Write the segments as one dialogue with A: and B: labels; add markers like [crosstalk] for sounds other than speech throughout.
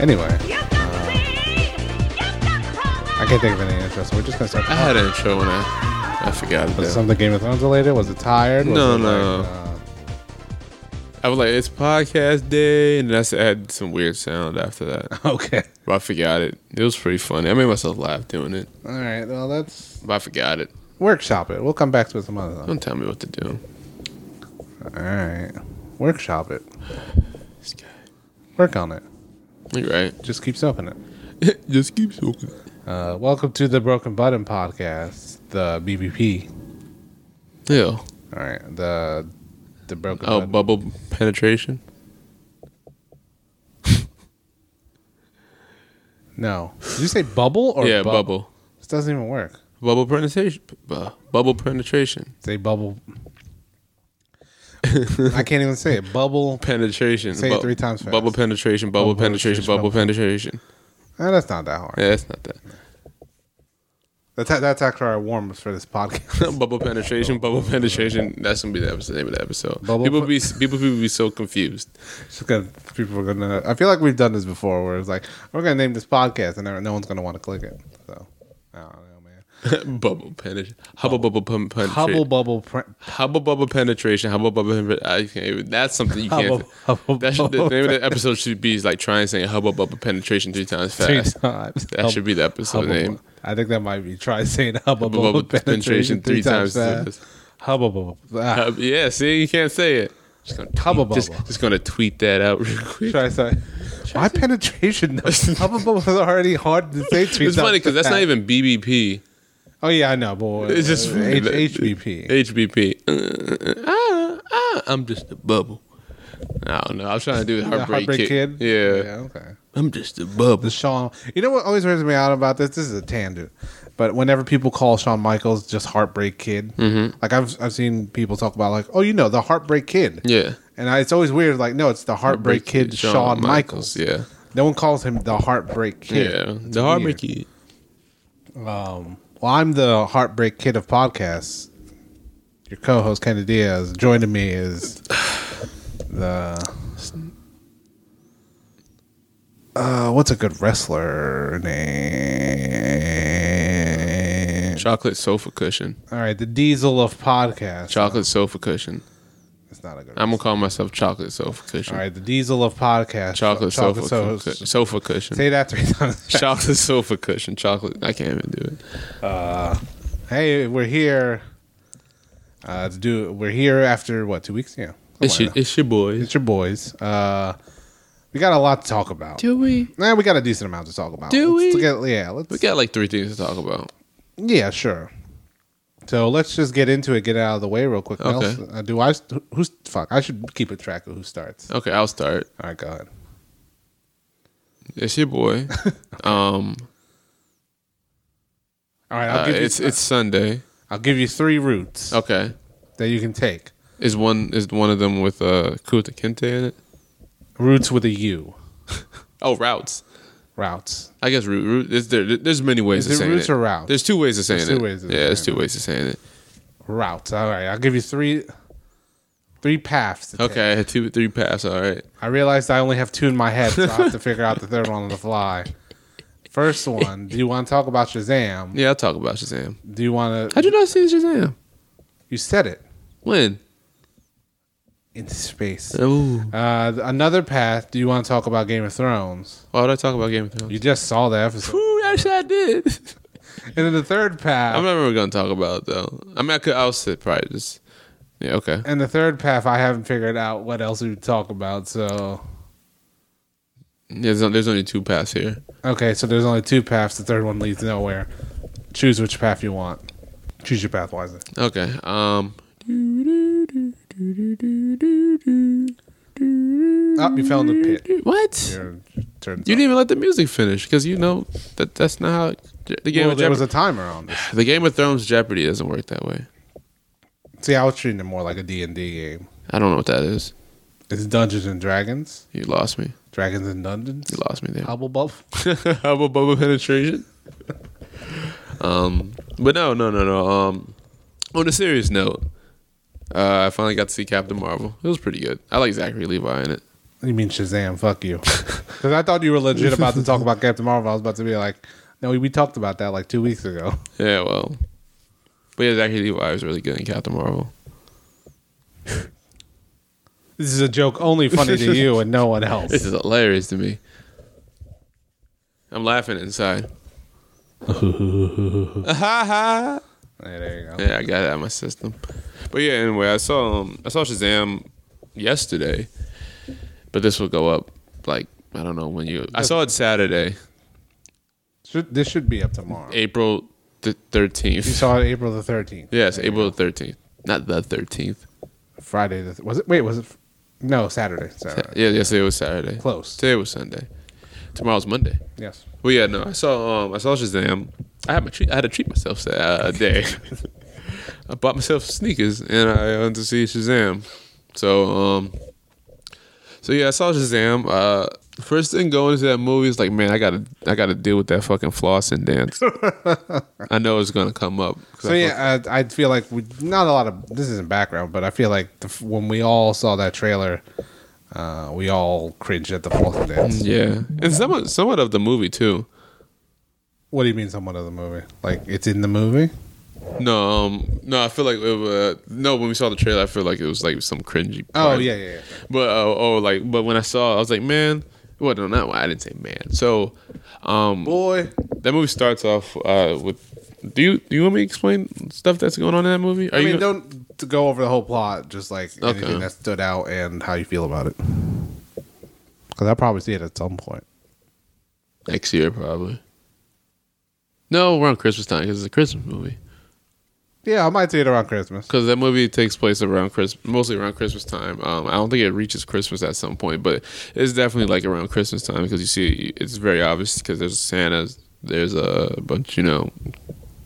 A: Anyway, I can't think of anything interesting. We're just gonna start.
B: I had an intro when I I forgot.
A: Was
B: it
A: it
B: now.
A: something Game of Thrones related? Was it tired? Was
B: No,
A: it
B: no.
A: uh,
B: I was like, it's podcast day, and then I s- had some weird sound after that.
A: uh,
B: [laughs]
A: okay.
B: But I forgot it. It was pretty funny. I made myself laugh doing it,
A: All right. Well, that's
B: but I forgot it.
A: workshop it. We'll come back to it some other time.
B: Don't tell me what to do.
A: All right. Workshop it.
B: This guy.
A: Work on it.
B: You're right.
A: Just keep soaking it.
B: [laughs] Just keep talking.
A: Uh, welcome to the Broken Button Podcast, the BBP.
B: Yeah.
A: All right. The the broken.
B: Oh,
A: button.
B: bubble penetration.
A: no. Did you say bubble or
B: yeah,
A: bub-
B: bubble.
A: This doesn't even work.
B: Bubble penetration. bu- Bubble penetration.
A: Say
B: [laughs]
A: bubble. I can't even say it.
B: [laughs]
A: Bubble.
B: Penetration.
A: Say it three times fast.
B: Bubble penetration. Bubble,
A: Bubble
B: penetration.
A: penetration, bubble-
B: Bubble penetration.
A: Eh, that's not that hard.
B: Yeah, that's not that.
A: That's that's actually our warm ups for this podcast. [laughs]
B: [laughs] bubble penetration. Bubble penetration. That's gonna be the episode, name of the episode.
A: Bubble
B: people
A: pe-
B: be people people be so confused. [laughs]
A: Just because people are gonna. I feel like we've done this before, where it's like we're gonna name this podcast, and no- no one's gonna want to click it. So I don't know,
B: [laughs]
A: man.
B: bubble penetration. Hubble bubble pen-
A: Hubble
B: penetration.
A: bubble print.
B: Hubble bubble penetration. Hubble bubble. pen- I can't even. That's something you can't.
A: Hubble- hubble
B: that should, the
A: bubble
B: name of the episode should be like trying saying hubble bubble penetration three times
A: Three
B: fast.
A: times.
B: [laughs] That should be the episode
A: Hubble-
B: name.
A: I think that might be try saying hubble
B: Bubble
A: bubble
B: penetration
A: penetration three
B: three times
A: times.
B: fast.
A: fast. Hubble
B: [laughs]
A: bubble. Ah,
B: Uh, yeah, see, you can't say it. Just gonna,
A: Hubba
B: [laughs] tweet, just,
A: bubba.
B: just gonna tweet that out [laughs] real quick.
A: try say. My
B: [laughs]
A: penetration. Hubble bubble is already hard to say. three
B: It's
A: times
B: funny because that's not
A: fast.
B: even BBP.
A: Oh yeah, I know, but
B: It's just
A: uh, H- HBP.
B: HBP. Uh, ah, ah, I'm just a bubble. I don't know. I was trying to do
A: The
B: heartbreak,
A: Heartbreak Kid.
B: Yeah.
A: Okay.
B: I'm just a bubble.
A: The Shawn. You know what always wears me out about this? This is a tangent, but whenever people call Shawn Michaels just Heartbreak Kid,
B: Mm-hmm.
A: like I've I've seen people talk about like, oh, you know, the Heartbreak Kid.
B: Yeah.
A: And I, it's always weird. Like, no, it's the Heartbreak, Kid, Shawn, Michaels.
B: Yeah.
A: No one calls him the Heartbreak Kid.
B: Yeah.
A: It's
B: The
A: weird.
B: heartbreak kid.
A: Well, I'm the Heartbreak Kid of podcasts. Your co-host Kenny Diaz. Joining me is the uh, what's a good wrestler name?
B: Chocolate sofa cushion.
A: All right, the Diesel of podcasts.
B: Chocolate sofa cushion.
A: It's not a good.
B: I'm gonna call myself chocolate sofa cushion.
A: All right, the Diesel of podcasts.
B: Chocolate,
A: Chocolate
B: sofa
A: so-
B: cu- sofa cushion.
A: Say that Oh three [laughs] times.
B: Chocolate sofa cushion. Chocolate. I can't even do it.
A: hey, we're here. Uh, to do we're here after what two weeks? Yeah,
B: It's your, it's your boy.
A: It's your boys. Uh, we got a lot to talk about.
B: Do we?
A: Nah, we got a decent amount to talk about.
B: Do
A: Let's
B: we?
A: get- yeah, let's.
B: We got like three things to talk about.
A: yeah, sure. So let's just get into it. Get it out of the way real quick.
B: Okay.
A: Else, uh, do I? Who's fuck? I should keep a track of who starts.
B: Okay, I'll start.
A: All right, go ahead.
B: It's your boy.
A: [laughs]
B: Um,
A: All right, I'll
B: uh,
A: give you.
B: it's Oh. it's Sunday.
A: I'll give you three routes
B: Okay,
A: that you can take.
B: is one is one of them with uh Kuta Kinte in it?
A: Routes with a U.
B: Oh, routes.
A: Routes.
B: I guess root root. Is there, there's many ways
A: Is
B: to
A: it
B: saying
A: roots
B: it.
A: or routes?
B: There's two ways of saying
A: There's
B: it.
A: two ways of
B: yeah, there's
A: saying
B: two ways of saying it.
A: Routes. All right, I'll give you three. Three paths. to take.
B: Okay, I had two three pass. All right.
A: I realized I only have two in my head, so I have to figure out the third one on the fly. First one. Do you want to talk about Shazam?
B: Yeah, I'll talk about Shazam.
A: Do you want to?
B: How'd you not see Shazam?
A: You said it
B: When?
A: in space.
B: Oh,
A: Uh, th- another path. Do you want to talk about Game of Thrones?
B: why would I talk about Game of Thrones?
A: You just saw the episode.
B: Ooh, actually, I did.
A: and then the third path.
B: I'm not really gonna talk about it though. I mean, I could. I'll sit probably just. Yeah. Okay.
A: and the third path, I haven't figured out what else we would talk about. So
B: Yeah, there's, on- there's only two paths here.
A: okay, so there's only two paths. The third one leads nowhere. Choose which path you want. Choose your path wisely.
B: Okay. Um.
A: Oh, you fell in the pit.
B: What?
A: Your turn.
B: You didn't even let the music finish because you know that that's not how Je- the game
A: Well,
B: of
A: there
B: Jeopardy.
A: was a timer on this.
B: the Game of Thrones Jeopardy doesn't work that way.
A: See, I was treating it more like a D and D game.
B: I don't know what that is.
A: It's Dungeons and Dragons.
B: You lost me.
A: Dragons and Dungeons.
B: You lost me
A: [laughs]
B: [laughs] there.
A: Hubble buff.
B: Hubble bubble penetration. um, but no, no, no, no. Um, on a serious note, uh, I finally got to see Captain Marvel. It was pretty good. I like Zachary Levi in it.
A: You mean Shazam? Fuck you. Because I thought you were legit about to talk about Captain Marvel. I was about to be like, no, we, we talked about that like two weeks ago. [laughs]
B: Yeah, well, but yeah, Zachary Levi was really good in Captain Marvel.
A: This is a joke only funny to you and no one
B: [laughs] This
A: else.
B: is hilarious to me. I'm
A: [laughs]
B: laughing inside. yeah,
A: Yeah, there you go.
B: I got it out of my system. But yeah, anyway, I saw um, I saw Shazam yesterday, but this will go up like I don't know when you. I saw it Saturday,
A: Should, this should be up tomorrow.
B: April the
A: You
B: thirteenth.
A: saw it April the 13th.
B: [laughs] Yes, April the thirteenth, not the thirteenth.
A: Friday the th- was it? Wait, was it? f- No, Saturday. Saturday.
B: Yeah, yesterday was Saturday.
A: Close.
B: Today was Sunday. Tomorrow's Monday.
A: Yes.
B: Well, yeah, no, I saw um, I saw Shazam. I had my treat. I had to treat myself a uh, day. [laughs] I bought myself sneakers and I went to see Shazam. So, um, so yeah, I saw Shazam. Uh, first thing going into that movie is like, man, I gotta, I gotta deal with that fucking
A: [laughs]
B: flossing dance. I know it's gonna come up. 'Cause
A: So
B: I
A: yeah, I, I feel like we not a lot of this isn't background, but I feel like the, f- when we all saw that trailer, uh, we all cringed at the false dance.
B: fuck- yeah, and somewhat, somewhat of the movie too.
A: What do you mean, somewhat of the movie? Like it's in the movie?
B: No, um, no, I feel like it, wa- no. When we saw the trailer, I feel like it was like some cringy.
A: Oh
B: part.
A: yeah, yeah, yeah.
B: But uh, oh, like, but when I saw, it, I was like, man. Well, no, not I didn't say man. So, um,
A: Boy,
B: that movie starts off uh with. Do you do you want me to explain stuff that's going on in that movie? Are
A: I
B: you
A: mean,
B: gonna-
A: don't to go over the whole plot. Just like
B: Okay.
A: anything that stood out and how you feel about it. Because I'll probably see it at some point.
B: next year probably? No, we're on Christmas time because it's a Christmas movie.
A: Yeah, I might see it around Christmas.
B: Because that movie takes place around Chris, mostly around Christmas time. Um, I don't think it reaches Christmas at some point, but it's definitely like around Christmas time because you see, it's very obvious because there's Santa's, there's a bunch, you know,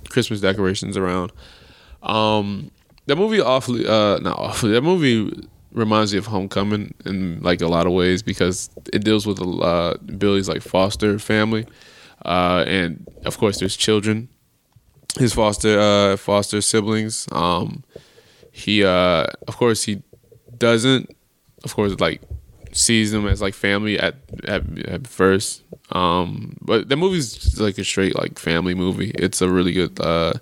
B: Christmas decorations around. Um, that movie awfully, uh, not awfully. That movie reminds me of Homecoming in like a lot of ways because it deals with uh, Billy's like foster family, uh, and of course there's children, his foster uh, foster siblings. Um, he uh, of course he doesn't, of course like sees them as like family at at, at first. Um, but the movie's just, like a straight like family movie. It's a really good uh,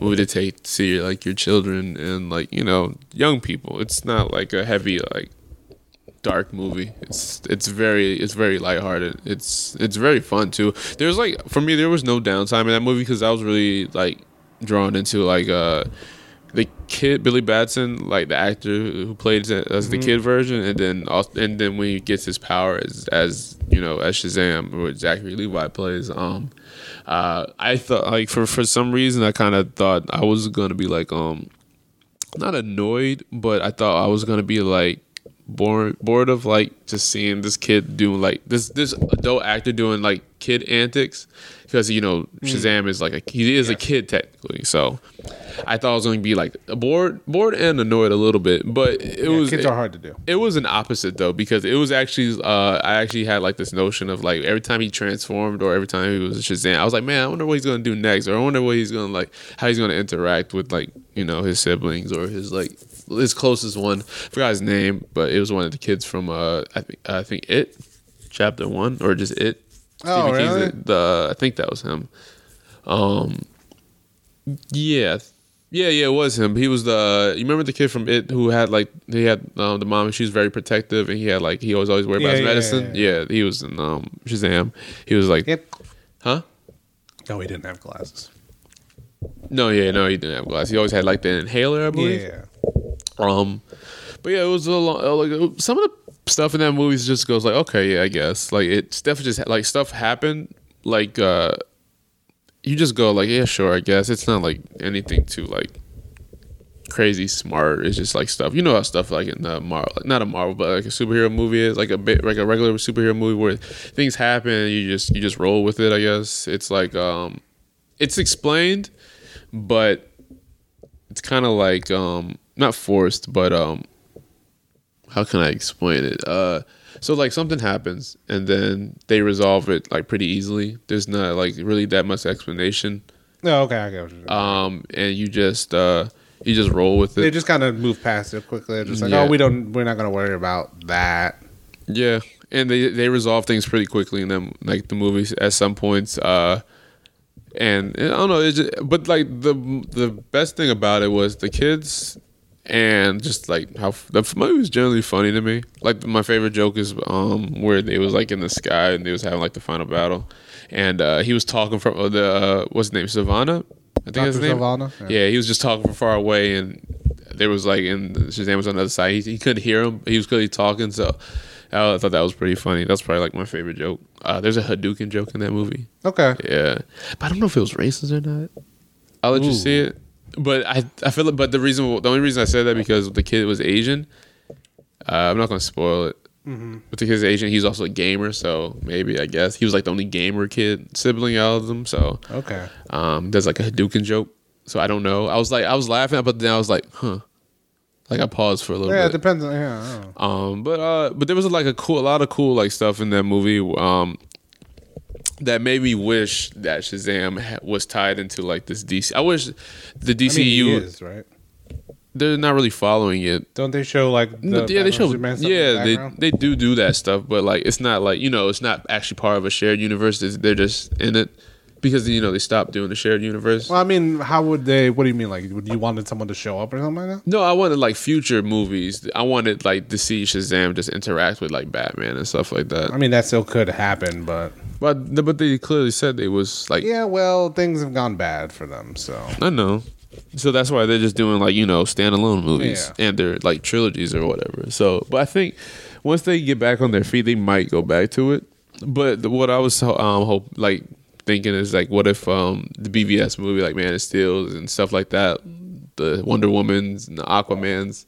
B: movie to take to see like your children and like you know young people. It's not like a heavy like dark movie. It's it's very it's very lighthearted. It's it's very fun too. There's like for me there was no downtime in that movie because I was really like drawn into like uh the kid Billy Batson like the actor who played as as the kid version and then als- and then when he gets his power as as you know as Shazam or Zachary Levi plays um uh I thought like for for some reason I kind of thought I was gonna be like um not annoyed, but I thought I was gonna be like bored bored of like just seeing this kid doing like this this adult actor doing like kid antics because you know
A: Mm.
B: Shazam is like a he is a kid technically, so I thought I was gonna be like bored bored and annoyed a little bit, but it
A: Yeah,
B: was
A: kids
B: it-
A: are hard to do.
B: it was an opposite though because it was actually uh, I actually had like this notion of like every time he transformed or every time he was Shazam, I was like, man, I wonder what he's gonna do next, or I wonder what he's gonna like how he's gonna interact with like you know his siblings or his like his closest one. I forgot his name, but it was one of the kids from uh I think I think it chapter one or just it.
A: Oh,
B: Stephen King's
A: really?
B: It, the I think that was him. Um, yeah. Yeah, yeah, it was him. He was the you remember the kid from it who had like he had um, the mom and she was very protective and he had like he was always worried about
A: Yeah,
B: his
A: yeah,
B: medicine. Yeah,
A: yeah,
B: he was in um Shazam. He was like
A: Yep.
B: Huh?
A: No, he didn't have glasses.
B: No, yeah, no, he didn't have glasses. He always had like the inhaler, I believe.
A: Yeah.
B: Um, but yeah, it was a long, like uh, some of the stuff in that movie just goes like, okay, yeah, I guess like it stuff just like stuff happened like uh, you just go like, yeah, sure, I guess it's not like anything too like crazy smart. It's just like stuff you know how stuff like in the Marvel, like, not a Marvel, but like a superhero movie is like a bit like a regular superhero movie where things happen and you just you just roll with it. I guess it's like um, it's explained, but it's kind of like um not forced but um how can i explain it uh so like something happens and then they resolve it like pretty easily there's not like really that much explanation
A: No, okay, I get what you're doing.
B: um and you just uh you just roll with
A: they
B: it
A: just kind of move past it quickly. They're just like,
B: yeah.
A: oh, we don't, we're not going to worry about that.
B: yeah and they they resolve things pretty quickly in them like the movies at some points uh and, and I don't know it's just, but like the the best thing about it was the kids and just like how f- the movie was generally funny to me like my favorite joke is um where they was like in the sky and they was having like the final battle and uh he was talking from uh, the uh, what's his name Savannah I think that's his
A: Dr.
B: name
A: Savannah?
B: yeah
A: Yeah.
B: yeah, he was just talking from far away, and there was like, and Shazam was on the other side. He, he couldn't hear him. But he was clearly talking, so I thought that was pretty funny. That's probably like my favorite joke. Uh, there's a Hadouken joke in that movie.
A: Okay.
B: Yeah, but I don't know if it was racist or not. I'll let you
A: Ooh.
B: see it. But I, I feel. But the reason, the only reason I said that because the kid was Asian. Uh, I'm not gonna spoil it.
A: Mm-hmm.
B: But the kid's Asian. He's also a gamer, so maybe I guess he was like the only gamer kid sibling out of them. So
A: Okay.
B: um, there's like a Hadouken joke, so I don't know. I was like, I was laughing, but then I was like, huh. Like I paused for a little
A: Yeah, it
B: bit.
A: depends. On, yeah. I don't know.
B: um, but uh, but there was like a cool, a lot of cool like stuff in that movie. Um, that made me wish that Shazam ha- was tied into like this DC. I wish the
A: I mean, he
B: DCU
A: is right.
B: they're not really following it.
A: Don't they show like the
B: No, yeah, they
A: Batman
B: show.
A: Superman stuff in the
B: Yeah, they
A: background?
B: they do do that stuff, but like it's not like you know it's not actually part of a shared universe. It's- They're just in it because you know they stopped doing the shared universe.
A: Well, I mean, how would they? What do you mean? Like, would you wanted someone to show up or something like that?
B: No, I wanted like future movies. I wanted like to see Shazam just interact with like Batman and stuff like
A: I
B: that.
A: mean, that still could happen, but
B: But but they clearly said they was like
A: yeah, well, things have gone bad for them, so
B: I know. So that's why they're just doing like you know standalone movies
A: Yeah.
B: and they're like trilogies or whatever. So, but I think once they get back on their feet, they might go back to it. But the- what I was ho- um hope like thinking is like, what if um the BVS movie like Man of Steel and stuff like that, the Wonder Woman's and the Aquaman's,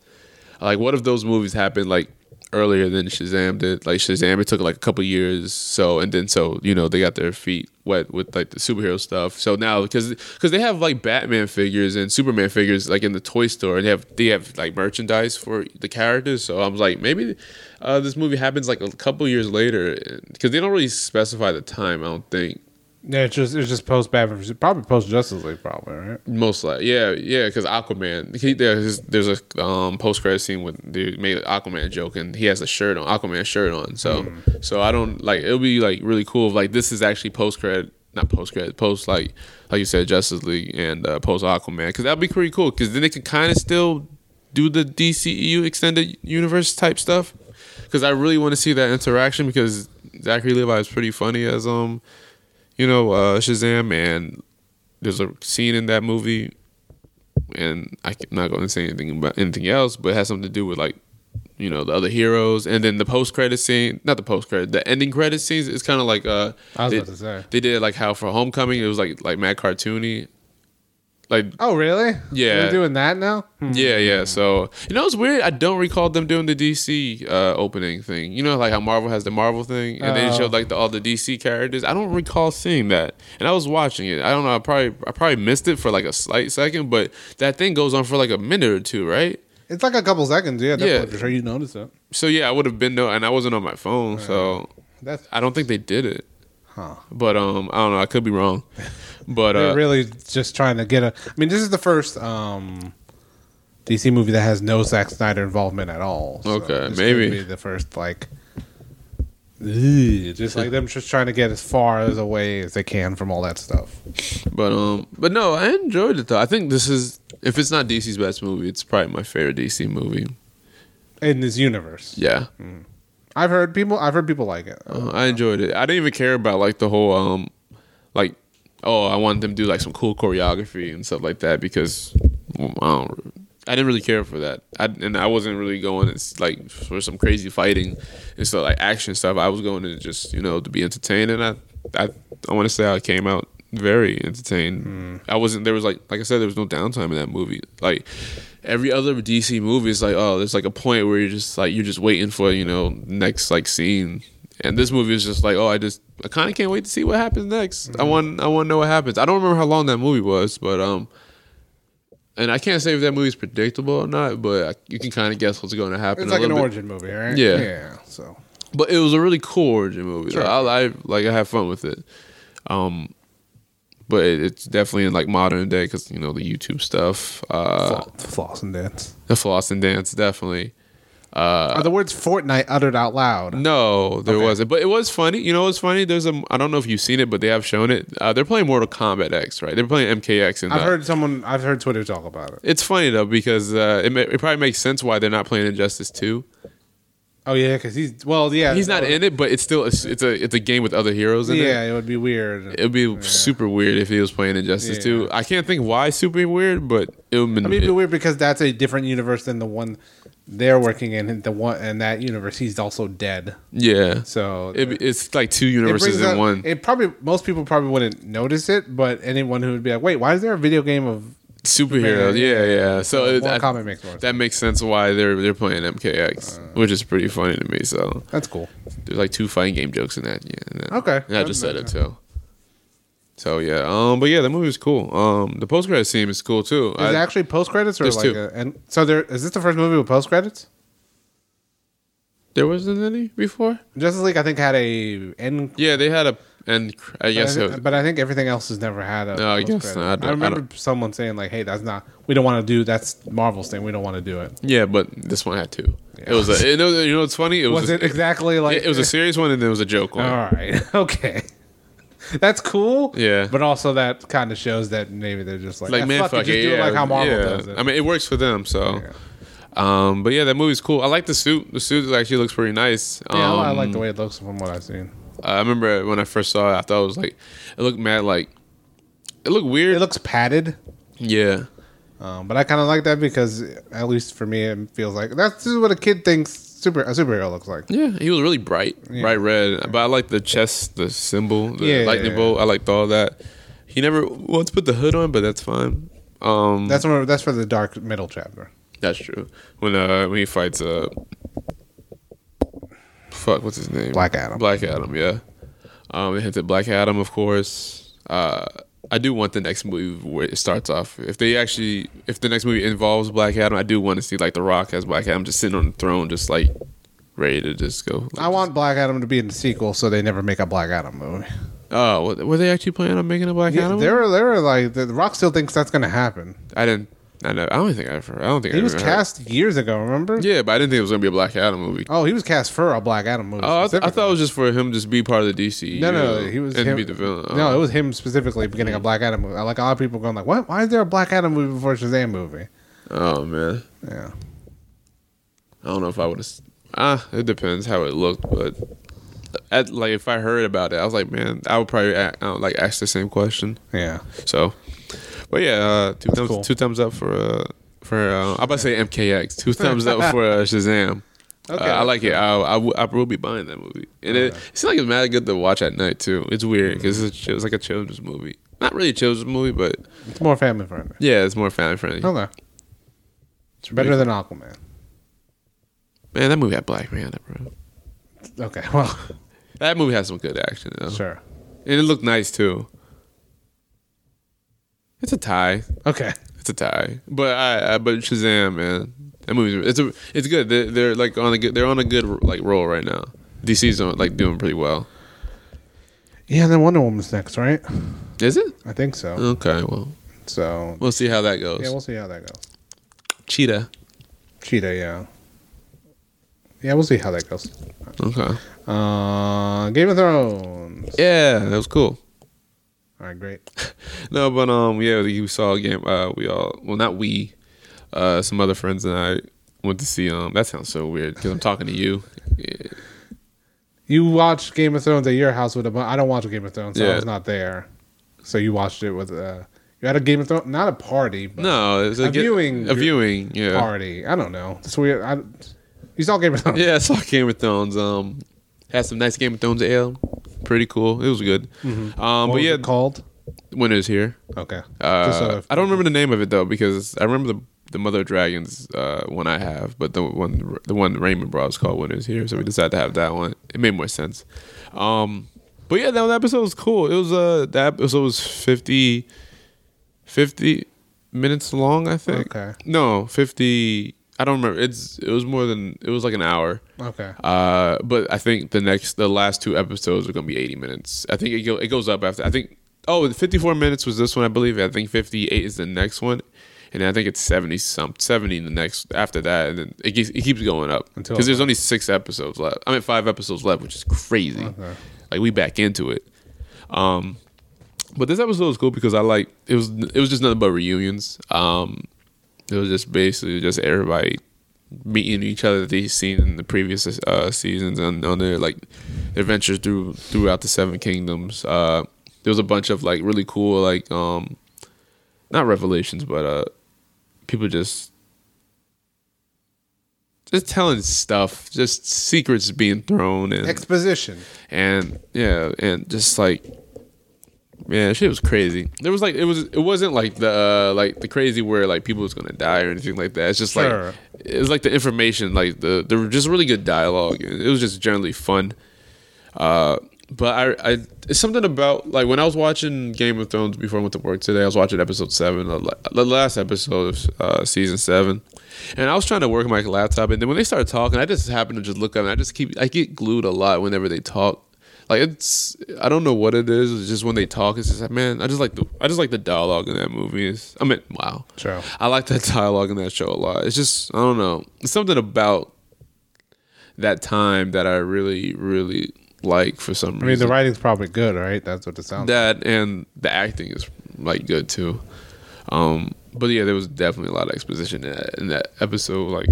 B: like what if those movies happened like earlier than Shazam did? Like Shazam, it took like a couple years, so and then so you know they got their feet wet with like the superhero stuff. So now because because they have like Batman figures and Superman figures like in the toy store, and they have they have like merchandise for the characters. So I'm like maybe uh, this movie happens like a couple years later because they don't really specify the time. I don't think.
A: yeah, it's just it's just post Batman, versus- probably post Justice League, probably right.
B: Most like yeah, yeah, because Aquaman. He there's there's a um, post credit scene with they made an Aquaman joke and he has a shirt on Aquaman shirt on. So so I don't like it'll be like really cool if like this is actually post credit not post credit post like like you said Justice League and uh, post Aquaman because that'd be pretty cool because then they can kind of still do the DCEU extended universe type stuff because I really want to see that interaction because Zachary Levi is pretty funny as um you know uh, Shazam and there's a scene in that movie, and I'm not going to say anything about anything else, but it has something to do with like, you know, the other heroes, and then the post credit scene, not the post credit, the ending credit scenes is kind of like uh,
A: I was
B: they,
A: about to say.
B: they did like how for Homecoming it was like like mad cartoony, like
A: Oh, really?
B: Yeah.
A: they're doing that now. Hmm.
B: yeah, yeah. So you know, it's weird. I don't recall them doing the DC uh, opening thing. You know, like how Marvel has the Marvel thing, and then it
A: Oh.
B: showed like the, all the DC characters. I don't recall seeing that, and I was watching it. I don't know. I probably I probably missed it for like a slight second, but that thing goes on for like a minute or two, right?
A: It's like a couple seconds. Yeah, definitely.
B: Yeah.
A: For sure, you notice it.
B: So yeah, I would have been no, and I wasn't on my phone, so
A: That's
B: I don't think they did it.
A: huh.
B: But um, I don't know. I could
A: [laughs]
B: be wrong. But
A: They're
B: uh,
A: really just trying to get a. I mean, this is the first um, DC movie that has no Zack Snyder involvement at all.
B: Okay,
A: this could
B: maybe.
A: be the first like. ugh, Just like them, just trying to get as far as away as they can from all that stuff.
B: But um, but no, I enjoyed it though. I think this is if it's not DC's best movie, it's probably my favorite DC movie.
A: in this universe.
B: Yeah,
A: I've heard people. I've heard people like it.
B: Uh, I enjoyed it. I didn't even care about like the whole um, like oh, I wanted them to do like some cool choreography and stuff like that because well, I don't. I didn't really care for that, I, and I wasn't really going it's like for some crazy fighting and stuff like action stuff. I was going to just you know to be entertained, and I I, I want to say I came out very entertained. I wasn't there was like like I said there was no downtime in that movie. Like every other DC movie is like oh there's like a point where you're just like you're just waiting for you know next like scene and this movie is just like, oh, I just I kind of can't wait to see what happens next.
A: Mm-hmm.
B: I want I want to know what happens. I don't remember how long that movie was, but um, and I can't say if that movie's predictable or not, but I, you can kind of guess what's going to happen.
A: It's
B: a
A: like an
B: little
A: origin
B: bit.
A: movie, right?
B: Yeah.
A: Yeah. So
B: but it was a really cool origin movie.
A: Sure.
B: I, I like I had fun with it. Um, but it, it's definitely in like modern day because you know the YouTube stuff, uh,
A: Flaw- floss and dance.
B: the floss and dance, definitely.
A: Are the words Fortnite uttered out loud?
B: No, there wasn't. But it was funny. You know, it was funny. There's a. I don't know if you've seen it, but they have shown it. Uh, they're playing Mortal Kombat X, right? They're playing MKX. And
A: I've
B: uh,
A: heard someone. I've heard Twitter talk about it.
B: It's funny though because uh, it, ma- it probably makes sense why they're not playing Injustice Two.
A: Oh yeah, because he's well, yeah.
B: He's not
A: well,
B: in it, but it's still it's, it's a it's a game with other heroes in it.
A: Yeah, it would be weird.
B: It'd be super weird if he was playing Injustice
A: Yeah.
B: 2. I can't think why super weird, but it would
A: I mean, it'd be weird because that's a different universe than the one they're working in. And the one in that universe, he's also dead.
B: yeah.
A: So
B: It, it's like two universes
A: brings
B: in
A: up-
B: one.
A: It probably most people probably wouldn't notice it, but anyone who would be like, "Wait, why is there a video game of?"
B: Superheroes, yeah, yeah. So it,
A: Mortal
B: Uh, I-
A: Kombat Uh. makes more
B: that makes sense why they're they're playing MKX, which is pretty funny to me. So
A: That's cool.
B: there's like two fighting game jokes in that. Yeah. and that-
A: Okay.
B: and I just said it too. So yeah, um, but yeah, the movie was cool. Um, the post credit scene is cool too.
A: Is
B: I-
A: it actually post credits or
B: there's
A: like?
B: two.
A: A, and so there is this the first movie with post credits?
B: there wasn't any before.
A: Justice League, I think, had a end.
B: Yeah, they had a and cr- I guess
A: but, I
B: it
A: thi-
B: was,
A: but I think everything else has never had a.
B: No, I guess
A: post-credit.
B: not. I don't-
A: I
B: I
A: remember someone saying like, "Hey, that's not. We don't want to do that's Marvel's thing. We don't want to do it."
B: yeah, but this one had two.
A: Yeah.
B: It was a you know you know what's funny? It was,
A: Was
B: a,
A: it exactly like
B: it, was a serious one and there was a joke one.
A: All right. [laughs] Okay. That's cool.
B: Yeah.
A: But also that kind of shows that maybe they're just like,
B: like
A: "Ah,
B: man, fuck,
A: it, just
B: it,
A: do
B: yeah,
A: it like how Marvel
B: yeah.
A: does it.
B: I mean, it works for them. So, um, but yeah, that movie's cool. I like the suit. The suit actually looks pretty nice. Um,
A: yeah, I like the way it looks from what I've seen.
B: I remember when I first saw it, I thought it was like it looked mad like it looked weird.
A: It looks padded,
B: yeah,
A: um, but I kind of like that because at least for me, it feels like that's this is what a kid thinks super a superhero looks like.
B: yeah. He was really bright, bright red. But I like the chest, the symbol, the
A: Yeah,
B: lightning
A: yeah,
B: bolt. I liked all that. He never once put the hood on, but that's fine. Um,
A: That's where, that's for the dark middle chapter.
B: That's true. When uh when he fights uh fuck what's his name
A: Black Adam.
B: Black Adam yeah um they hinted Black Adam of course uh I do want the next movie where it starts off if they actually if the next movie involves Black Adam I do want to see like The Rock as Black Adam just sitting on the throne just like ready to just go
A: I want Black Adam to be in the sequel, so they never make a Black Adam movie.
B: oh were- were they actually planning on making a Black
A: Yeah,
B: Adam
A: they're they're like the Rock still thinks that's going to happen.
B: I didn't I know I don't think I ever I don't think I
A: He was
B: ever heard-
A: cast years ago, remember?
B: yeah but I didn't think it was gonna be a Black Adam movie
A: Oh, he was cast for a Black Adam movie.
B: Oh, I, th- I
A: specifically.
B: thought it was just for him just be part of the DC.
A: No, no,
B: you know,
A: he was
B: and
A: him,
B: be the villain. Oh.
A: No, it was him specifically beginning a Black Adam movie. Like a lot of people going like, "What? Why is there a Black Adam movie before Shazam movie?"
B: Oh man,
A: Yeah,
B: I don't know if I would have. Ah, it depends how it looked, but at, like if I heard about it, I was like, man, I would probably a uh, like ask the same question.
A: yeah.
B: So, but yeah, uh, two thumbs
A: cool.
B: two thumbs up for uh, for uh, I'm about to say MKX. Two thumbs up for uh, Shazam.
A: Okay.
B: Okay, I like it. I, I, w- I will be buying that movie, and it, it seems like it's mad good to watch at night too. It's weird because it's, a ch- it's like a children's movie, not really a children's movie, but
A: It's more family friendly.
B: yeah, it's more family friendly.
A: Okay,
B: It's
A: better than Aquaman.
B: Man, that movie had Black Manta, bro.
A: Okay, well, [laughs]
B: That movie has some good action though,
A: sure.
B: and it looked nice too. It's a tie.
A: Okay,
B: It's a tie. But I, I but Shazam, man, that movie. It's a, it's good. They're, they're like on a good. They're on a good like roll right now. DC's on like doing pretty well.
A: yeah. Then Wonder Woman's next, right?
B: Is it?
A: I think so.
B: Okay. Well,
A: So
B: we'll see how that goes.
A: yeah, we'll see how that goes.
B: Cheetah.
A: Cheetah, yeah, yeah. We'll see how that goes.
B: Okay.
A: Uh, Game of Thrones.
B: Yeah, that was cool.
A: All right, great.
B: No, but um, yeah, you saw a game. Uh, we all well, not we, uh, some other friends and I went to see. Um, that sounds so weird because I'm talking to you. Yeah.
A: You watched Game of Thrones at your house with a bunch. I don't watch Game of Thrones, so I
B: Yeah.
A: was not there. So you watched it with uh You had a Game of Thrones, not a party, but
B: No, it's a,
A: A viewing
B: A viewing, yeah.
A: party. I don't know. It's weird. I, you saw Game of Thrones.
B: Yeah, I saw Game of Thrones. Um, had some nice Game of Thrones ale. Pretty cool. It was good. Um,
A: Mm-hmm. What
B: but
A: was
B: yeah,
A: it called.
B: winter's here.
A: Okay. Just
B: Uh,
A: so-
B: I don't remember the name of it though because I remember the the Mother of Dragons uh, one I have, but the one the one Raymond brought is called Winter's Here, so we decided to have that one. It made more sense. Um, but yeah, that that episode was cool. It was uh that episode was 50, 50 minutes long, I think.
A: Okay.
B: No, fifty. I don't remember. It's it was more than it was like an hour.
A: Okay.
B: Uh, but I think the next, the last two episodes are gonna be 80 minutes. I think it, go, it goes up after. I think oh, 54 minutes was this one, I believe. I think 58 is the next one, and I think it's seventy some seventy in the next after that, and then it keeps, it keeps going up
A: Until-
B: because there's only six episodes left. I mean, five episodes left, which is crazy. Like we back into it. Um, but this episode was cool because I like it was it was just nothing but reunions. Um, it was just basically just everybody meeting each other that they've seen in the previous uh, seasons and on their like their ventures through throughout the Seven Kingdoms. Uh, there was a bunch of like really cool like um, not revelations, but uh, people just just telling stuff, just secrets being thrown and
A: Exposition.
B: and yeah, and just like yeah, shit was crazy. There was like it was it wasn't like the uh, like the crazy where like people was gonna die or anything like that. It's just
A: Sure.
B: like it was like the information, like the there were just really good dialogue. and It was just generally fun. Uh, but I, I it's something about like when I was watching Game of Thrones before I went to work today. I was watching episode seven, the la- the last episode of uh, season seven, and I was trying to work on my laptop. And then when they started talking, I just happened to just look up. And I just keep I get glued a lot whenever they talk. Like it's I don't know what it is. It's just when they talk, it's just like man, I just like the I just like the dialogue in that movie. It's, I mean, wow,
A: True.
B: I like that [laughs] dialogue in that show a lot. It's just I don't know. It's something about that time that I really, really like for some
A: I mean,
B: reason.
A: the writing's probably good, right? That's what it sounds.
B: that and the acting is like good too. Um, but yeah, there was definitely a lot of exposition in that, in that episode. Like,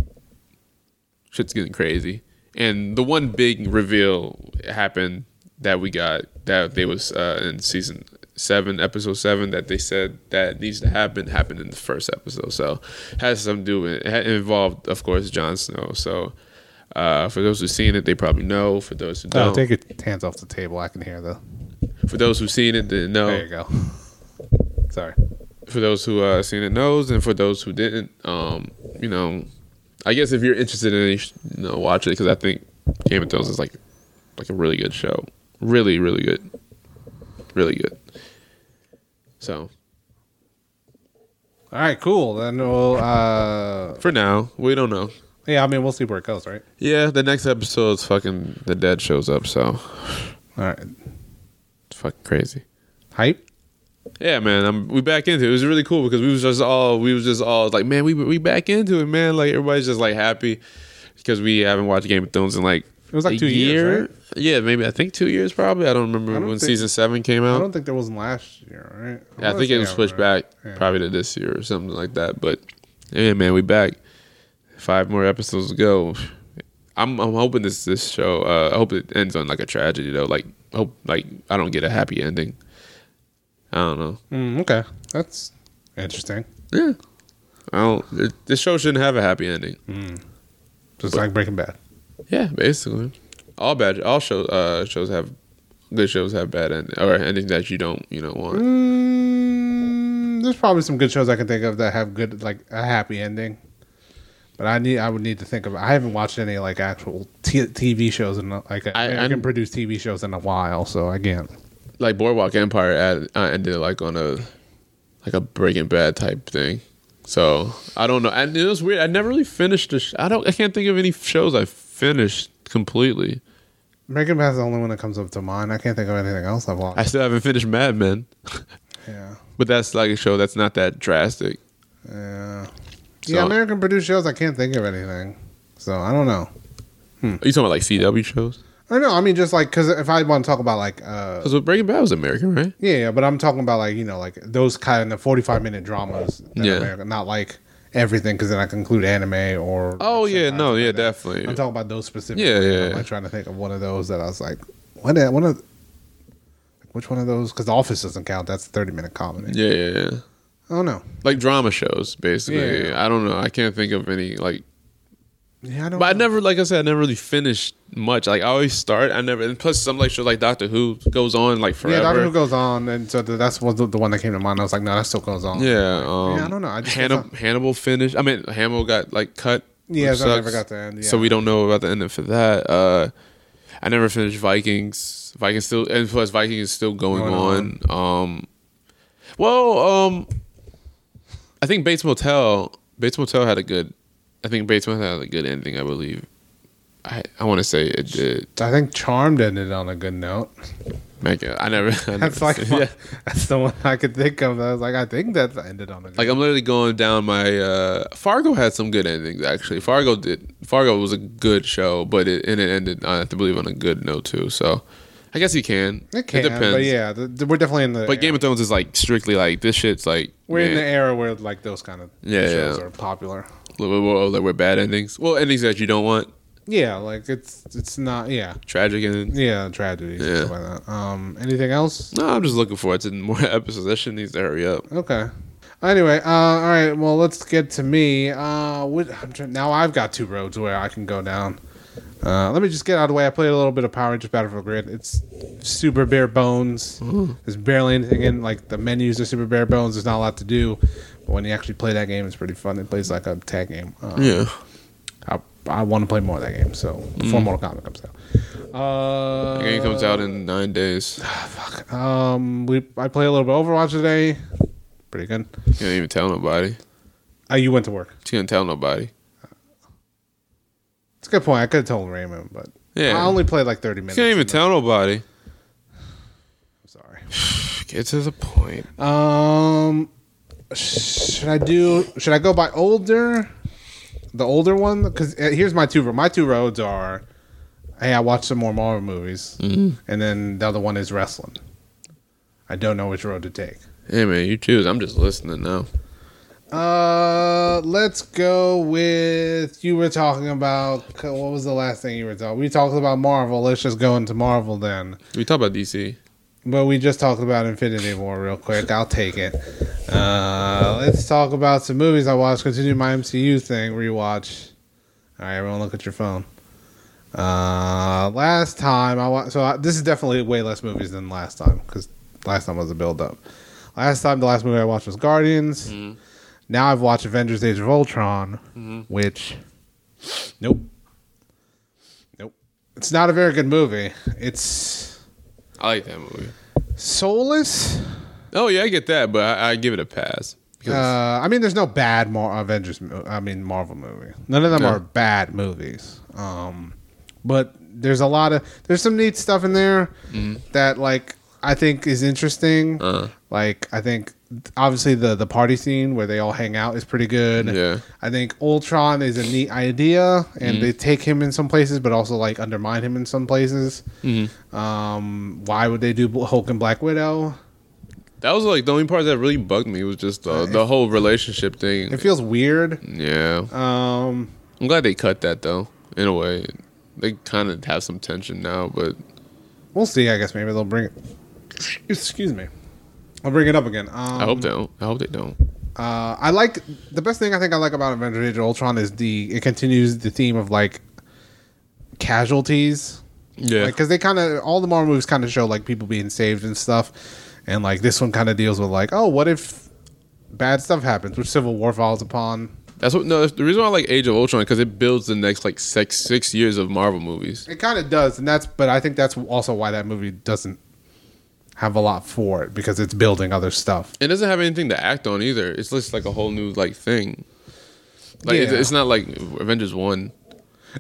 B: shit's getting crazy. And the one big reveal happened that we got that they was uh, in season seven, episode seven, that they said that needs to happen happened in the first episode. So has some do with it had involved, of course, Jon Snow. So uh, for those who've seen it, they probably know. For those who
A: No,
B: don't,
A: Oh, take your hands off the table. I can hear the.
B: for those who've seen it, didn't know.
A: There you go. [laughs] Sorry.
B: for those who uh, seen it knows, and for those who didn't, um, you know, I guess if you're interested in it, you, should, you know, watch it because I think Game of Thrones is like like a really good show, really, really good, really good. So
A: All right, cool. Then we'll. Uh,
B: for now, we don't know.
A: yeah, I mean, we'll see where it goes, right?
B: Yeah, the next episode is fucking the dead shows up, so
A: All right.
B: it's fucking crazy.
A: Hype.
B: Yeah, man, I'm, we back into it. It was really cool because we was just all we was just all like, man, we we back into it, man. Like everybody's just like happy because we haven't watched Game of Thrones in like
A: It was like
B: a
A: two years, right?
B: Yeah, maybe I think two years probably. I don't remember
A: I don't
B: when
A: think-
B: season seven came
A: I
B: out.
A: don't think there was one last year, right?
B: Yeah, I, think it was
A: Yeah,
B: pushed
A: right.
B: back
A: Yeah.
B: probably to this year or something like that. But yeah, man, we back. Five more episodes to go. I'm I'm hoping this this show. Uh, I hope it ends on like a tragedy though. Like hope like I don't get a happy ending. I don't know.
A: Mm, okay, that's interesting.
B: Yeah. I don't. It, this show shouldn't have a happy ending.
A: Just like Breaking Bad.
B: Yeah, basically. All bad. All show, uh, shows have good shows have bad ending or endings that you don't you don't want.
A: Mm, there's probably some good shows I can think of that have good, like a happy ending. But I need, I would need to think of. I haven't watched any like actual t- TV shows in a- like I
B: I-
A: I, can
B: I'm-
A: produce TV shows in a while, so I can't.
B: Like Boardwalk Empire ad, uh, ended like on a like a Breaking Bad type thing. So I don't know. And it was weird. I never really finished. The sh- I don't. I can't think of any shows I finished completely.
A: Breaking Bad's the only one that comes up to mind. I can't think of anything else I've watched.
B: I still haven't finished Mad Men,
A: yeah,
B: but that's like a show that's not that drastic.
A: yeah, yeah.
B: So-
A: American produced shows, I can't think of anything. So I don't know.
B: Are you talking about like CW shows?
A: I know. I mean, just like because if I want to talk about like uh,
B: Because Breaking Bad was American, right?
A: Yeah, yeah, but I'm talking about like you know like those kind of 45 minute dramas. That
B: Yeah.
A: America, not like everything because then I can include anime or.
B: Oh yeah,
A: something
B: no,
A: like
B: yeah,
A: that.
B: definitely.
A: I'm talking about those specific.
B: Yeah, yeah,
A: I'm
B: yeah.
A: like trying to think of one of those that I was like, what? a- One of which one of those? Because The Office doesn't count. That's a 30 minute comedy.
B: yeah, yeah, yeah.
A: Oh no.
B: Like drama shows, basically.
A: Yeah.
B: I don't know. I can't think of any like.
A: Yeah, I don't.
B: But I
A: know.
B: never, like I said, I never really finished much. Like I always start. I never. And plus, some like shows like Doctor Who goes on like
A: Yeah,
B: forever.
A: Doctor Who goes on, and so th- that's what the, the one that came to mind. I was like, no, that still goes on.
B: Yeah, um,
A: Yeah, I don't know. I just-
B: Hannib-
A: it's
B: Hannibal finished. I mean, Hannibal got like cut.
A: Yeah,
B: which
A: that never
B: sucks.
A: got to end,
B: So
A: yeah.
B: we don't know about the ending for that. Uh, I never finished Vikings. Vikings still, and plus Vikings is still going,
A: Going
B: on. Um, well, um, I think Bates Motel. Bates Motel had a good. I think Bates Motel had a good ending. I believe. I, I want to say it did.
A: I think Charmed ended on a good note.
B: Make it. I never. [laughs] I
A: That's
B: never
A: like
B: seen-
A: my-
B: yeah.
A: that's the one I could think of. That I was like, I think that ended on a good.
B: Like I'm literally going down my uh Fargo had some good endings actually. Fargo did. Fargo was a good show, but it and it ended I have to believe on a good note too. So I guess you can.
A: it can, but yeah, the, the- we're definitely in the.
B: But Game
A: era-
B: of Thrones is like strictly like this shit's like
A: we're in the
B: man,
A: era where like those kind of
B: Yeah,
A: shows
B: yeah.
A: are popular.
B: whoa, whoa, whoa, like we're bad endings. Well, endings that you don't want,
A: Yeah, like it's it's not. Yeah,
B: tragic endings.
A: yeah, tragedies.
B: Yeah.
A: And stuff like that. Um, anything else?
B: No, I'm just looking forward to more [laughs] episodes. That shit needs to hurry up.
A: Okay. Anyway, uh, all right. Well, let's get to me. Uh, what, I'm trying, now I've got two roads where I can go down. Uh, let me just get out of the way. I played a little bit of Power Rangers Battlefield Grid. It's super bare bones. There's barely anything in. Like the menus are super bare bones. There's not a lot to do. But when you actually play that game, it's pretty fun. It plays like a tag game. Uh,
B: Yeah.
A: I, I want to play more of that game. So before Mortal Kombat comes out. Uh,
B: The game comes out in nine days.
A: fuck. Um, we I play a little bit of Overwatch today. Pretty good.
B: Can't even tell nobody.
A: Uh, you went to work.
B: She can't tell nobody.
A: It's a good point. I could have told Raymond, but
B: Yeah.
A: I only played like thirty minutes.
B: Can't even tell nobody. [sighs]
A: I'm sorry.
B: Get to the point.
A: Um, should I do? Should I go by older? The older one, because here's my two. My two roads are, hey, I watched some more Marvel movies,
B: Mm-hmm.
A: and then the other one is wrestling. I don't know which road to take.
B: Hey man, you choose. I'm just listening now.
A: Uh, let's go with you were talking about what was the last thing you were talking? We talked about Marvel. Let's just go into Marvel then.
B: We talk about DC.
A: But we just talked about Infinity War real quick. I'll take it. Uh, let's talk about some movies I watched. Continue my MCU thing. Rewatch. All right, everyone, look at your phone. Uh, last time I watched. So I, this is definitely way less movies than last time because last time was a build up. Last time, the last movie I watched was Guardians. Now I've watched Avengers: Age of Ultron, which, nope, nope. It's not a very good movie. It's
B: I like that movie.
A: soulless.
B: Oh yeah, I get that, but I, I give it a pass.
A: Uh,
B: Because
A: I mean, there's no bad Mar- Avengers. mo- I mean, Marvel movie. None of them
B: No.
A: are bad movies. Um, but there's a lot of there's some neat stuff in there that like I think is interesting.
B: Uh-huh.
A: Like I think obviously the the party scene where they all hang out is pretty good.
B: Yeah.
A: I think Ultron is a neat idea, and they take him in some places, but also like undermine him in some places. Um, why would they do Hulk and Black Widow?
B: that was like the only part that really bugged me was just uh, the whole relationship thing.
A: It feels weird.
B: Mm-hmm. yeah.
A: Um,
B: I'm glad they cut that though. In a way, they kind of have some tension now, but
A: we'll see. I guess maybe they'll bring it. Excuse me. I'll bring it up again. Um,
B: I hope they don't. I hope they don't.
A: Uh, I like the best thing I think I like about Avengers: Age of Ultron is the it continues the theme of like casualties,
B: Yeah.
A: because they kind of all the Marvel movies kind of show like people being saved and stuff, and like this one kind of deals with like, oh, what if bad stuff happens, which Civil War falls upon.
B: that's what. No, that's the reason why I like Age of Ultron because it builds the next like six six years of Marvel movies.
A: It kind of does, and that's but I think that's also why that movie doesn't have a lot for it because it's building other stuff.
B: It doesn't have anything to act on either. It's just like a whole new like thing. Like it's,
A: Yeah.
B: it's not like Avengers one.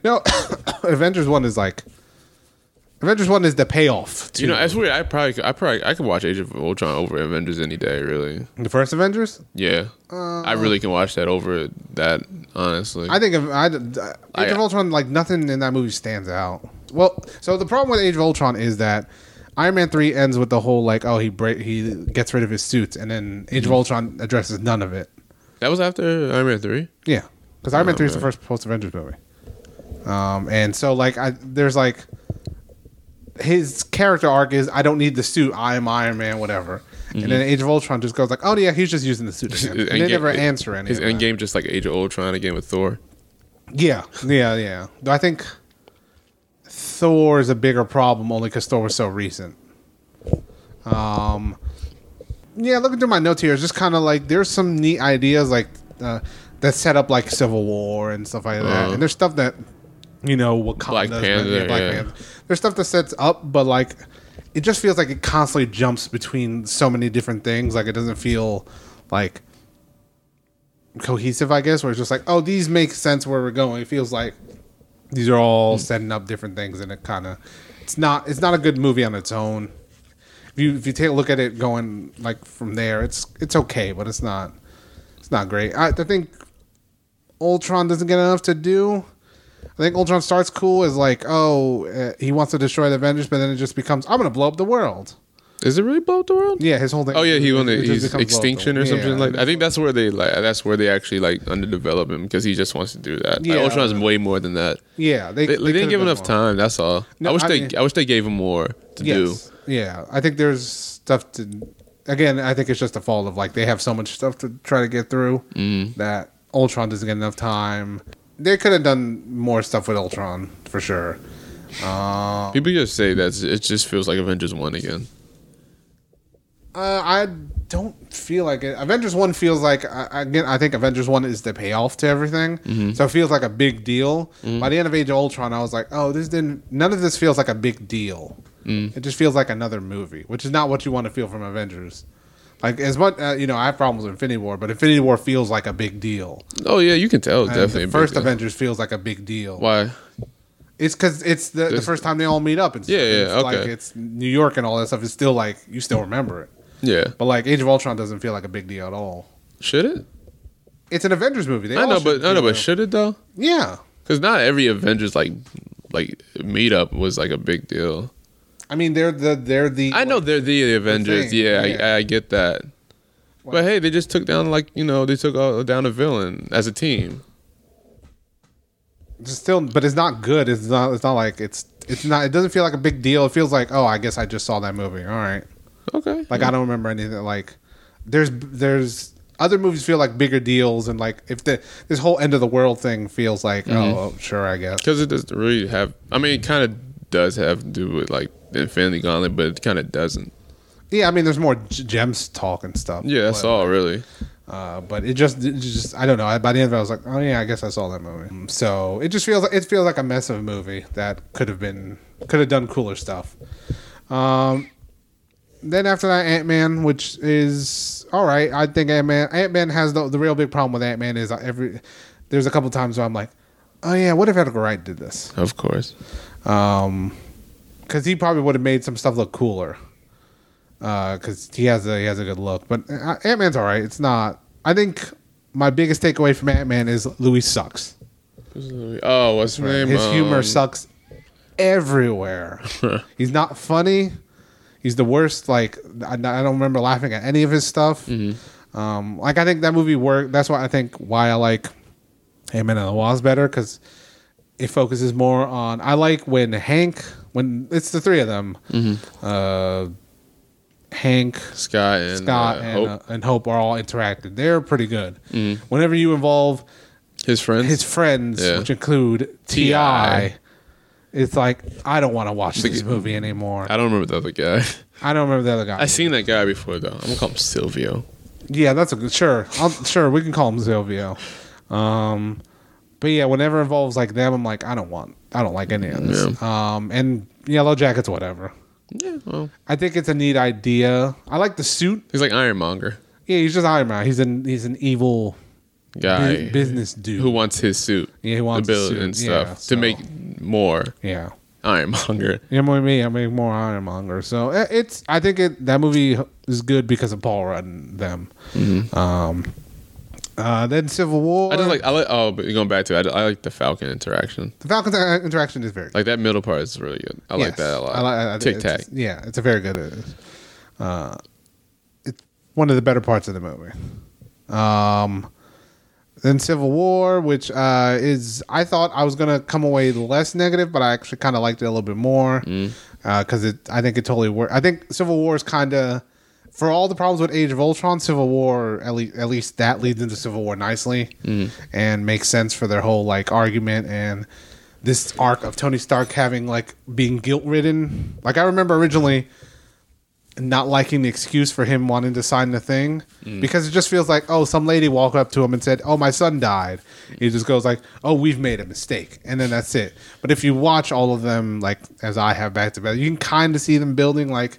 A: No, [coughs] Avengers One is like Avengers One is the payoff. To
B: You know, that's weird. I probably, could- I probably, I could watch Age of Ultron over Avengers any day. Really,
A: the first Avengers.
B: yeah. I really can watch that over that. Honestly,
A: Uh, I think of, I, uh, Age of
B: I-
A: Ultron like nothing in that movie stands out. Well, so the problem with Age of Ultron is that Iron Man three ends with the whole like oh he break he gets rid of his suits and then
B: Mm-hmm.
A: Age of Ultron addresses none of it.
B: that was after Iron Man three.
A: Yeah, because Iron Man
B: Oh,
A: three is the
B: okay.
A: first post Avengers movie. Um, and so like I there's like his character arc is I don't need the suit. I am Iron Man. Whatever. And then Age of Ultron just goes like, oh yeah, he's just using the suit.
B: [laughs]
A: Again. And they
B: Endgame-
A: never answer any.
B: His
A: of that.
B: end game just like Age of Ultron again with Thor.
A: Yeah, yeah, yeah. Though I think Thor is a bigger problem only because Thor was so recent. Um, yeah, looking through my notes here, it's just kind of like there's some neat ideas like uh, that set up like Civil War and stuff like that,
B: Uh-huh.
A: and there's stuff that you know Wakanda,
B: Black Panther, yeah.
A: There's stuff that sets up, but like it just feels like it constantly jumps between so many different things. Like it doesn't feel like cohesive, I guess, where it's just like, oh, these make sense where we're going. It feels like These are
B: Hmm.
A: all setting up different things, and it kind of it's not it's not a good movie on its own. If you if you take a look at it going like from there, it's it's okay, but it's not it's not great. I, I think Ultron doesn't get enough to do. I think Ultron starts cool as like, oh, uh, he wants to destroy the Avengers, but then it just becomes, I'm gonna blow up the world.
B: Is it really blow up the world?
A: Yeah, his whole thing.
B: Oh yeah, he won the
A: it just
B: he's
A: becomes blow up the
B: extinction or
A: world.
B: something
A: Yeah.
B: like. That. I think that's where they like. That's where they actually like underdevelop him because he just wants to do that.
A: Yeah.
B: Like, Ultron's way more than that.
A: Yeah, they, they
B: They, they
A: could've
B: didn't give
A: done
B: enough
A: more.
B: time. That's all.
A: No,
B: I wish
A: I
B: they.
A: mean-
B: I wish they gave him more to do.
A: Yeah, I think there's stuff to. Again, I think it's just a fault of like they have so much stuff to try to get through
B: Mm-hmm.
A: that Ultron doesn't get enough time. They could have done more stuff with Ultron for sure. Uh,
B: People just say that it just feels like Avengers one again.
A: Uh, I don't feel like it. Avengers One feels like I- I- again. I think Avengers One is the payoff to everything,
B: Mm-hmm.
A: so it feels like a big deal. By the end of Age of Ultron, I was like, oh, this didn't. None of this feels like a big deal.
B: Mm.
A: It just feels like another movie, which is not what you want to feel from Avengers. Like as much, uh, you know, I have problems with Infinity War, but Infinity War feels like a big deal.
B: Oh yeah, you can tell
A: And
B: definitely.
A: the first
B: because-
A: Avengers feels like a big deal.
B: Why?
A: It's because it's the, the
B: There's-
A: first time they all meet up. And
B: Yeah, yeah,
A: it's
B: okay.
A: Like it's New York and all that stuff. It's still like you still remember it.
B: Yeah.
A: But like Age of Ultron doesn't feel like a big deal at all.
B: Should it?
A: It's an Avengers movie. They
B: I
A: all
B: know,
A: should
B: but I know,
A: be,
B: but
A: though.
B: should it though?
A: yeah.
B: Because not every Avengers like like meetup was like a big deal.
A: I mean, they're the they're the.
B: I know they're the Avengers.
A: thing,
B: yeah,
A: yeah.
B: I, I get that.
A: What?
B: But hey, they just took down like you know they took all, down a villain as a team.
A: it's still, but it's not good. It's not. It's not like it's. It's not. It doesn't feel like a big deal. It feels like oh, I guess I just saw that movie. All right.
B: Okay,
A: Like I don't remember anything. Like there's there's other movies feel like bigger deals and like if the this whole end of the world thing feels like
B: Mm-hmm.
A: oh sure I guess
B: because it doesn't really have. I mean, it kind of does have to do with like the Infinity Gauntlet, but it kind of doesn't.
A: yeah I mean there's more g- gems talk and stuff
B: Yeah, that's
A: but-
B: all really.
A: Uh, but it just, it just, I don't know. I- By the end of it, I was like, oh yeah, I guess I saw that movie. Mm, So it just feels, it feels like a mess of a movie that could have been, could have done cooler stuff. Um, then after that, Ant Man, which is all right. I think Ant Man, Ant Man has the the real big problem with Ant Man is every, there's a couple times where I'm like, oh yeah, what if Edgar Wright did this?
B: Of course,
A: Um, because he probably would have made some stuff look cooler. Uh, because he has a he has a good look, but uh, Ant Man's all right. It's not. I think my biggest takeaway from Ant Man is Louis sucks.
B: oh, what's his name?
A: His humor
B: Um,
A: sucks
B: [laughs]
A: everywhere. He's not funny. He's the worst. Like I, I don't remember laughing at any of his stuff.
B: Mm-hmm.
A: Um, like I think that movie worked. That's why I think why I like Ant Man and the Wasp better because it focuses more on. I like when Hank when it's the three of them. Uh, Hank,
B: Scott Mm-hmm. and
A: Scott,
B: uh,
A: and,
B: Hope. Mm-hmm.
A: uh, and Hope are all interacted. They're pretty good. Whenever you involve
B: his friends.
A: his friends,
B: Yeah.
A: which include Ti,
B: T.I..
A: it's like I don't want to watch
B: The-
A: this movie anymore.
B: I don't remember the other guy.
A: I don't remember the other guy.
B: [laughs] I seen that guy before though. I'm gonna call him Silvio.
A: Yeah, that's a good. Sure, I'll, sure we can call him Silvio. Um, but yeah, whenever it involves like them, I'm like, I don't want, I don't like any of this. Um, and Yellow Jackets, whatever.
B: Yeah, well,
A: I think it's a neat idea. I like the suit.
B: he's like Ironmonger
A: Yeah, he's just Iron Man. He's an he's an evil
B: guy
A: bu- business dude.
B: who wants his suit.
A: Yeah, he wants
B: the
A: his
B: build
A: suit.
B: and
A: Yeah,
B: stuff
A: so-
B: to make more
A: yeah.
B: Ironmonger.
A: You know what I mean? I mean more Ironmonger. So eh, it's I think it that movie is good because of Paul Rudd and them. Um, uh, then Civil War.
B: Mm-hmm. I just like I like oh, but going back to it, I, I like the Falcon interaction.
A: the Falcons uh, interaction is very good.
B: Like that middle part is really good. I
A: Yes.
B: like that a lot.
A: I like- I- I-
B: Tic Tac.
A: it's- Yeah, it's a very good. Uh, it's one of the better parts of the movie. Um, then Civil War, which uh, is I thought I was gonna come away less negative, but I actually kind of liked it a little bit more because it. I think it totally worked. I think Civil War is kind of for all the problems with Age of Ultron, Civil War at least at least that leads into Civil War nicely and makes sense for their whole like argument and this arc of Tony Stark having like being guilt ridden. Like I remember originally not liking the excuse for him wanting to sign the thing because it just feels like oh some lady walked up to him and said oh my son died he just goes like oh we've made a mistake and then that's it but if you watch all of them like as i have back to back you can kind of see them building like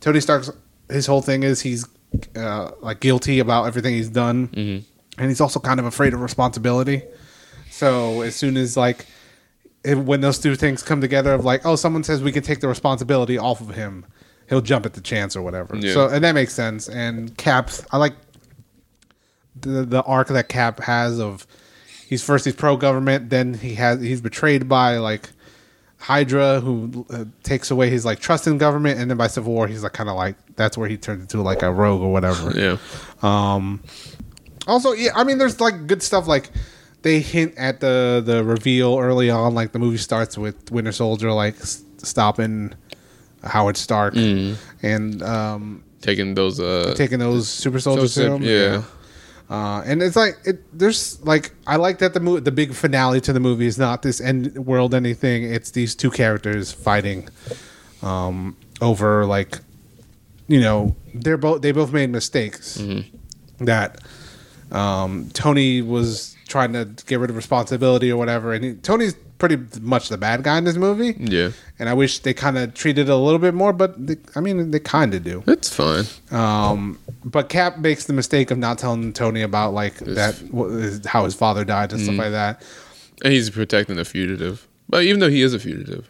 A: tony stark's his whole thing is he's uh, like guilty about everything he's done and he's also kind of afraid of responsibility so as soon as like if- when those two things come together of like, oh, someone says we can take the responsibility off of him, he'll jump at the chance or whatever.
B: Yeah.
A: So and that makes sense. And Cap's, I like the the arc that Cap has of he's first he's pro government, then he has he's betrayed by like Hydra, who uh, takes away his like trust in government, and then by Civil War, he's like kind of like that's where he turns into like a rogue or whatever.
B: Yeah.
A: Also, yeah, I mean, there's like good stuff. Like they hint at the the reveal early on. Like the movie starts with Winter Soldier like s- stopping Howard Stark and um,
B: Taking those uh
A: taking those super soldier
B: those-
A: serum.
B: yeah.
A: Uh, and it's like it, there's like I like that the mo- the big finale to the movie is not this end world anything. It's these two characters fighting um, over like you know they're both they both made mistakes that um, Tony was trying to get rid of responsibility or whatever, and he, Tony's pretty much the bad guy in this movie.
B: Yeah.
A: And I wish they kind of treated it a little bit more, but they, I mean, they kind of do.
B: It's fine.
A: Um, but Cap makes the mistake of not telling Tony about like that what, is- how his father died and
B: Mm.
A: stuff like that.
B: And he's protecting the fugitive. But even though he is a fugitive.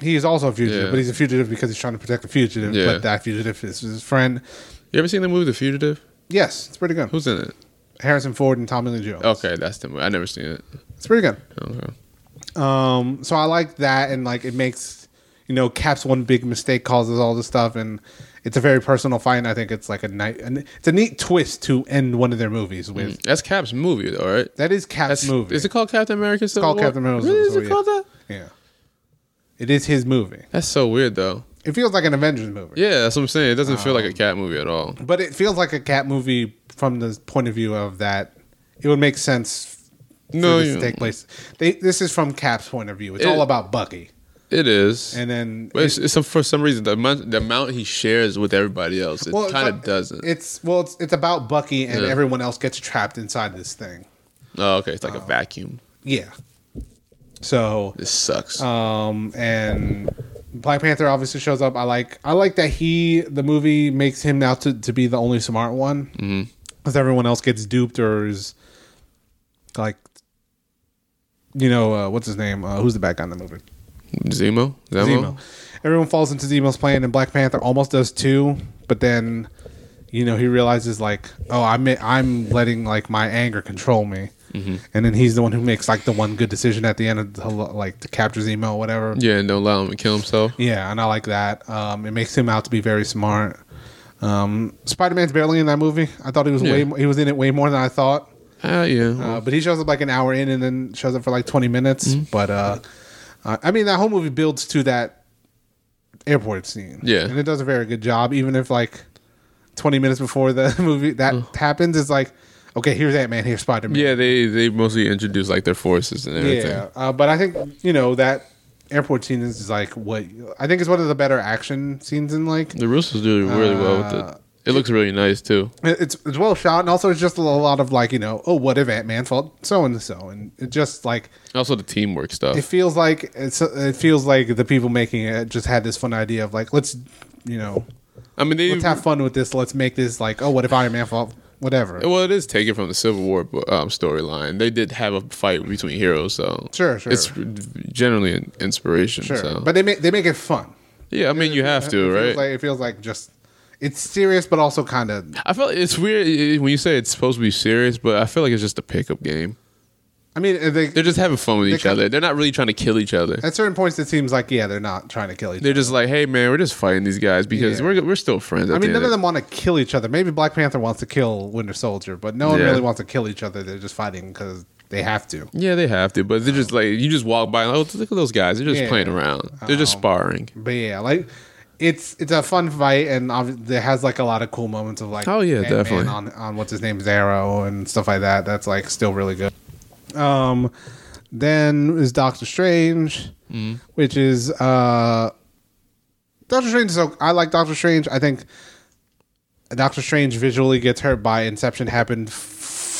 A: He is also a fugitive,
B: Yeah.
A: but he's a fugitive because he's trying to protect the fugitive.
B: Yeah.
A: But that fugitive is his friend.
B: You ever seen the movie The Fugitive?
A: Yes, it's pretty good.
B: Who's in it?
A: Harrison Ford and Tommy Lee Jones.
B: Okay, that's the movie. I never seen it.
A: It's pretty good.
B: Okay.
A: Um, so I like that, and like it makes you know Cap's one big mistake causes all this stuff, and it's a very personal fight. And I think it's like a night, and it's a neat twist to end one of their movies with.
B: That's Cap's movie, though, right?
A: That is Cap's
B: Mm. That's
A: movie.
B: Is it called Captain America? Civil
A: called
B: War?
A: Captain America
B: Really?
A: Civil
B: Is
A: War,
B: it
A: yeah.
B: called that?
A: yeah, it is his movie.
B: That's so weird, though.
A: It feels like an Avengers movie,
B: Yeah, that's what I'm saying. It doesn't feel like
A: Oh.
B: a cat movie at all.
A: but it feels like a Cap movie from the point of view of that. It would make sense. For
B: No,
A: this
B: you-
A: to take place. They, this is from Cap's point of view. It's
B: It-
A: all about Bucky,
B: It is.
A: and then
B: But it's, it's some, for some reason the amount the amount he shares with everybody else it
A: Well, it's
B: kind of
A: not-
B: doesn't.
A: It's well, it's it's about Bucky and
B: Yeah.
A: everyone else gets trapped inside this thing.
B: oh, okay. It's like a vacuum.
A: Yeah. So
B: This sucks.
A: um and Black Panther obviously shows up. I like I like that he the movie makes him now to, to be the only smart one because everyone else gets duped or is like you know uh, what's his name uh, who's the bad guy in the movie
B: Zemo. Zemo.
A: Zemo. Everyone falls into Zemo's plan, and Black Panther almost does too. But then, you know, he realizes like, oh, I'm I'm letting like my anger control me, and then he's the one who makes like the one good decision at the end of the, like to capture Zemo, or whatever. Yeah.
B: Yeah, and don't allow him to kill himself.
A: and I like that. Um, it makes him out to be very smart. Um, Spider Man's barely in that movie. I thought he was way
B: Yeah.
A: way he was in it way more than I thought.
B: Ah, yeah.
A: Uh, but he shows up like an hour in and then shows up for like 20 minutes.
B: Mm-hmm.
A: But uh, uh, I mean, that whole movie builds to that airport scene.
B: Yeah.
A: And it does a very good job, even if like 20 minutes before the [laughs] movie that happens, it's like, okay, here's Ant Man, here's Spider Man.
B: yeah, they they mostly introduce like their forces and everything.
A: Yeah. Uh, but I think, you know, that airport scene is like what I think it's one of the better action scenes in like.
B: The Russos do really well with
A: Uh,
B: it. It looks really nice too.
A: It's, it's well shot, and also it's just a lot of like, you know, oh, what if Ant Man fought so and so? And it just like,
B: Also the teamwork stuff.
A: it feels like it's, it feels like the people making it just had this fun idea of like let's you know
B: I mean they
A: let's have fun with this let's make this like oh what if iron man fall whatever
B: well it is taken from the Civil War um, storyline. They did have a fight between heroes, so
A: Sure, sure.
B: It's generally an inspiration.
A: sure
B: so.
A: but they make they make it fun
B: yeah, I mean you have
A: it
B: to,
A: feels
B: right?
A: like, it feels like just it's serious but also kind of
B: I feel like it's weird eh, when you say it's supposed to be serious, but I feel like it's just a pickup game.
A: i mean they,
B: They're just having fun with each
A: kinda-
B: other. They're not really trying to kill each other.
A: at certain points it seems like yeah they're not trying to kill each other
B: They're just like, hey man, we're just fighting these guys because
A: Yeah.
B: we're we're still friends.
A: I mean, none of
B: them.
A: them want to kill each other. Maybe Black Panther wants to kill Winter Soldier, but no one
B: Yeah.
A: really wants to kill each other. They're just fighting because they have to.
B: Yeah, they have to, but they're just like you just walk by. Like, oh, look at those guys. They're just
A: Yeah. Oh.
B: playing around. They're just sparring.
A: But yeah, like it's it's a fun fight, and obvi- it has like a lot of cool moments of like
B: Oh, yeah,
A: Ant-Man
B: definitely.
A: on on what's his name's arrow and stuff like that. That's like still really good. Um, then is Doctor Strange,
B: Mm-hmm.
A: which is uh, Doctor Strange. So I like Doctor Strange. I think Doctor Strange visually gets hurt by Inception happened f-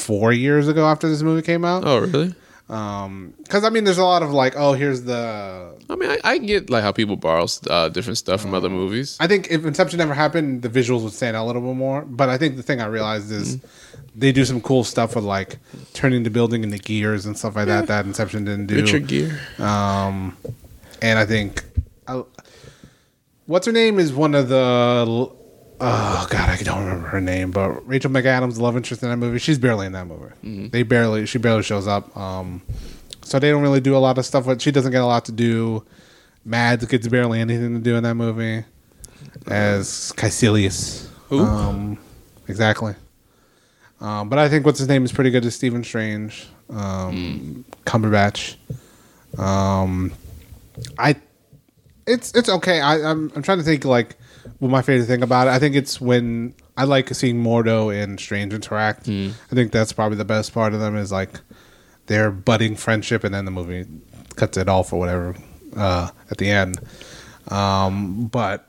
A: four years ago after this movie came out.
B: Oh, really?
A: Um, because I mean, there's a lot of like, oh, here's the.
B: I mean, I, I get like how people borrow uh, different stuff from other movies.
A: Oh. I think if Inception never happened, the visuals would stand out a little bit more. But I think the thing I realized is they do some cool stuff with like turning the building into gears and stuff like that that Inception didn't do.
B: Get your gear.
A: Um, and I think, I, what's her name is one of the. l- Oh God, I don't remember her name, but Rachel McAdams, the love interest in that movie, she's barely in that movie. They barely, she barely shows up. Um, so they don't really do a lot of stuff. But she doesn't get a lot to do. Mads gets barely anything to do in that movie as Caecilius.
B: Who?
A: Um, exactly. Um, but I think what's his name is pretty good as Stephen Strange, um, Cumberbatch. Um, I, it's it's okay. I, I'm I'm trying to think like what my favorite thing about it. I think it's when I like seeing Mordo and Strange interact. I think that's probably the best part of them is like their budding friendship, and then the movie cuts it off or whatever uh, at the end. Um, but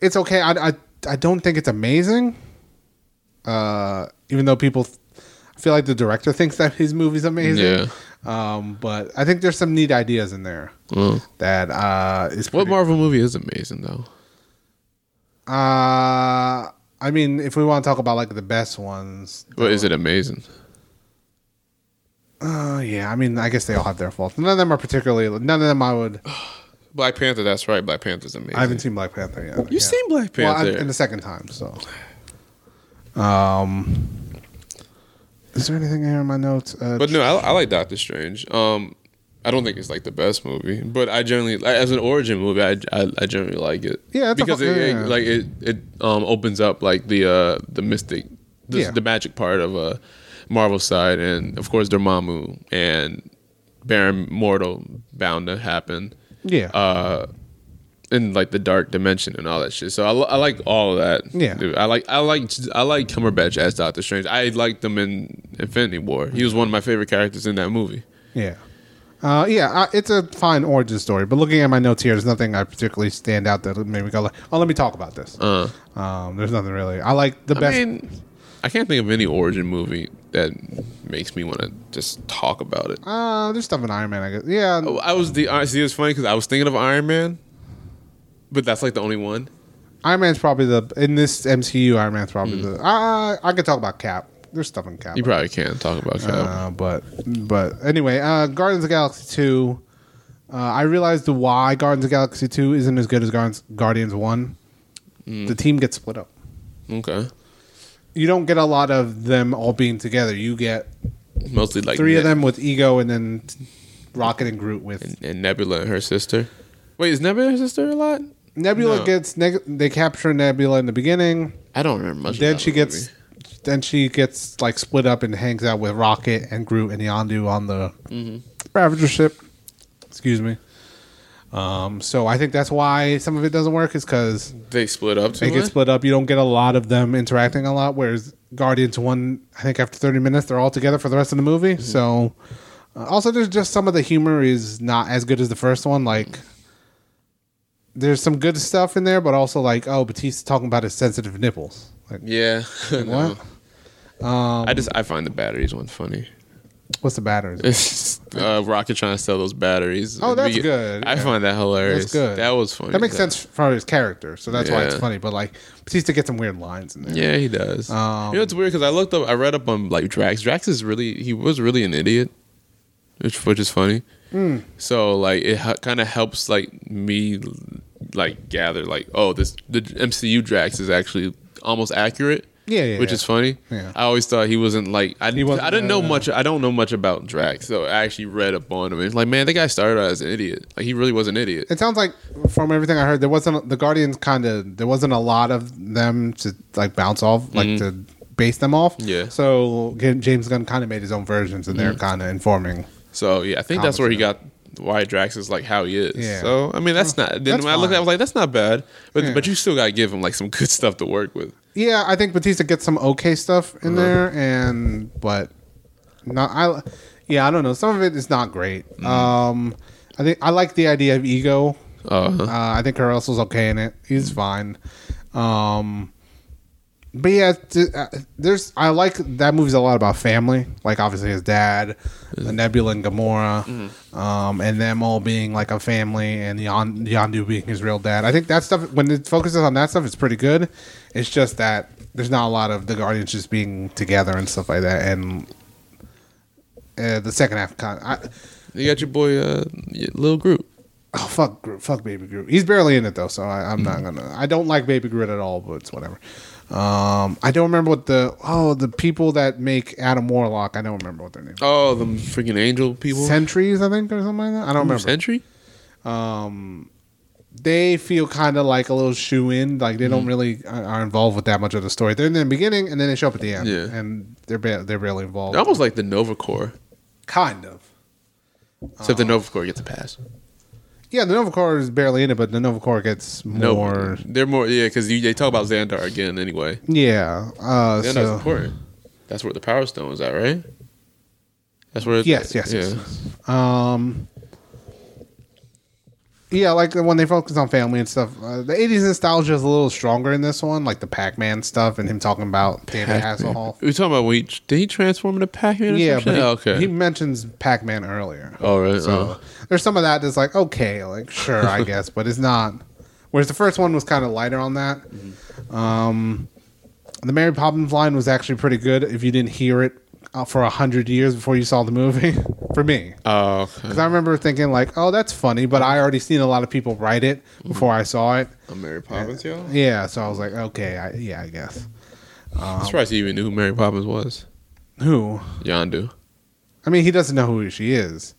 A: it's okay. I, I I don't think it's amazing. Uh, even though people, th- I feel like the director thinks that his movie's amazing.
B: Yeah.
A: Um, but I think there's some neat ideas in there
B: Mm.
A: that uh is
B: What
A: pretty-
B: Marvel movie is amazing though?
A: Uh, I mean, if we want to talk about like the best ones,
B: What is it amazing?
A: uh, yeah. I mean, I guess they all have their faults. None of them are particularly. None of them I would.
B: Black Panther. That's right. Black Panther's amazing.
A: I haven't seen Black Panther yet.
B: You've
A: Yeah.
B: seen Black
A: Well, I-
B: Panther.
A: in the second time, so. Um, is there anything here in my notes? Uh,
B: But no, I, I like Doctor Strange. Um, I don't think it's like the best movie, but I generally, like, as an origin movie, I, I, I generally like it.
A: Yeah, it's a
B: because
A: fu-
B: it, it-
A: yeah.
B: like it it um opens up like the uh the mystic, the,
A: Yeah.
B: the magic part of uh Marvel side, and of course Dormammu and Baron Mortal bound to happen uh,
A: yeah,
B: in like the dark dimension and all that shit. So I, li- I like all of that.
A: Yeah.
B: dude. I like I like I like Cumberbatch as Doctor Strange. I liked him in Infinity War. He was one of my favorite characters in that movie.
A: yeah, uh, yeah. I, it's a fine origin story, but looking at my notes here, there's nothing I particularly stand out that made me go like, "Oh, let me talk about this."
B: Uh,
A: Um, there's nothing really. I like the best.
B: I mean, I can't think of any origin movie that makes me want to just talk about it.
A: uh, there's stuff in Iron Man. I guess. Yeah.
B: Oh, I was the I see it's funny because I was thinking of Iron Man, but that's like the only one.
A: Iron Man's probably the in this MCU. Iron Man's probably the. I I could talk about Cap. There's stuff in Cap.
B: Hmm. You probably can't talk about Cap.
A: Uh, but but anyway, uh, Guardians of the Galaxy two. Uh, I realized the why Guardians of the Galaxy two isn't as good as Guardians Guardians one.
B: Hmm.
A: The team gets split up.
B: okay,
A: You don't get a lot of them all being together. You get
B: mostly like
A: three of
B: Ne-
A: them with Ego, and then Rocket and Groot with
B: and Nebula and her sister. Wait, is Nebula her sister a lot?
A: Nebula.
B: No.
A: Gets neg- they capture Nebula in the beginning.
B: I don't remember much.
A: then
B: about
A: she
B: the
A: gets
B: movie.
A: then she gets like split up and hangs out with Rocket and Groot and Yondu on the
B: Mm-hmm.
A: Ravager ship. Excuse me. Um, so I think that's why some of it doesn't work is because
B: they split up. Too
A: they get
B: much?
A: split up. You don't get a lot of them interacting a lot. Whereas Guardians one, I think after thirty minutes they're all together for the rest of the movie.
B: Mm-hmm.
A: So uh, also there's just some of the humor is not as good as the first one. Like there's some good stuff in there, but also like oh Batista talking about his sensitive nipples. Like
B: Yeah. [laughs] no.
A: what?
B: I just I find the batteries one funny. [laughs]
A: What's the batteries?
B: It's just, uh, Rocket trying to sell those batteries.
A: Oh, that's
B: We-
A: good.
B: I
A: Yeah.
B: find that hilarious.
A: That's good.
B: That was funny.
A: That makes
B: though.
A: sense for his character, so that's why it's
B: Yeah.
A: funny. But like Batista gets some weird lines in there.
B: Yeah, he does. you know, it's
A: Um,
B: weird because I looked up, I read up on like Drax. Drax is really, he was really an idiot, which which is funny.
A: Hmm.
B: So like, it ha- kind of helps like me like gather like, oh, this the MCU Drax is actually almost accurate.
A: Yeah, yeah,
B: which
A: yeah.
B: is funny.
A: Yeah.
B: I always thought he wasn't like I,
A: wasn't,
B: I didn't know
A: uh,
B: much. I don't know much about Drax, so I actually read up on him. It's like, man, that guy started out as an idiot. Like he really was an idiot.
A: It sounds like from everything I heard, there wasn't the Guardians kind of there wasn't a lot of them to like bounce off, like to base them off.
B: Yeah.
A: So G- James Gunn kind of made his own versions, and they're kind of informing.
B: So yeah, I think that's where he got why Drax is like how he is.
A: Yeah.
B: So I mean, that's not. Then
A: That's
B: when I looked at, it, I
A: fine.
B: was like, that's not bad. But
A: Yeah.
B: but you still gotta give him like some good [laughs] stuff to work with.
A: Yeah, I think Batista gets some okay stuff in there, and but not I. Yeah, I don't know. Some of it is not great. Um, I think I like the idea of ego.
B: Uh,
A: Uh, I think Carlos was okay in it. He's fine. Um, but yeah, th- uh, there's I like that movie's a lot about family. Like obviously his dad, the Nebula and Gamora, um, and them all being like a family, and Yon- Yondu being his real dad. I think that stuff when it focuses on that stuff, it's pretty good. It's just that there's not a lot of the Guardians just being together and stuff like that, and uh, the second half. Con- I,
B: You got your boy, uh, Little Groot.
A: oh fuck, Groot, fuck Baby Groot. He's barely in it though, so I, I'm not gonna. I don't like Baby Groot at all, but it's whatever. Um, I don't remember what the oh the people that make Adam Warlock. I don't remember what their name. is.
B: Oh, the freaking angel people.
A: Sentries, I think, or something like that. I don't remember. Um,
B: Sentry?
A: they feel kind of like a little shoe in. Like they don't really are are involved with that much of the story. They're in the beginning and then they show up at the end.
B: Yeah.
A: and they're ba- they're barely involved.
B: They're almost like the Nova Corps,
A: kind of.
B: except the
A: Oh.
B: Nova Corps gets a pass.
A: Yeah, the Nova Corps is barely in it, but the Nova Corps gets
B: No,
A: more.
B: they're more yeah, because they talk about Xandar again anyway.
A: Yeah. Uh,
B: Xandar's
A: so-
B: important. That's where the Power Stone is at, right? That's where. It,
A: Yes, yes, yes, Um, yeah, like when they focus on family and stuff, uh, the '80s nostalgia is a little stronger in this one, like the Pac-Man stuff and him talking about David
B: Pac-Man.
A: Hasselhoff.
B: We talking about when he, did he transform into Pac-Man? Or
A: Yeah,
B: some
A: but
B: shit?
A: he,
B: Oh, okay. Uh-huh.
A: he mentions Pac-Man earlier.
B: All right.
A: So there's some of that that's like okay, like sure,
B: [laughs]
A: I guess, but it's not. Whereas the first one was kind of lighter on that.
B: Mm-hmm.
A: Um, the Mary Poppins line was actually pretty good if you didn't hear it uh, for a hundred years before you saw the movie. [laughs] for me,
B: oh,
A: because I remember thinking like, oh, that's funny, but I already seen a lot of people write it before I saw it.
B: I'm Mary Poppins, y'all.
A: Yeah, so I was like, okay, I, yeah, I guess.
B: I'm surprised he even knew who Mary Poppins was.
A: Who?
B: Yondu.
A: I mean, he doesn't know who she is.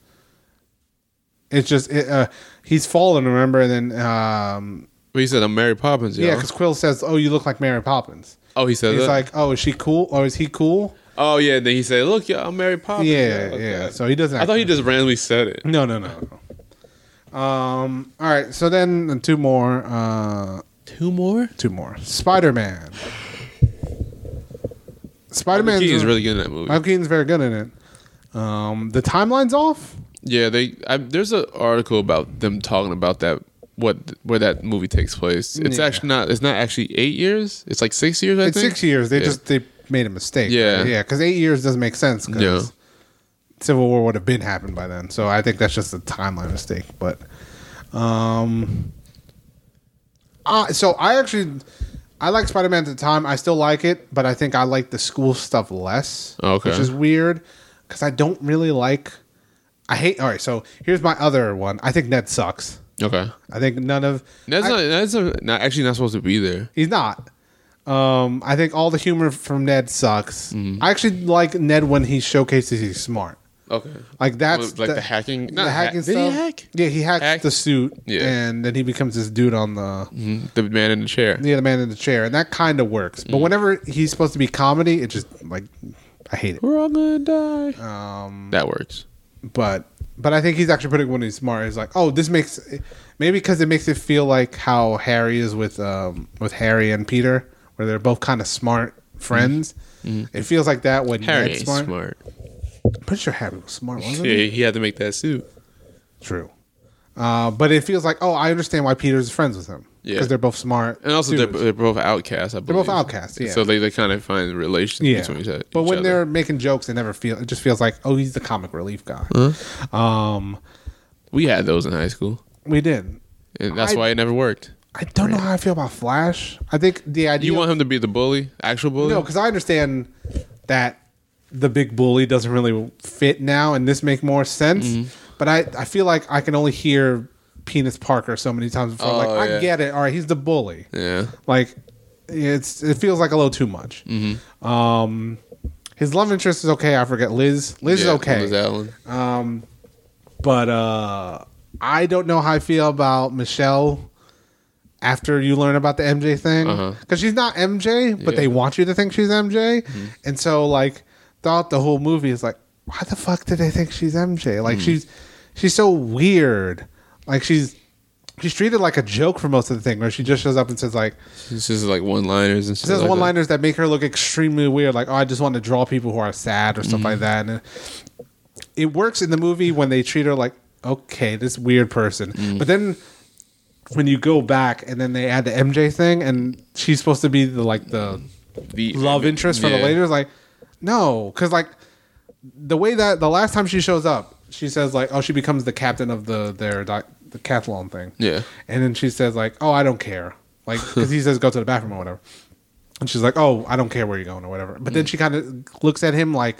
A: It's just it, uh, he's fallen, remember? And then um,
B: But he said, "I'm Mary Poppins." Y'all.
A: yeah, because Quill says, "Oh, you look like Mary Poppins."
B: oh, he said
A: He's
B: that.
A: like, "Oh, is she cool? Or is he cool?"
B: oh yeah. Then he said, "Look, y'all, I'm Mary Poppins."
A: Yeah,
B: y'all." Oh, Okay.
A: yeah. So he doesn't.
B: I thought he just randomly said it.
A: No, no, no. no. Um. All right. So then two more. Uh,
B: Two more.
A: two more. Spider Man. Spider Man
B: Keaton's really good in that movie.
A: Michael Keaton's very good in it. Um, the timeline's off.
B: Yeah, they. I, there's an article about them talking about that. What where that movie takes place? It's
A: Yeah.
B: actually not. It's not actually eight years. It's like six years. I
A: It's
B: think
A: six years. They
B: Yeah.
A: just they made a mistake.
B: Yeah.
A: right? yeah. Because eight years doesn't make sense. 'cause
B: Yeah.
A: Civil War would have been happened by then. So I think that's just a timeline mistake. But, um, uh, so I actually I like Spider Man at the time. I still like it, but I think I like the school stuff less.
B: Oh, Okay.
A: which is weird because I don't really like. I hate. All right, so here's my other one. I think Ned sucks.
B: Okay.
A: I think none of
B: That's
A: I-
B: not. That's not, not actually not supposed to be there.
A: He's not. Um, I think all the humor from Ned sucks. I actually like Ned when he showcases he's smart.
B: Okay.
A: Like that's
B: Like the hacking-
A: the
B: not hack-
A: hacking
B: did
A: stuff.
B: he hack?
A: Yeah, he hacks
B: Hack?
A: the suit,
B: Yeah.
A: and then he becomes this dude on the
B: Mhm. The man in the chair.
A: the other man in the chair, and that kind of works. But whenever he's supposed to be comedy, it just like I hate it.
B: We're all gonna die. Um. That works.
A: But but I think he's actually pretty good when he's smart. He's like, oh, this makes maybe because it makes it feel like how Harry is with um with Harry and Peter, where they're both kind of smart friends. It feels like that when
B: Mm-hmm. Harry
A: Ned's
B: ain't
A: smart.
B: smart.
A: I'm pretty sure Harry was smart, wasn't
B: Yeah,
A: he?
B: he had to make that suit.
A: True. Uh, but it feels like, oh, I understand why Peter's friends with him.
B: Yeah.
A: Because they're both smart.
B: And also, they're,
A: dudes.
B: they're both outcasts. I believe.
A: both outcasts, yeah.
B: So they, they kind of find relations between each other.
A: But when
B: each other.
A: they're making jokes, they never feel. It just feels like, oh, he's the comic relief guy. Um,
B: we had those in high school,
A: we did.
B: and that's
A: I-
B: why it never worked.
A: I don't know how I feel about Flash. I think the idea.
B: You want him to be the bully, actual bully?
A: no, because I understand that the big bully doesn't really fit now, and this make more sense.
B: Mm-hmm.
A: But I, I feel like I can only hear Penis Parker so many times before. like
B: Oh,
A: I
B: yeah.
A: get it. All right, he's the bully.
B: Yeah.
A: like it's it feels like a little too much.
B: Mm-hmm.
A: Um, his love interest is okay. I forget Liz. Liz
B: Yeah,
A: is okay,
B: Liz Allen.
A: but uh, I don't know how I feel about Michelle after you learn about the MJ thing because
B: Uh-huh.
A: she's not MJ, but
B: Yeah. Mm-hmm.
A: they want you to think she's MJ, and so like throughout the whole movie is like, why the fuck did they think she's MJ?
B: Mm-hmm.
A: Like she's she's so weird. Like she's she's treated like a joke for most of the thing, where she just shows up and says like.
B: It's just like one liners and
A: She says one liners that make her look extremely weird, like, oh, I just want to draw people who are sad or stuff like that. And it works in the movie when they treat her like, okay, this weird person. But then when you go back and then they add the MJ thing, and she's supposed to be the like the
B: the
A: love interest for the
B: Yeah.
A: Lakers? Like, no, because like the way that the last time she shows up, she says like, oh, she becomes the captain of the their di- the cathlon thing,
B: Yeah.
A: and then she says like, oh, I don't care, like because he says go to the bathroom or whatever, and she's like, oh, I don't care where you're going or whatever,
B: Mm.
A: but then she kind of looks at him like.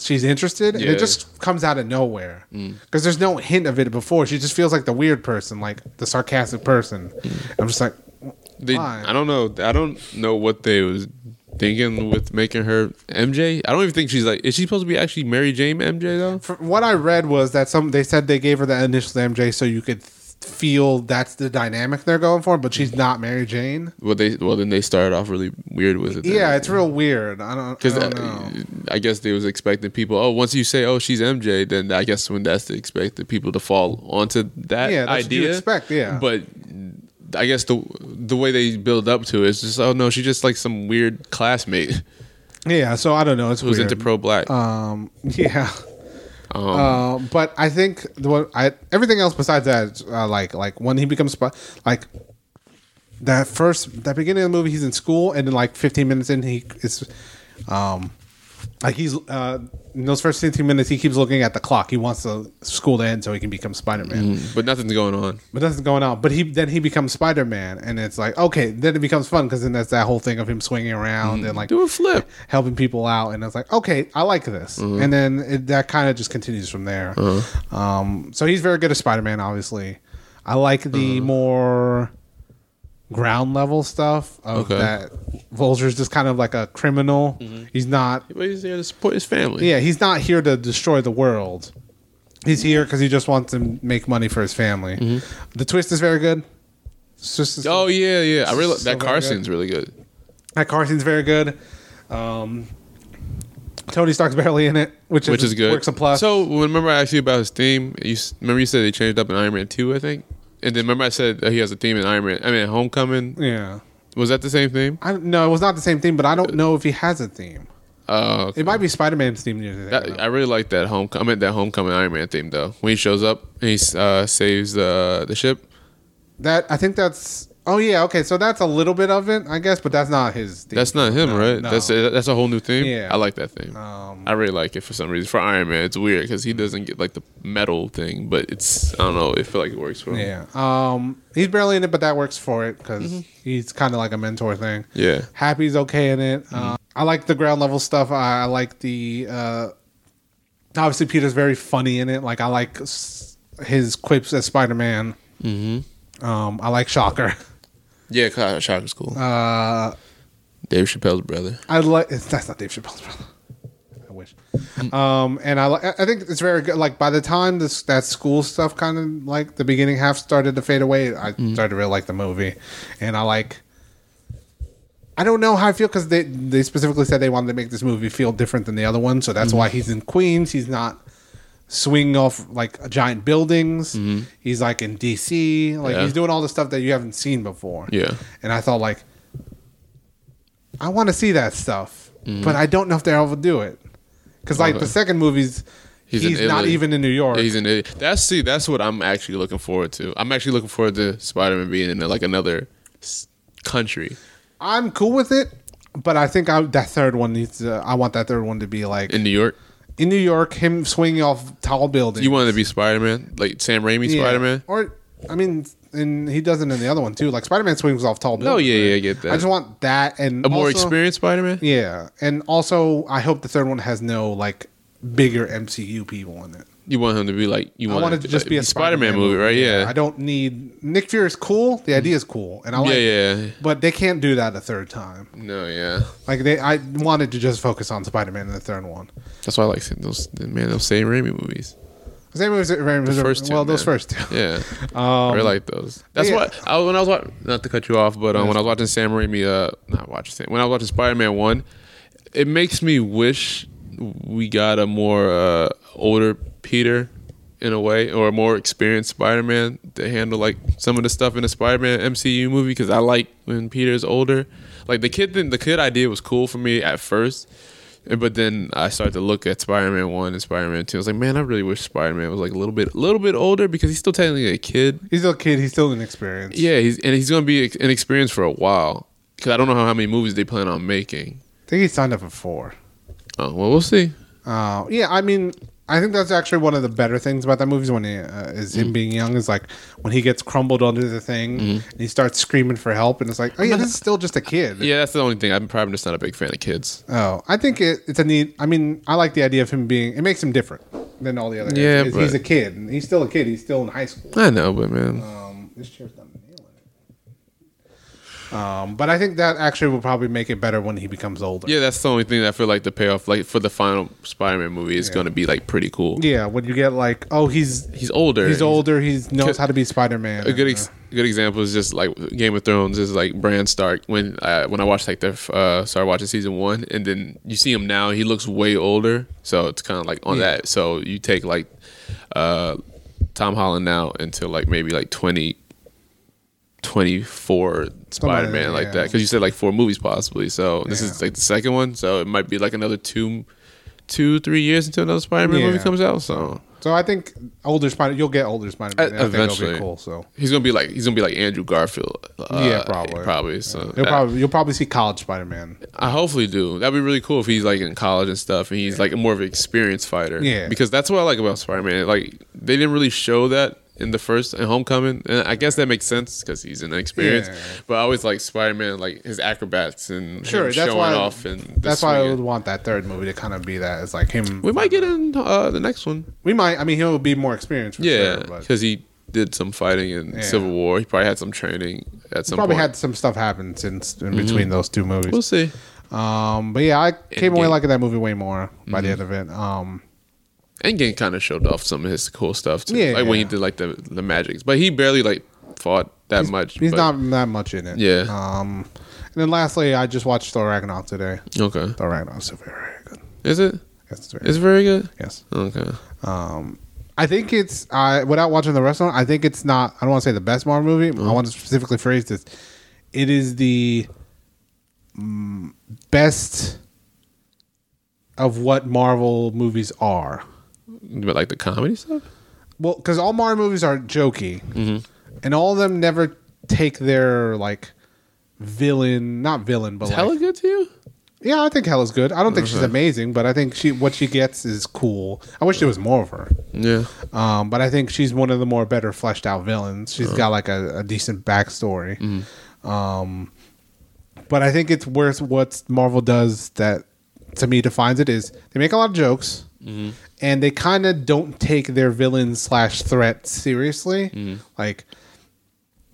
A: She's interested, and
B: Yeah. Mm.
A: it just comes out of nowhere because there's no hint of it before. She just feels like the weird person, like the sarcastic person.
B: Mm.
A: I'm just like,
B: They,
A: Why?
B: I don't know. I don't know what they was thinking with making her MJ. I don't even think she's like. Is she supposed to be actually Mary Jane MJ though?
A: From what I read was that some they said they gave her the initial MJ so you could feel that's the dynamic they're going for, but she's not Mary Jane.
B: Well, they well then they started off really weird with it. then. uh,
A: Yeah, it's real weird. I don't, I
B: Because
A: don't know.
B: I, guess they was expecting people. Oh, once you say, "Oh, she's MJ," then I guess when that's the expected people to fall onto that
A: Yeah, that's what
B: idea.
A: you expect, yeah.
B: but I guess the the way they build up to it is just, "Oh no, she's just like some weird classmate
A: Yeah, so I don't know. It's
B: who's
A: weird.
B: into pro black."
A: um, [laughs] yeah. Uh, but I think the one I everything else besides that, uh, like like when he becomes Spi- like that first that beginning of the movie, he's in school, and then like 15 minutes in, he is um like he's uh in those first 15 minutes, he keeps looking at the clock. He wants the school to end so he can become Spider Man
B: but nothing's going on.
A: but nothing's going on. But he then he becomes Spider Man, and it's like okay, then it becomes fun because then that's that whole thing of him swinging around and like
B: Do a flip.
A: helping people out, and it's like okay, I like this,
B: Mm-hmm.
A: and then it, that kind of just continues from there. Um, so he's very good at Spider Man, obviously. I like the
B: Mm-hmm.
A: more ground level stuff of
B: Okay. Mm-hmm.
A: that. Vulture's just kind of like a criminal. He's not
B: But he's there to support his family.
A: yeah, he's not here to destroy the world. He's here because he just wants to make money for his family. The twist is very good. It's just-
B: Mm-hmm. Oh yeah, yeah. I realize
A: So
B: that
A: very
B: car
A: good.
B: scene's really good.
A: That car scene's very good. Um, Tony Stark's [laughs] barely in it, which,
B: which is good.
A: Works a plus.
B: So remember I asked you about his theme. You s- remember you said they changed up in Iron Man two, I think. And then remember I said that he has a theme in Iron Man. I mean, Homecoming
A: yeah,
B: was that the same theme?
A: I don't- no, it was not the same theme, but I don't know if he has a theme.
B: Uh,
A: It might be Spider Man's theme. you're thinking
B: that,
A: of.
B: I really like that Homecoming. I meant that Homecoming Iron Man theme though. When he shows up, and he s- uh, saves uh, the ship.
A: That I think that's. Oh yeah, okay. So that's a little bit of it, I guess, but that's not his. Theme.
B: That's not him, right?
A: no.
B: That's uh, that's a whole new theme.
A: Yeah.
B: I like that theme.
A: Um,
B: I really like it for some reason. For Iron Man, it's weird because he doesn't get like the metal thing, but it's I don't know. It feel like it works for him.
A: Yeah. Um, he's barely in it, but that works for it because he's kind of like a mentor thing.
B: Yeah.
A: Happy's okay in it. Uh, I like the ground level stuff. I, I like the. Uh, obviously, Peter's very funny in it. Like I like s- his quips as Spider Man. Mm-hmm. Um, I like Shocker. [laughs]
B: Yeah, Kyle Shocker's cool.
A: Uh,
B: Dave Chappelle's brother.
A: I like that's not Dave Chappelle's brother. I wish. Um, and I li- I think it's very good. Like by the time this that school stuff kind of like the beginning half started to fade away, I
B: Mm-hmm.
A: started to really like the movie, and I like. I don't know how I feel because they they specifically said they wanted to make this movie feel different than the other one, so that's
B: Mm-hmm.
A: why he's in Queens. He's not swinging off like giant buildings. He's like in DC. Like
B: Mm-hmm. Yeah.
A: he's doing all the stuff that you haven't seen before.
B: Yeah.
A: And I thought like I want to see that stuff,
B: Mm-hmm.
A: but I don't know if they're able to do it. Because like
B: Okay.
A: the second movie's,
B: He's
A: he's,
B: in
A: not
B: Italy.
A: even in New York.
B: Yeah, He's in it. That's see. That's what I'm actually looking forward to. I'm actually looking forward to Spider Man being in like another s- country
A: I'm cool with it, but I think I, that third one needs. To, I want that third one to be like
B: in
A: in,
B: New York.
A: New York, him swinging off tall buildings.
B: You wanted to be Spider Man, like Sam Raimi
A: Yeah.
B: Spider Man.
A: or I mean, and he doesn't in the other one too. Like Spider Man swings off tall buildings.
B: No, Oh, yeah, yeah, I get that.
A: I just want that and
B: A more
A: also-
B: experienced Spider Man.
A: Yeah, and also I hope the third one has no like bigger MCU people in it.
B: You want him to be like you
A: I
B: want
A: want
B: it
A: it to just be a
B: Spider Man movie, right? Yeah,
A: I don't need Nick Fury is cool. The idea is cool, and I like.
B: yeah,
A: it.
B: yeah.
A: But they can't do that a third time.
B: No, yeah.
A: Like they, I wanted to just focus on Spider Man in the third one.
B: That's why I like seeing those man those Sam Raimi movies.
A: Same as the
B: first two,
A: Well, those
B: man.
A: first two. [laughs]
B: Yeah,
A: Um,
B: I really like those. That's
A: yeah.
B: why I, when I was watching, not to cut you off, but um, when I was watching Sam Raimi, uh, not watching Sam, when I was watching Spider Man One, it makes me wish we got a more uh, older Peter in a way, or a more experienced Spider Man to handle like some of the stuff in the Spider Man MCU movie. Because I like when Peter's older. Like the kid, thing, the kid idea was cool for me at first. And- But then I started to look at Spider Man One and Spider Man Two. I was like, man, I really wish Spider Man was like a little bit, a little bit older because he's still technically a kid.
A: He's still a kid. He's still inexperienced.
B: Yeah, he's and he's gonna be ex- inexperienced for a while. because I don't know how, how many movies they plan on making.
A: I think he signed up for four.
B: Oh well, we'll see.
A: Uh, yeah, I mean, I think that's actually one of the better things about that movie is when he uh, is
B: Mm.
A: him being young is like when he gets crumbled under the thing
B: Mm-hmm.
A: and he starts screaming for help and it's like, oh yeah, this is still just a kid.
B: Yeah, that's the only thing. I'm probably just not a big fan of kids.
A: Oh, I think it, it's a neat. I mean, I like the idea of him being. It makes him different than all the other.
B: Yeah,
A: kids. he's
B: but-
A: a kid. and He's still a kid. He's still in high school.
B: I know, but man,
A: Um, this chair's not nailing it. Um, but I think that actually will probably make it better when he becomes older.
B: yeah, that's the only thing that I feel like the payoff, like for the final Spider-Man movie, is going to be like pretty cool.
A: Yeah, when you get like, oh, he's
B: He's older.
A: he's older. He knows how to be uh, Spider Man.
B: A good ex- good example is just like Game of Thrones is like Bran Stark. When I when I watched like the f- uh, started watching season one, and then you see him now, he looks way older. So it's kind of like on that. So you take like uh, Tom Holland now until like maybe like twenty. 24 Spider-Man like
A: yeah.
B: that cuz you said like four movies possibly. So this is like the second one, so it might be like another two two three years until another Spider-Man movie
A: Yeah.
B: comes out. So
A: So I think older Spider, you'll get older Spider Man.
B: Uh,
A: I think it'll be
B: eventually.
A: cool. So
B: He's gonna be like he's gonna be like Andrew Garfield. Uh,
A: Yeah, probably.
B: Probably. So
A: you'll
B: I-
A: probably you'll probably see college Spider Man.
B: I hopefully do. That'd be really cool if he's like in college and stuff, and he's like more of an experienced fighter.
A: Yeah.
B: Because that's what I like about Spider Man. Like they didn't really show that in the first in Homecoming, and I guess that makes sense because he's an experience.
A: Yeah.
B: But I always like Spider Man, like his acrobats and
A: Sure,
B: him
A: that's
B: showing
A: why.
B: off and the
A: that's why I would
B: swinging.
A: want that third movie to kind of be that. It's like him.
B: we might get in uh, the next one.
A: We might. I mean, he'll be more experienced. For
B: Yeah,
A: sure, but
B: because he did some fighting in
A: Yeah.
B: Civil War. He probably had some training at some
A: probably
B: point. Mm-hmm.
A: had some stuff happen since in between those two movies.
B: we'll see.
A: Um, but yeah, I came away
B: Endgame.
A: liking that movie way more by
B: Mm-hmm.
A: the end of it. Um,
B: Endgame kind of showed off some of his cool stuff too.
A: Yeah.
B: like when he did like the the magics, but he barely like fought that
A: he's,
B: much.
A: he's
B: but-
A: not that much in it.
B: Yeah.
A: Um, and then lastly, I just watched Thor Ragnarok today.
B: okay.
A: Thor Ragnarok's very, very good.
B: Is it?
A: Yes, it's very
B: It's very good.
A: yes.
B: Okay.
A: Um, I think it's I without watching the rest of it, I think it's not. I don't want to say the best Marvel movie.
B: Mm-hmm.
A: I want to specifically phrase this: it is the mm, best of what Marvel movies are.
B: But like the comedy stuff.
A: Well, because all Marvel movies are jokey,
B: Mm-hmm.
A: and all of them never take their like villain, not villain, but
B: Is
A: like,
B: Hella good to you?
A: yeah, I think Hella's good. I don't think she's amazing, but I think she what she gets is cool. I wish there was more of her.
B: Yeah.
A: Um, but I think she's one of the more better fleshed out villains. She's got like a, a decent backstory. Um, but I think it's worth what Marvel does that to me defines it is they make a lot of jokes and they kind of don't take their villain slash threat seriously. Like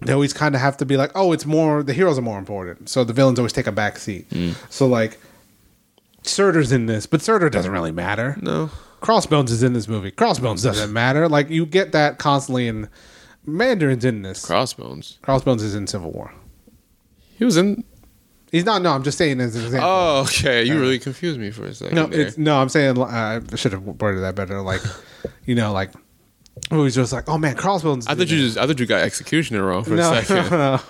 A: they always kind of have to be like, oh, it's more the heroes are more important, so the villains always take a back seat. So like. Surtur's in this, but Surtur doesn't really matter.
B: No.
A: Crossbones is in this movie. Crossbones doesn't matter. Like you get that constantly in Mandarin's in this.
B: Crossbones.
A: Crossbones is in Civil War.
B: He was in.
A: He's not. No, I'm just saying as an example.
B: Oh, okay. You really confused me for a second.
A: no,
B: there.
A: it's, no, I'm saying uh, I should have worded that better.
B: [laughs]
A: Like, you know, like movies just like, oh man, Crossbones.
B: I
A: is
B: thought
A: in
B: you just. I thought you got executioner wrong for
A: No,
B: a
A: [laughs]
B: second.
A: no.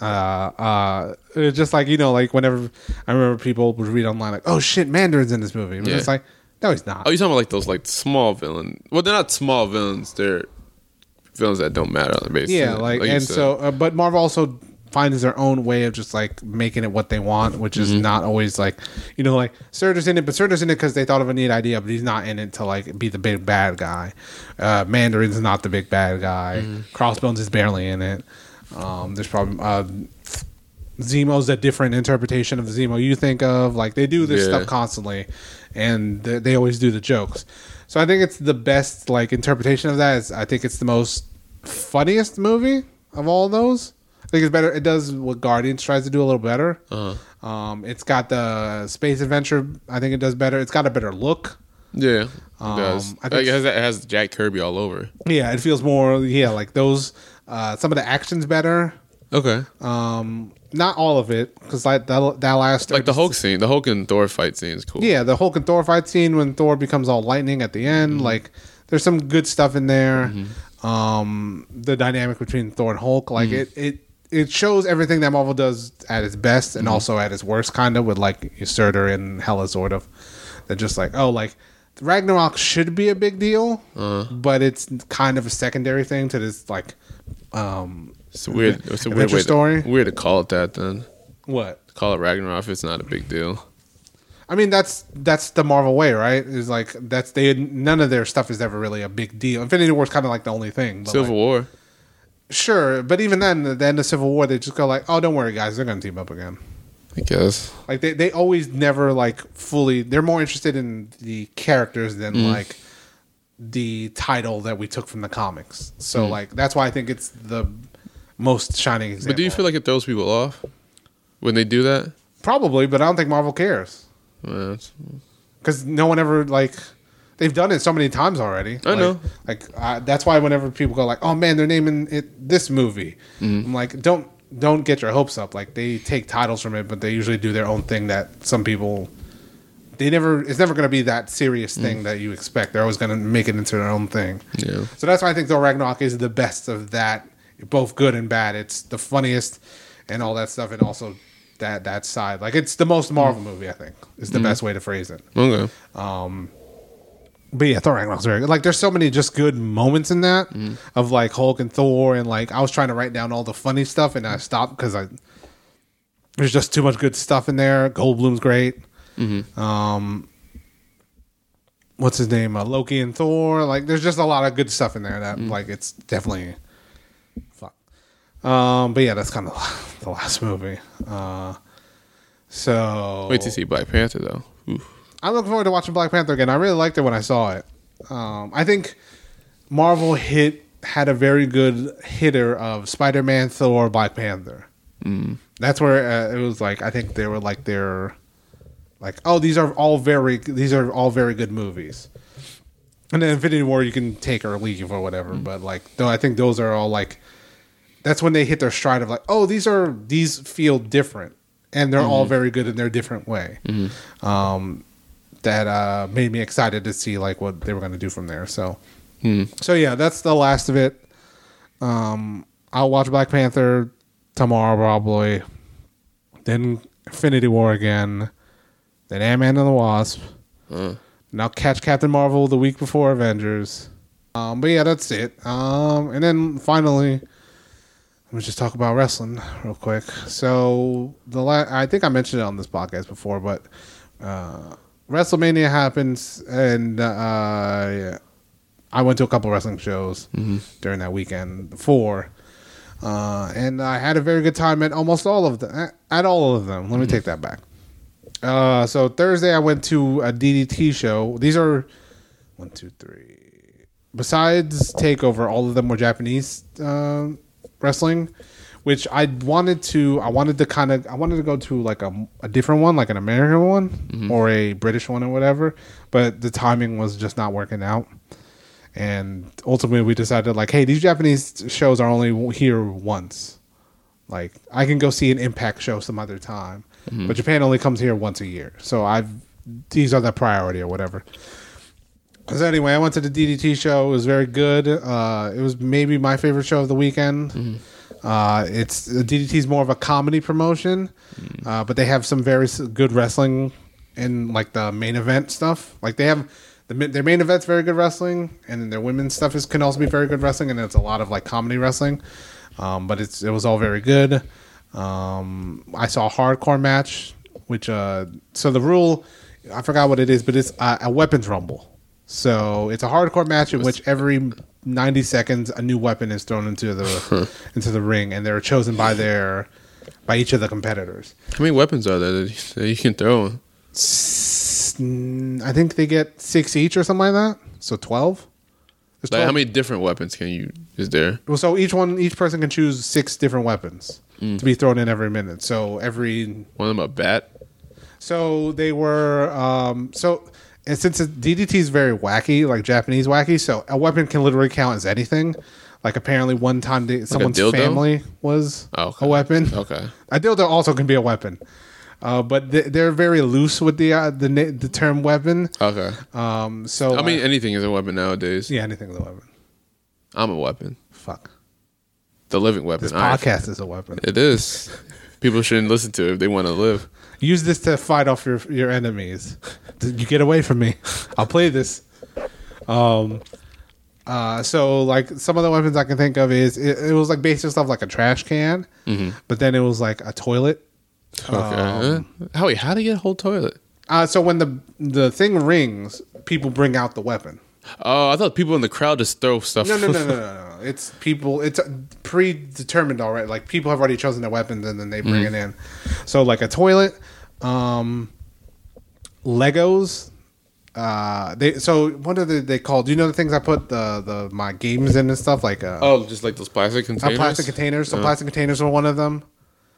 A: Uh, uh, it's just like you know, like whenever I remember people would read online, like, "Oh shit, Mandarin's in this movie." It's
B: Yeah.
A: just like, no, he's not.
B: Oh, you talking about like those like small villain? Well, they're not small villains. They're villains that don't matter. Basically.
A: Yeah, like,
B: you
A: and
B: said.
A: so, uh, but Marvel also finds their own way of just like making it what they want, which is
B: Mm-hmm.
A: not always like, you know, like Surtur's in it, but Surtur's in it because they thought of a neat idea, but he's not in it to like be the big bad guy. Uh, Mandarin's not the big bad guy.
B: Mm-hmm.
A: Crossbones is barely in it. Um, there's probably uh, Zemo's a different interpretation of the Zemo you think of. Like they do this
B: Yeah.
A: stuff constantly, and th- they always do the jokes. So I think it's the best like interpretation of that. Is I think it's the most funniest movie of all those. I think it's better. It does what Guardians tries to do a little better.
B: Uh-huh.
A: Um, it's got the space adventure. I think it does better. It's got a better look.
B: Yeah, it
A: Um,
B: does.
A: I think-
B: Like, it, has, it has Jack Kirby all over.
A: Yeah, it feels more. Yeah, like those. Uh, some of the actions better.
B: Okay,
A: Um, not all of it because like that, that last
B: like the Hulk scene, the Hulk and Thor fight scene is cool.
A: Yeah, the Hulk and Thor fight scene when Thor becomes all lightning at the end. Like, there's some good stuff in there. Um, the dynamic between Thor and Hulk, like it, it, it shows everything that Marvel does at its best and also at its worst, kind of with like Surtur and Hela, sort of. They're just like, oh, like Ragnarok should be a big deal, but it's kind of a secondary thing to this like, um,
B: it's a weird. It's a
A: Adventure
B: weird way
A: story?
B: To, weird to call it that then.
A: What?
B: Call it Ragnarok. It's not a big deal.
A: I mean, that's that's the Marvel way, right? Is like that's they none of their stuff is ever really a big deal. Infinity War is kind of like the only thing. But
B: Civil
A: like,
B: War.
A: sure, but even then, at the end of Civil War, they just go like, "Oh, don't worry, guys, they're gonna team up again."
B: I guess.
A: Like they, they always never like fully. They're more interested in the characters than like the title that we took from the comics. So like that's why I think it's the most shining example.
B: But do you feel like it throws people off when they do that?
A: probably? But I don't think Marvel cares
B: Well, that's-
A: because no one ever like they've done it so many times already.
B: I
A: Like-
B: know.
A: Like I, that's why whenever people go like, "Oh man, they're naming it this movie,"
B: Mm-hmm.
A: I'm like, "Don't don't get your hopes up." Like they take titles from it, but they usually do their own thing that some people they never. It's never going to be that serious thing that you expect. They're always going to make it into their own thing.
B: Mm. Yeah.
A: So that's why I think Thor Ragnarok is the best of that, both good and bad. It's the funniest and all that stuff, and also that that side. Like it's the most
B: Mm.
A: Marvel movie. I think is the
B: Mm-hmm.
A: best way to phrase it.
B: Okay.
A: But yeah, Thor Ragnarok's very good. Like, there's so many just good moments in that
B: Mm-hmm.
A: of like Hulk and Thor, and like I was trying to write down all the funny stuff, and I stopped because I there's just too much good stuff in there. Goldblum's great.
B: Mm-hmm.
A: Um, what's his name? Uh, Loki and Thor. Like, there's just a lot of good stuff in there that
B: Mm.
A: like it's definitely fuck. Um, but yeah, that's kind of [laughs] the last movie. Uh, so
B: Wait to see Black Panther though. Oof.
A: I'm looking forward to watching Black Panther again. I really liked it when I saw it. Um, I think Marvel hit had a very good hitter of Spider Man, Thor, Black Panther. Mm. That's where uh, it was like I think they were like they're like oh these are all very these are all very good movies. And then Infinity War you can take or leave or whatever, but like though I think those are all like that's when they hit their stride of like oh these are these feel different and they're all very good in their different way um, that uh, made me excited to see like what they were going to do from there. So, so yeah, that's the last of it. Um, I'll watch Black Panther tomorrow probably, then Infinity War again, then Ant Man and the Wasp.
B: Uh,
A: And I'll catch Captain Marvel the week before Avengers. Um, but yeah, that's it. Um, and then finally. Let me just talk about wrestling real quick. So the la- I think I mentioned it on this podcast before, but uh, WrestleMania happens, and uh, yeah, I went to a couple wrestling shows during that weekend. Four, uh, and I had a very good time at almost all of them. At all of them, let me take that back. Uh, so Thursday, I went to a DDT show. These are one, two, three. Besides Takeover, all of them were Japanese um wrestling, which I wanted to. I wanted to kind of. I wanted to go to like a, a different one, like an American one or a British one or whatever. But the timing was just not working out. And ultimately, we decided like, hey, these Japanese shows are only here once. Like I can go see an Impact show some other time, but Japan only comes here once a year. So I've these are the priority or whatever. So anyway, I went to the DDT show. It was very good. Uh, it was maybe my favorite show of the weekend. Uh, it's DDT is more of a comedy promotion, uh, but they have some very s- good wrestling in like the main event stuff. Like they have the, mi- their main event's very good wrestling, and then their women's stuff is can also be very good wrestling, and it's a lot of like comedy wrestling. Um, but it's it was all very good. Um, I saw a hardcore match, which uh, so the rule I forgot what it is, but it's uh, a weapons rumble. So it's a hardcore match in which every 90 seconds a new weapon is thrown into
B: [laughs]
A: the into the ring, and they're chosen by their by each of the competitors.
B: How many weapons are there that you, that you can throw?
A: S- I think they get six each or something like that. So 12. There's
B: Like how
A: 12.
B: many different weapons can you? Is there?
A: Well, so each one, each person can choose six different weapons
B: Mm.
A: to be thrown in every minute. So every
B: One of them a bat.
A: So they were um, so, and since it- DDT is very wacky, like Japanese wacky, so a weapon can literally count as anything. Like apparently, one time they, someone's
B: dildo?
A: family was
B: Oh, okay.
A: a weapon.
B: Okay.
A: A dildo also can be a weapon, uh, but they, they're very loose with the uh, the na- the term weapon.
B: Okay.
A: Um, so
B: I mean,
A: uh,
B: anything is a weapon nowadays.
A: yeah, anything is a weapon.
B: I'm a weapon.
A: Fuck,
B: The living weapon.
A: this
B: I-
A: podcast is a weapon.
B: It is. People shouldn't listen to it if they want to live.
A: Use this to fight off your your enemies. You get away from me. [laughs] I'll play this. Um, uh, so like some of the weapons I can think of is it, it was like basic stuff like a trash can, but then it was like a toilet,
B: Okay. Uh, Howie, how do you get a whole toilet?
A: Uh, so when the the thing rings, people bring out the weapon.
B: Oh, I thought people in the crowd just throw stuff.
A: No, no, no, no, no, [laughs] no. It's people. It's predetermined already. Like people have already chosen their weapons, and then they bring
B: Mm-hmm.
A: it in. So like a toilet, um, Legos. Uh, they so what are they, they called? Do you know the things I put the the my games in and stuff like uh,
B: [laughs] oh, just like those plastic
A: uh,
B: Oh, containers.
A: plastic containers? So plastic containers were one of them.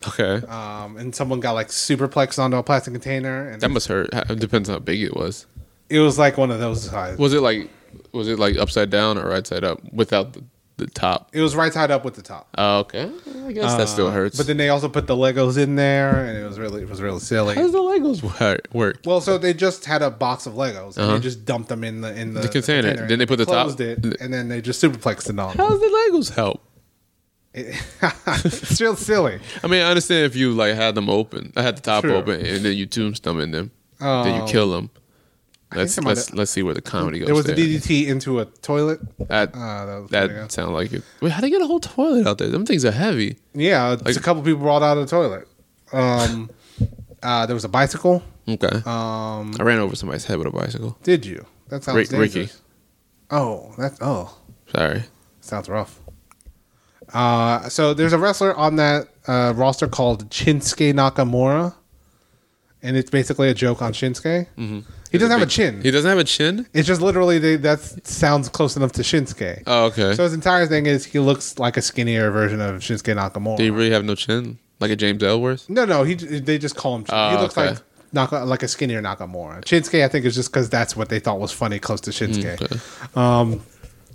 B: Okay.
A: Um, and someone got like superplexed onto a plastic container, and
B: that must hurt. It depends how big it was.
A: it was like one of those sizes.
B: Was it like was it like upside down or right side up without the, the top?
A: It was right side up with the top.
B: Oh, okay. I guess that still hurts.
A: Uh, But then they also put the Legos in there, and it was really it was really silly.
B: how does the Legos wor- work?
A: Well, so they just had a box of Legos and they just dumped them in the in the,
B: Uh-huh. container. Then they put the top-
A: closed it, and then they just superplexed it on.
B: How does the Legos help?
A: [laughs] it's real silly.
B: I mean, I understand if you like had them open, I had the top
A: Sure.
B: open, and then you tombstone in them, then you kill them. Let's
A: there might
B: let's
A: have-
B: let's see where the comedy goes.
A: There was a
B: there.
A: DDT into a toilet.
B: That
A: Ah, that was pretty
B: that
A: good.
B: sound like it. Wait, how they get a whole toilet out there? Them things are heavy.
A: Yeah, just a couple people brought out of the toilet. Um, uh, there was a bicycle.
B: Okay,
A: Um,
B: I ran over somebody's head with a bicycle.
A: did you? That sounds
B: Rick,
A: dangerous.
B: Ricky,
A: Oh, that's oh.
B: sorry.
A: Sounds rough. Uh, so there's a wrestler on that uh, roster called Shinsuke Nakamura, and it's basically a joke on Shinsuke. Mm-hmm. He doesn't have a chin.
B: He doesn't have a chin.
A: It's just literally they, that sounds close enough to Shinsuke.
B: Oh, okay.
A: So his entire thing is he looks like a skinnier version of Shinsuke Nakamura.
B: Do you really have no chin, like a James Ellsworth?
A: no, no, he j- they just call him. Shin- he
B: Oh,
A: looks
B: okay.
A: like Naka, like a skinnier Nakamura. Shinsuke, I think, is just because that's what they thought was funny close to Shinsuke.
B: Mm,
A: Um,
B: Okay.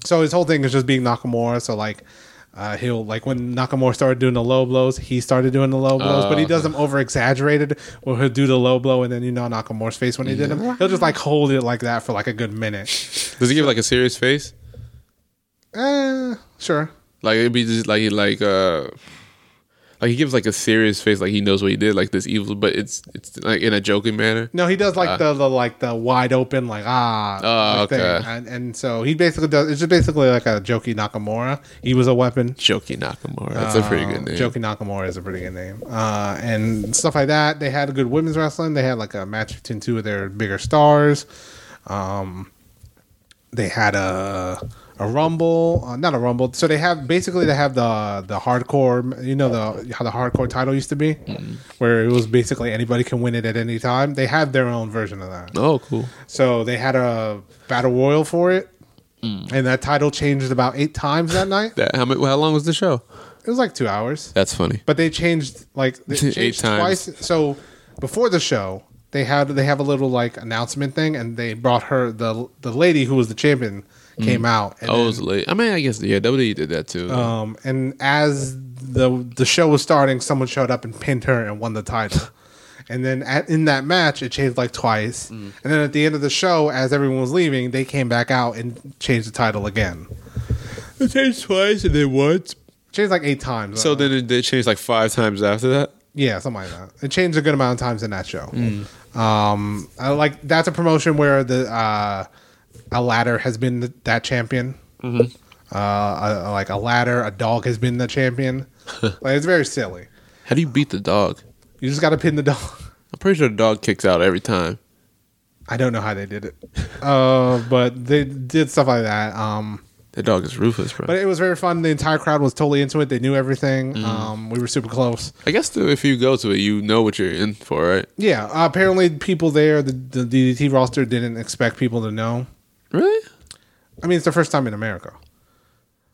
A: So his whole thing is just being Nakamura. So like, uh, he'll like when Nakamura started doing the low blows, he started doing the low blows, but he
B: Oh,
A: does them over exaggerated. Where he'll do the low blow, and then you know Nakamura's face when he did them. He'll just like hold it like that for like a good minute.
B: Does he give like a serious face?
A: Eh, sure.
B: Like it'd be just like he like uh like he gives like a serious face, like he knows what he did, like this evil, but it's it's like in a joking manner.
A: No, he does like the, the like the wide open like ah
B: Uh. Oh,
A: like,
B: okay.
A: and, and so he basically does. It's just basically like a jokey Nakamura. He was a weapon.
B: Jokey Nakamura. That's a pretty good
A: Um,
B: name.
A: Joki Nakamura is a pretty good name. Uh, and stuff like that. They had a good women's wrestling. They had like a match between two of their bigger stars. Um, they had a a rumble, uh, not a rumble. So they have basically they have the the hardcore, you know the how the hardcore title used to be,
B: Mm-hmm.
A: where it was basically anybody can win it at any time. They have their own version of that.
B: Oh, cool.
A: So they had a battle royal for it.
B: Mm.
A: And that title changed about eight times that night.
B: That how many, how long was the show?
A: It was like two hours.
B: That's funny.
A: But they changed like they
B: Eight
A: changed twice. So before the show, they had they have a little like announcement thing, and they brought her the the lady who was the champion came out. And
B: Oh, it
A: then,
B: was late. I mean, I guess yeah, WWE did that too.
A: um, and as the the show was starting, someone showed up and pinned her and won the
B: [laughs]
A: title. And then at, in that match, it changed like twice.
B: Mm.
A: And then at the end of the show, as everyone was leaving, they came back out and changed the title again.
B: it changed twice and then once.
A: Changed like eight times.
B: So
A: Uh,
B: then it, they changed like five times after that.
A: Yeah, something like that. It changed a good amount of times in that show. Um, I like that's a promotion where the uh, a ladder has been th- that champion. Uh, a- a- like a ladder, a dog has been the champion. like it's very silly.
B: How do you beat the dog?
A: You just got to pin the dog. [laughs]
B: I'm pretty sure the dog kicks out every time.
A: I don't know how they did it, uh, but they did stuff like that. Um,
B: That dog is ruthless, bro.
A: but it was very fun. The entire crowd was totally into it. They knew everything. Um, we were super close.
B: I guess though, if you go to it, you know what you're in for, right?
A: Yeah, uh, apparently people there, the, the DDT roster didn't expect people to know.
B: Really?
A: I mean, it's the first time in America,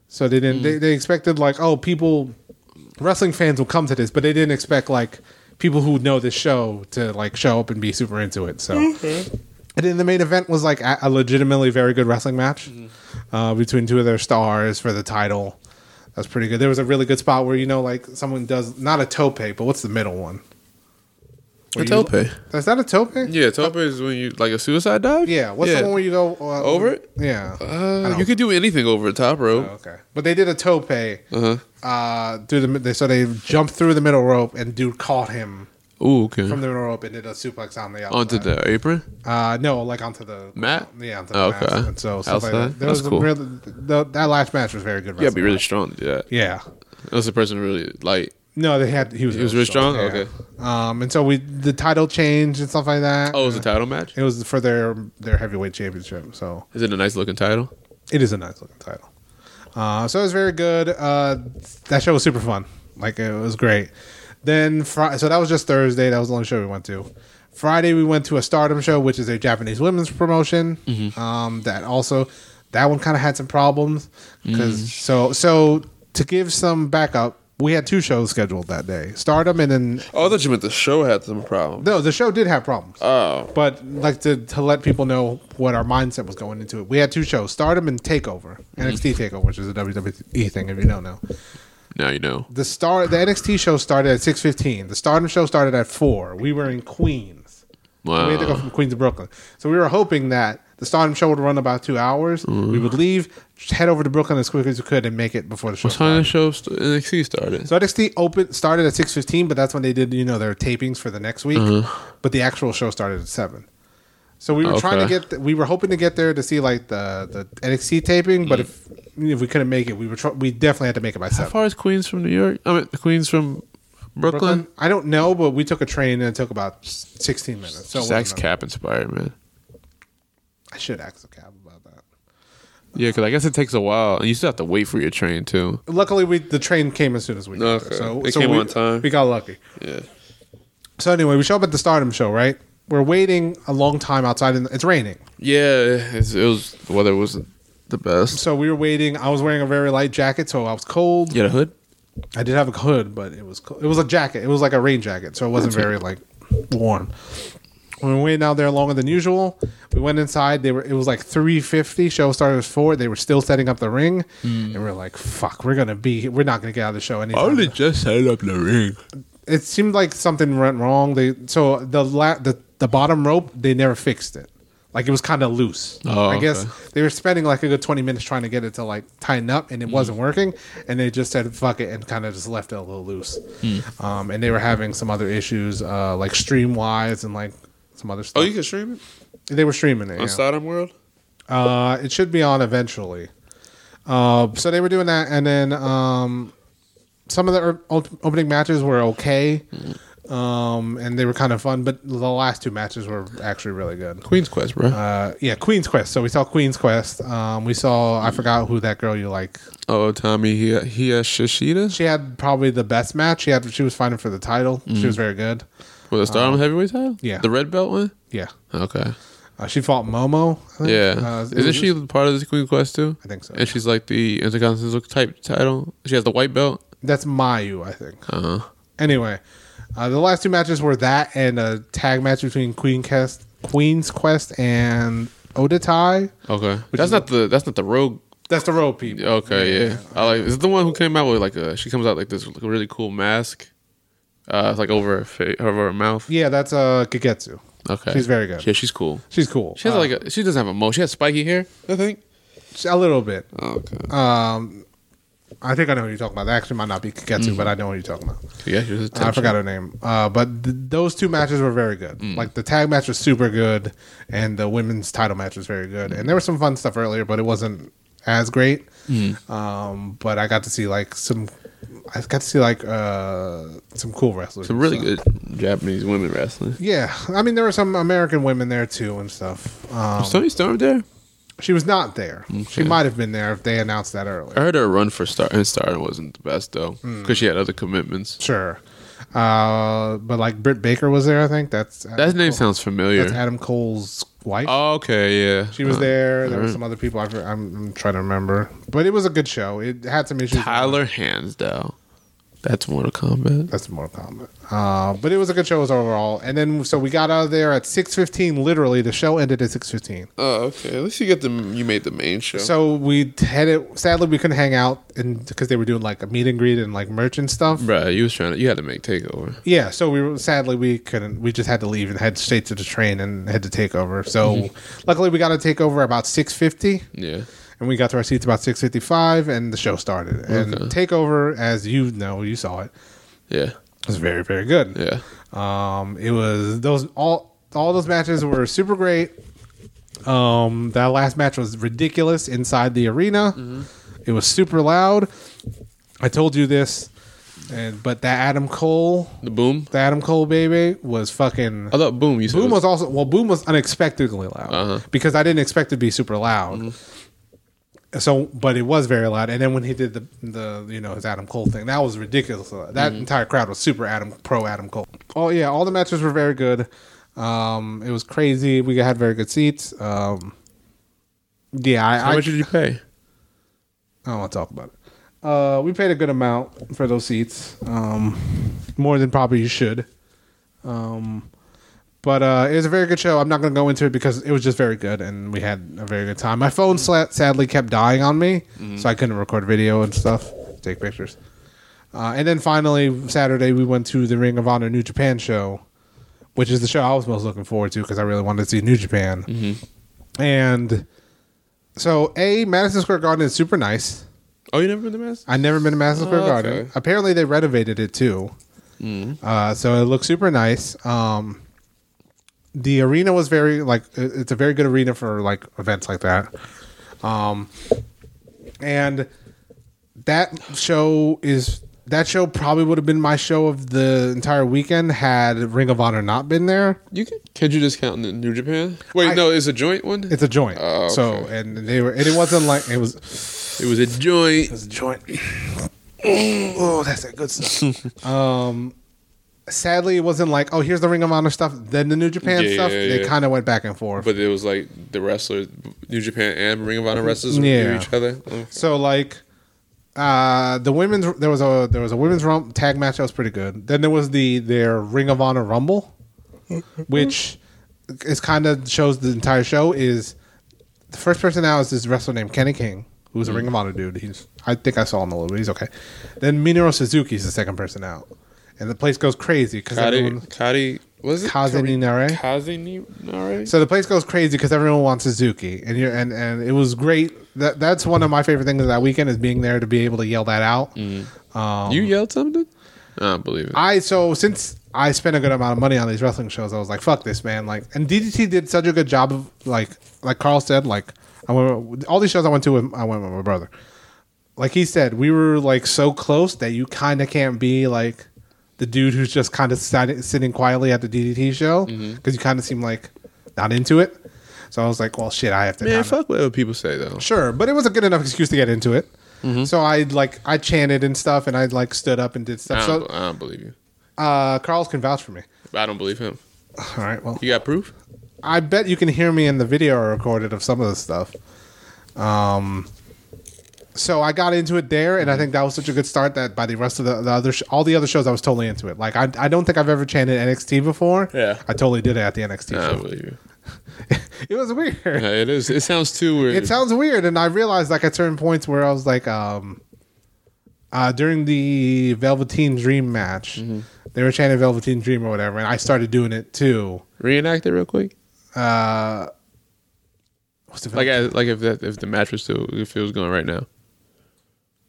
A: so they didn't.
B: Mm.
A: They, they expected like, oh, people, wrestling fans will come to this, but they didn't expect like people who know this show to like show up and be super into it. So, and then the main event was like a, a legitimately very good wrestling match
B: Mm.
A: uh, between two of their stars for the title. That's pretty good. There was a really good spot where you know, like someone does not a tope, but what's the middle one?
B: A
A: you-
B: tope.
A: Is that a tope? Yeah.
B: Yeah, tope is when you like a suicide dive.
A: What's the one where you go uh,
B: Over it?
A: Yeah.
B: Uh, you could do anything over the top rope.
A: Okay, but they did a tope
B: Uh-huh.
A: uh through the they so they jumped through the middle rope and dude caught him
B: Ooh, okay.
A: from the middle rope and did a suplex on the outside.
B: Onto the apron.
A: uh, no, like onto the
B: Mat?
A: Yeah, onto the
B: Oh,
A: mat.
B: okay.
A: And so stuff like
B: Outside?
A: that. There
B: That's
A: was a
B: cool.
A: real- the- that last match was very good.
B: You gotta be
A: wrestling.
B: really strong to do that.
A: Yeah,
B: Unless the person really light.
A: No, they had he was
B: He was Rich Strong?
A: yeah.
B: Okay.
A: Um, and so we the title change and stuff like that.
B: Oh, it was a title match.
A: It was for their their heavyweight championship. So
B: Is it a nice looking title?
A: it is a nice looking title. Uh, so it was very good. Uh, that show was super fun. Like it was great. Then Fri so that was just Thursday. That was the only show we went to. Friday we went to a Stardom show, which is a Japanese women's promotion. Um, that also that one kind of had some problems because so so to give some backup, we had two shows scheduled that day: Stardom and then
B: Oh, I thought you meant the show had some problem.
A: no, the show did have problems.
B: Oh,
A: But like to, to let people know what our mindset was going into it. We had two shows, Stardom and Takeover,
B: Mm-hmm.
A: NXT Takeover, which is a WWE thing if you don't know.
B: now you know.
A: The star the NXT show started at six fifteen. The Stardom show started at four. We were in Queens.
B: Wow.
A: We had to go from Queens to Brooklyn. So we were hoping that the Stardom show would run about two hours.
B: Mm-hmm.
A: We would leave, head over to Brooklyn as quick as we could, and make it before the show.
B: What time the show st- NXT started?
A: So NXT open started at six fifteen, but that's when they did you know their tapings for the next week.
B: Mm-hmm.
A: But the actual show started at seven. So we were trying to
B: Oh, Okay.
A: get th- we were hoping to get there to see like the the NXT taping, but if if we couldn't make it, we were tr- we definitely had to make it by
B: How
A: seven.
B: far is Queens from New York? I mean, Queens from Brooklyn.
A: Brooklyn, I don't know, but we took a train and it took about sixteen minutes. So it
B: Zach's
A: wasn't a-
B: cap inspired, man.
A: I should ask the cab about that.
B: Yeah, because I guess it takes a while, and you still have to wait for your train too.
A: Luckily, we the train came as soon as we got
B: Okay.
A: there, so
B: It
A: so
B: came
A: we,
B: on time.
A: We got lucky.
B: Yeah.
A: So anyway, we show up at the Stardom show, right? We're waiting a long time outside, and it's raining.
B: Yeah, it's, it was the weather wasn't the best.
A: So we were waiting. I was wearing a very light jacket, so I was cold.
B: You had a hood.
A: I did have a hood, but it was co- it was a jacket. It was like a rain jacket, so it wasn't very like warm. We were waiting out there longer than usual. We went inside. They were it was like three fifty. Show started at four. They were still setting up the ring, and we are like, "Fuck, we're gonna be. We're not gonna get out of the show anytime."
B: just set up the ring.
A: it seemed like something went wrong. They so the la- the the bottom rope they never fixed it. Like it was kind of loose.
B: Oh,
A: I guess
B: okay.
A: they were spending like a good twenty minutes trying to get it to like tighten up, and it
B: Mm.
A: wasn't working. And they just said fuck it and kind of just left it a little loose.
B: Mm.
A: Um, and they were having some other issues, uh, like stream wise and like some other
B: Oh,
A: stuff.
B: you Oh, can stream it
A: they were streaming it.
B: on
A: yeah.
B: Stardom World.
A: Uh, it should be on eventually. Uh, so they were doing that, and then um, some of the er- op- opening matches were okay, um, and they were kind of fun. But the last two matches were actually really good.
B: Queens Quest, bro.
A: Uh, yeah, Queen's Quest. So we saw Queen's Quest. Um, we saw I forgot who that girl you like.
B: oh, Tommy, he he has Shishida
A: She had probably the best match. She had she was fighting for the title. She
B: Mm.
A: was very good.
B: with a Stardom heavyweight title.
A: Uh, yeah.
B: the red belt one.
A: Yeah,
B: Okay.
A: uh, she fought Momo. I think.
B: Yeah.
A: Uh, it
B: Isn't
A: was-
B: she part of the Queen Quest too?
A: I think so.
B: And she's like the Intercontinental type title. She has the white belt.
A: That's Mayu, I think.
B: Uh huh.
A: Anyway, uh, the last two matches were that and a tag match between Queen Quest, Queen's Quest and Odatai.
B: Okay.
A: Which
B: that's
A: is-
B: not the that's not the rogue.
A: That's the road people.
B: Okay, yeah. I like. Is it the one who came out with like a? She comes out like this really cool mask. Uh, it's like over her face, over her mouth.
A: Yeah, that's uh, Kagetsu.
B: Okay.
A: She's very good.
B: Yeah, she's cool.
A: She's cool.
B: She has
A: Uh,
B: like a, she doesn't have a mo. She has spiky hair. I think.
A: a little bit.
B: Okay.
A: Uh, I think I know who you're talking about. That actually might not be Kagetsu,
B: Mm.
A: but I know who you're talking about.
B: yeah, she was.
A: I forgot her name. Uh, but th- those two matches were very good.
B: Mm.
A: Like the tag match was super good, and the women's title match was very good. And there was some fun stuff earlier, but it wasn't as great.
B: Mm.
A: Um, but I got to see like some, I got to see like uh, some cool wrestlers. and
B: Some really
A: stuff.
B: good Japanese women wrestling.
A: Yeah, I mean there were some American women there too and stuff. Um,
B: Was Tony Storm there?
A: she was not there. She
B: Okay.
A: might have been there if they announced that earlier.
B: I heard her run for Star and Star wasn't the best though because she had other commitments.
A: Sure, uh, but like Britt Baker was there. I think that's
B: That name sounds familiar. Oh,
A: that's Adam Cole's wife.
B: okay, yeah.
A: She was
B: Uh,
A: there. There were
B: alright.
A: some other people. I, for- I'm, I'm trying to remember, but it was a good show. It had some issues.
B: Uh, Tyler Hansdow. That's Mortal Kombat.
A: That's more common. Uh, but it was a good show as overall. And then so we got out of there at 6:15. Literally, the show ended at 6:15.
B: Oh, okay. At least you get the you made the main show.
A: So we headed. Sadly, we couldn't hang out, and because they were doing like a meet and greet and like merch and stuff.
B: Bruh, you was trying to you had to make takeover.
A: Yeah, so we were, sadly we couldn't. We just had to leave and head straight to the train and had to take over. So luckily we got to take over about six fifty,
B: Yeah.
A: and we got to our seats about six fifty five, and the show started. And takeover, as you know, you saw it,
B: Yeah.
A: was very very good.
B: Yeah.
A: Um, it was those all all those matches were super great. Um, that last match was ridiculous inside the arena. It was super loud. I told you this. And but that Adam Cole,
B: The Boom.
A: the Adam Cole baby was fucking.
B: I thought Boom. You said
A: Boom
B: was-
A: was also well. Boom was unexpectedly loud
B: Uh-huh.
A: because I didn't expect it to be super loud.
B: Mm-hmm.
A: So, but it was very loud. And then when he did the the you know his Adam Cole thing, that was ridiculous. Uh, That
B: Mm-hmm.
A: entire crowd was super Adam pro Adam Cole. Oh yeah, all the matches were very good. Um, it was crazy. We had very good seats. Um, yeah, I,
B: How
A: I,
B: much did you pay?
A: I don't want to talk about it. Uh, we paid a good amount for those seats, um, more than probably you should. Um, but uh, it was a very good show. I'm not going to go into it because it was just very good, and we had a very good time. My phone sla- sadly kept dying on me, so I couldn't record video and stuff, take pictures. Uh, and then finally, Saturday, we went to the Ring of Honor New Japan show, which is the show I was most looking forward to because I really wanted to see New Japan. And so, A, Madison Square Garden is super nice.
B: Oh, you never been to Mass?
A: I've never been to Madison Square
B: Oh, okay. Mm.
A: Garden. Apparently, they renovated it too, uh, so it looks super nice. Um, the arena was very like it- it's a very good arena for like events like that, um, and that show is that show probably would have been my show of the entire weekend had Ring of Honor not been there.
B: You can. Can you discount in New Japan? Wait,
A: I-
B: no, it's a joint one.
A: It's a joint,
B: Oh, okay.
A: so and they were and it wasn't like it was
B: it was a joint.
A: was a joint. oh, that's that good
B: [laughs]
A: stuff. um, sadly, it wasn't like, oh, here's the Ring of Honor stuff, then the New Japan
B: Yeah,
A: stuff.
B: yeah,
A: they
B: yeah.
A: kind of went back and forth.
B: But it was like the wrestlers, New Japan and Ring of Honor wrestlers,
A: Yeah.
B: knew each other. Mm.
A: so like, uh, the women's there was a there was a women's rum, tag match that was pretty good. Then there was the their Ring of Honor Rumble, which is kind of shows the entire show is the first person out is this wrestler named Kenny King. Who's a Ring of Honor dude? He's I think I saw him a little bit. He's okay. Then Minoru Suzuki is the second person out, and the place goes crazy because
B: Kari,
A: everyone.
B: Kari, what is it?
A: Kazeninare.
B: Kazeninare.
A: So the place goes crazy because everyone wants Suzuki, and you're and and it was great. That that's one of my favorite things of that weekend is being there to be able to yell that out. Um,
B: you yelled something? I don't believe it.
A: I so since I spent a good amount of money on these wrestling shows, I was like, "Fuck this, man!" Like, and DDT did such a good job of like, like Carl said, like I went all these shows I went to, with, I went with my brother. Like he said, we were like so close that you kind of can't be like the dude who's just kind of sitting quietly at the DDT show because you kind of seem like not into it. So I was like, "Well, shit, I have to."
B: Man,
A: kinda-
B: fuck whatever people say though.
A: Sure, but it was a good enough excuse to get into it. So I like I chanted and stuff, and I like stood up and did
B: I
A: stuff.
B: don't,
A: So
B: I don't believe you.
A: uh, Carl's can vouch for me.
B: I don't believe him.
A: All right. Well,
B: You got proof?
A: I bet you can hear me in the video I recorded of some of the stuff. Um, so I got into it there, and I think that was such a good start that by the rest of the, the other, sh- all the other shows, I was totally into it. Like I, I don't think I've ever chanted NXT before.
B: Yeah.
A: I totally did it at the NXT
B: I don't
A: show.
B: believe you.
A: It was weird. [laughs]
B: Yeah, it is. It sounds too weird.
A: It sounds weird, and I realized like at certain points where I was like, um, uh, during the Velveteen Dream match, they were chanting Velveteen Dream or whatever, and I started doing it too.
B: Reenact it real quick.
A: Uh, what's the
B: Like, I, like if that, if the match was still, if it was going right now.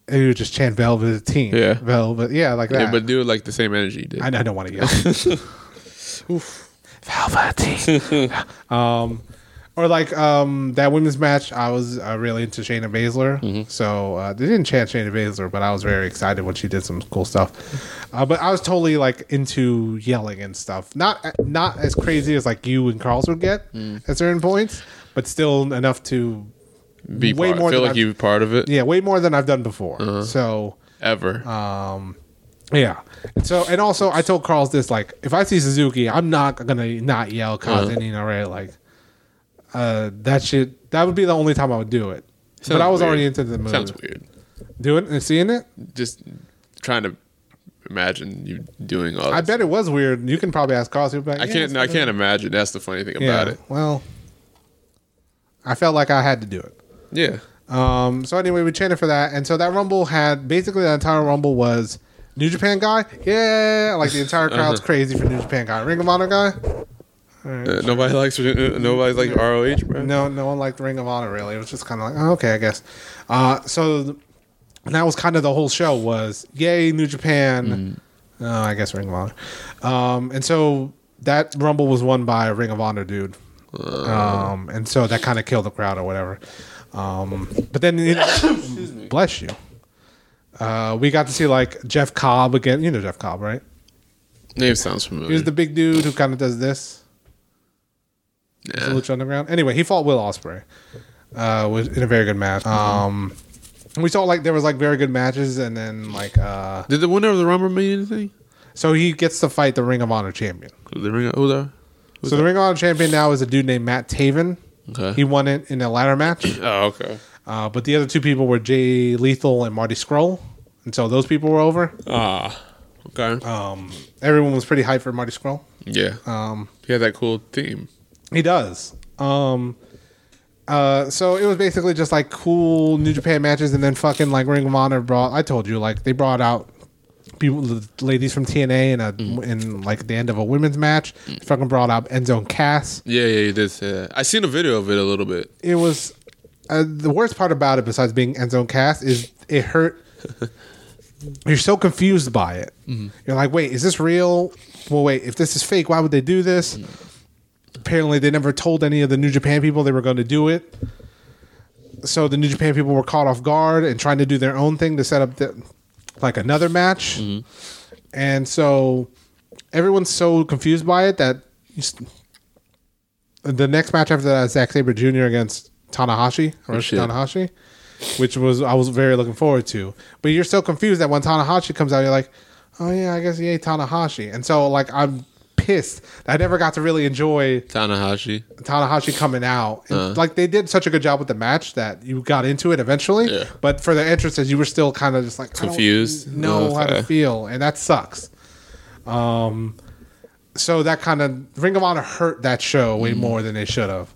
A: And you would just chant Velveteen.
B: Yeah.
A: Velvet. Yeah, like that.
B: Yeah, but do it like the same energy you did.
A: I, I don't
B: [laughs]
A: want to yell. Velveteen.
B: [laughs]
A: um, or like um, that women's match, I was uh, really into Shayna Baszler.
B: Mm-hmm.
A: So uh, they didn't chant Shayna Baszler, but I was very excited when she did some cool stuff. Uh, but I was totally like into yelling and stuff. Not uh, not as crazy as like you and Carl's would get
B: Mm.
A: at certain points, but still enough to
B: Be
A: way
B: part,
A: more
B: feel
A: than
B: like
A: I've-
B: you were part of it
A: yeah, way more than I've done before.
B: Uh-huh.
A: So.
B: ever.
A: Um, yeah. And so, and also, I told Carl's this like, if I see Suzuki, I'm not gonna not
B: Uh-huh.
A: yell Kazenina Ray. Like, uh, that shit. That would be the only time I would do it. but
B: Sounds
A: I was
B: weird.
A: already into the movie.
B: sounds weird.
A: Doing it and seeing it,
B: Just trying to imagine you doing all.
A: I
B: this.
A: bet it was weird. You can probably ask Carl. he'll be like,
B: I
A: "Yeah,
B: can't.
A: it's
B: I
A: good."
B: can't imagine. That's the funny thing
A: Yeah.
B: about it.
A: Well, I felt like I had to do it.
B: Yeah.
A: Um, so anyway, we chanted for that, and so that rumble had basically the entire rumble was New Japan guy, yeah, like the entire crowd's
B: Uh-huh.
A: crazy for New Japan guy, Ring of Honor guy.
B: Uh, nobody likes. Uh, nobody likes ROH, bro.
A: No, no one liked Ring of Honor really. It was just kind of like, oh, okay, I guess. Uh, so th- and that was kind of the whole show was yay New Japan. Uh, I guess Ring of Honor. Um, and so that Rumble was won by a Ring of Honor dude. Um, and so that kind of killed the crowd or whatever. Um, but then, you know, bless you. Uh, we got to see like Jeff Cobb again. You know Jeff Cobb, right?
B: Name sounds
A: He
B: familiar.
A: was the big dude who kind of does this.
B: Yeah.
A: Lucha Underground. Anyway, he fought Will Osprey, uh, was in a very good match. Um, we saw like there was like very good matches, and then like uh,
B: Did the winner of the Rumble mean anything?
A: so he gets to fight the Ring of Honor champion.
B: The ring of Uda?
A: so the Ring of Honor champion now is a dude named Matt Taven.
B: Okay.
A: He won it in a ladder match,
B: oh, okay.
A: uh, but the other two people were Jay Lethal and Marty Scroll, and so those people were over.
B: Ah. Okay.
A: Um, everyone was pretty hyped for Marty Scroll.
B: yeah.
A: Um,
B: he had that cool theme.
A: He does. Um uh so it was basically just like cool New Japan matches and then fucking like Ring of Honor brought I told you like they brought out people the ladies from TNA in a in like the end of a women's match. Fucking brought out Enzo and Cass.
B: Yeah, yeah, he did say that. I seen a video of it a little bit.
A: It was uh, the worst part about it besides being Enzo and Cass is it hurt You're so confused by it. You're like, wait, is this real? Well, wait, if this is fake, why would they do this? Apparently, they never told any of the New Japan people they were going to do it. So the New Japan people were caught off guard and trying to do their own thing to set up the, like another match. And so everyone's so confused by it that you s- the next match after that is Zack Sabre Jr. against Tanahashi, or
B: shit.
A: Tanahashi which was I was very looking forward to. But you're so confused that when Tanahashi comes out, you're like, oh yeah, I guess yay Tanahashi. And so like I'm pissed that I never got to really enjoy
B: Tanahashi.
A: Tanahashi coming out. And,
B: Uh-huh.
A: Like they did such a good job with the match that you got into it eventually.
B: Yeah.
A: But for the entrances, you were still kind of just like I don't
B: Confused.
A: know
B: No,
A: how to
B: okay.
A: feel, and that sucks. Um. So that kind of Ring of Honor hurt that show
B: Mm.
A: way more than they should have.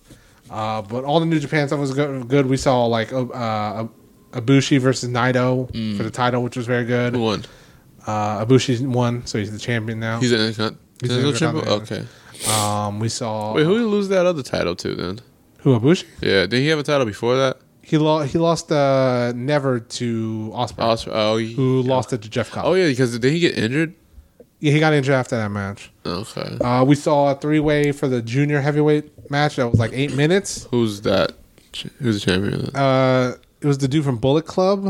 A: Uh, but all the New Japan stuff was go- good. We saw like uh, uh, Ibushi versus Naito
B: Mm.
A: for the title, which was very good.
B: Who won?
A: Uh, Ibushi won, so he's the champion now.
B: He's an Intercon-
A: He's an
B: Intercontinental champion?
A: Intercontinental.
B: Okay.
A: um, we saw
B: Wait, who did he lose that other title to then?
A: who Ibushi?
B: Yeah, did he have a title before that?
A: He lost. He lost uh, never to Osprey,
B: Osprey. Oh, he-
A: who lost it to Jeff Cobb.
B: oh yeah, because did he get injured?
A: yeah, he got injured after that match.
B: Okay.
A: Uh, we saw a three way for the junior heavyweight match that was like eight minutes.
B: Who's that? Ch- Who's the champion?
A: Uh, it was the dude from Bullet Club.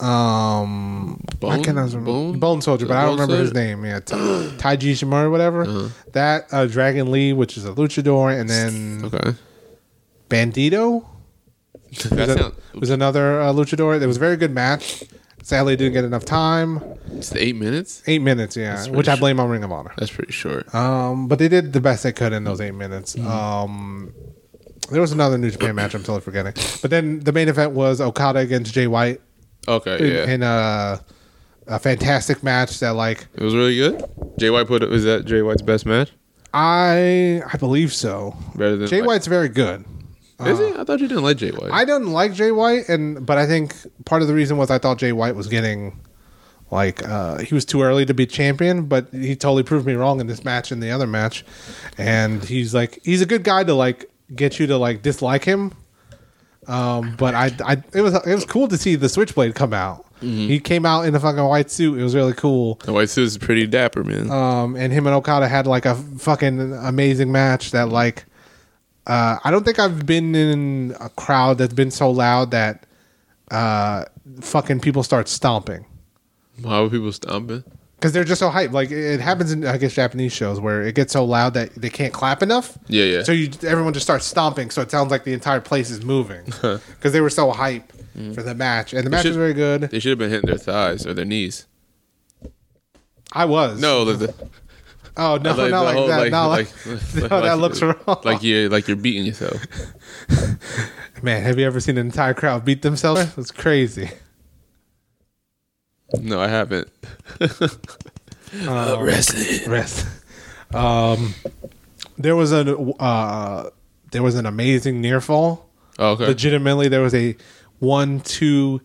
A: Um, I
B: Bone-
A: can't remember Bone,
B: Bone?
A: Soldier, but
B: The
A: I don't
B: Bone
A: remember his
B: Soldier? Uh-huh.
A: name. Yeah, Ta- Taiji Shimura, whatever. That uh, Dragon Lee, which is a luchador, and then
B: Okay.
A: Bandito
B: [laughs] That
A: was, a-
B: sound-
A: was another uh, luchador. It was a very good match. Sadly, didn't get enough time.
B: it's eight minutes.
A: Eight minutes, yeah,
B: That's
A: which I
B: pretty
A: blame on Ring of Honor.
B: That's pretty short.
A: Um, but they did the best they could in those eight minutes. Um, there was another New Japan match I'm totally forgetting. But then the main event was Okada against Jay White
B: Okay.
A: in,
B: Yeah.
A: in a, a fantastic match that, like,
B: It was really good. Jay White put. Is that Jay White's best match?
A: I I believe so.
B: Better than
A: Jay
B: like-
A: White's very good.
B: Is he? I thought you didn't like Jay White.
A: I didn't like Jay White, and but I think part of the reason was I thought Jay White was getting like uh, he was too early to be champion, but he totally proved me wrong in this match and the other match. And he's like he's a good guy to like get you to like dislike him. Um, but I, I it was it was cool to see the Switchblade come out. He came out in a fucking white suit. It was really cool.
B: the white suit is pretty dapper, man.
A: Um, and him and Okada had like a fucking amazing match that like uh, I don't think I've been in a crowd that's been so loud that uh, fucking people start stomping
B: Why were people stomping?
A: because they're just so hyped. Like it it happens in I guess Japanese shows where it gets so loud that they can't clap enough.
B: Yeah, yeah.
A: So you everyone just starts stomping, so it sounds like the entire place is
B: [laughs]
A: moving because they were so hype for the match, and the match
B: Mm. should-
A: was very good.
B: They should have been hitting their thighs or their knees.
A: I was [laughs]
B: No, the, the,
A: oh no,
B: [laughs] like,
A: not
B: the
A: like
B: whole,
A: that, not like, [laughs] no, that
B: like-
A: looks wrong.
B: Like you, like you're beating yourself.
A: Man, have you ever seen an entire crowd beat themselves? It's crazy.
B: No,
A: [laughs]
B: I haven't.
A: Um,
B: Uh, wrestling.
A: Rest. Um, there was an uh, there was an amazing near fall.
B: Oh, okay.
A: Legitimately, there was a one two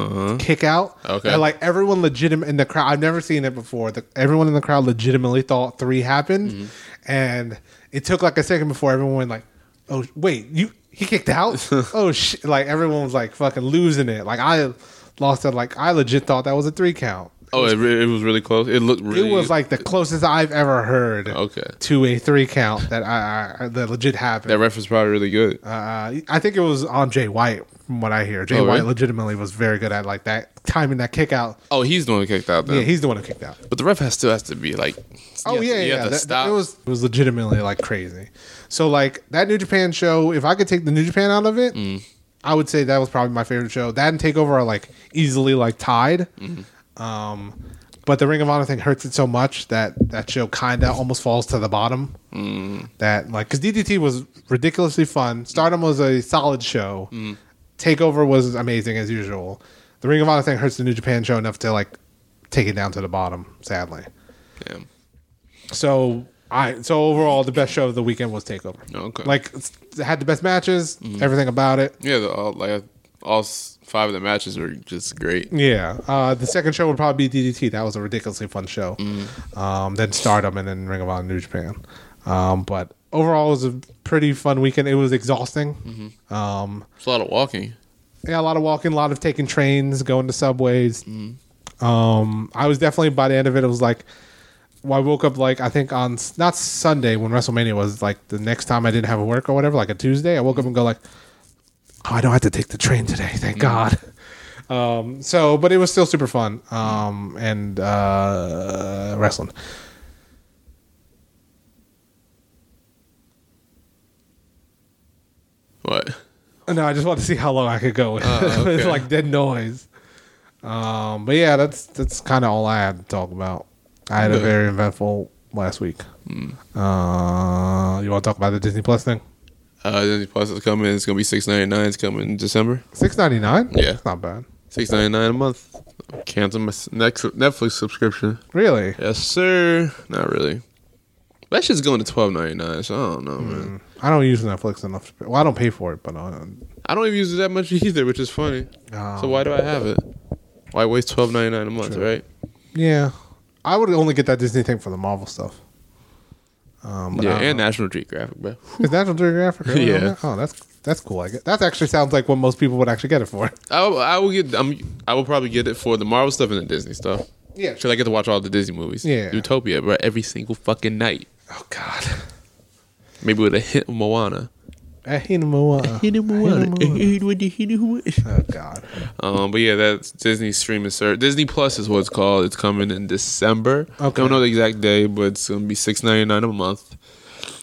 B: Uh-huh.
A: kick out.
B: Okay.
A: and like everyone legitimate in the crowd. I've never seen it before. The, everyone in the crowd legitimately thought three happened,
B: Mm-hmm.
A: and it took like a second before everyone went like, "Oh wait, you he kicked
B: [laughs]
A: out? oh shit!" Like everyone was like fucking losing it. Like I lost it. Like I legit thought that was a three count.
B: Oh, it, re- it was really close. It looked really.
A: it was like the closest I've ever heard
B: Okay.
A: to a three count that I, I that legit happened.
B: that reference probably really good.
A: uh, I think it was on Jay White from what I hear. Jay
B: Oh,
A: White
B: really?
A: legitimately was very good at like that timing that kick out.
B: Oh, he's the one who kicked out. Then.
A: Yeah, he's the one who kicked out.
B: But the ref has still has to be like,
A: Oh
B: you
A: yeah, yeah.
B: have to- you have to
A: that-
B: stop.
A: It was it was legitimately like crazy. So like that New Japan show, if I could take the New Japan out of it,
B: Mm.
A: I would say that was probably my favorite show. That and Takeover are like easily like tied.
B: Mm-hmm.
A: Um, but the Ring of Honor thing hurts it so much that that show kind of almost falls to the bottom.
B: Mm.
A: That like because DDT was ridiculously fun. Stardom was a solid show.
B: Mm.
A: Takeover was amazing as usual. The Ring of Honor thing hurts the New Japan show enough to like take it down to the bottom. Sadly.
B: Damn.
A: So I so overall the best show of the weekend was Takeover.
B: Okay.
A: Like it's- it had the best matches, everything about it.
B: Yeah, the, all, like all s- five of the matches were just great.
A: Yeah. Uh, the second show would probably be DDT. That was a ridiculously fun show. Um, then Stardom and then Ring of Honor New Japan. Um, but overall it was a pretty fun weekend. It was exhausting. Um,
B: It's a lot of walking.
A: yeah, a lot of walking, a lot of taking trains, going to subways. Um, I was definitely by the end of it. It was like, well, I woke up like I think on s- not Sunday when WrestleMania was like the next time I didn't have work or whatever, like a Tuesday. I woke up and go like, oh, I don't have to take the train today, thank God. [laughs] Um, so, but it was still super fun. Um, and uh, wrestling.
B: What?
A: No, I just want to see how long I could go with
B: Oh,
A: [laughs]
B: okay.
A: like dead noise. Um, but yeah, that's that's kind of all I had to talk about. I had a
B: Okay.
A: very eventful last week.
B: Hmm.
A: Uh, you want to talk about the Disney Plus thing?
B: Uh, Disney Plus is coming. It's gonna be six ninety nine. It's coming in December.
A: Six ninety nine.
B: Yeah.
A: it's not bad.
B: Six ninety nine a month. Cancel my s- next Netflix subscription.
A: Really?
B: Yes, sir. Not really. That shit's going to twelve ninety nine. So I don't know, man.
A: I don't use Netflix enough. To pay. Well, I don't pay for it, but uh,
B: I don't even use it that much either, which is funny.
A: um,
B: so why do I have it? Why waste twelve ninety nine a month,
A: True.
B: right?
A: yeah, I would only get that Disney thing for the Marvel stuff. Um, but I
B: Yeah,
A: don't
B: and
A: know.
B: National Geographic, bro.
A: is National Geographic? really on
B: Yeah.
A: that? Oh, that's that's cool. I get that. Actually, sounds like what most people would actually get it for.
B: I will, I will get. I'm, I will probably get it for the Marvel stuff and the Disney stuff.
A: Yeah.
B: Should I get to watch all the Disney movies?
A: Yeah.
B: Utopia, bro. Every single fucking night.
A: Oh God.
B: Maybe with a hint of Moana.
A: Ahinumoa. Ahinumoa. [laughs] Oh God.
B: Um, but yeah, that's Disney streaming service. Disney Plus is what it's called. It's coming in December.
A: Okay.
B: Don't know the exact day, but it's gonna be six ninety nine a month.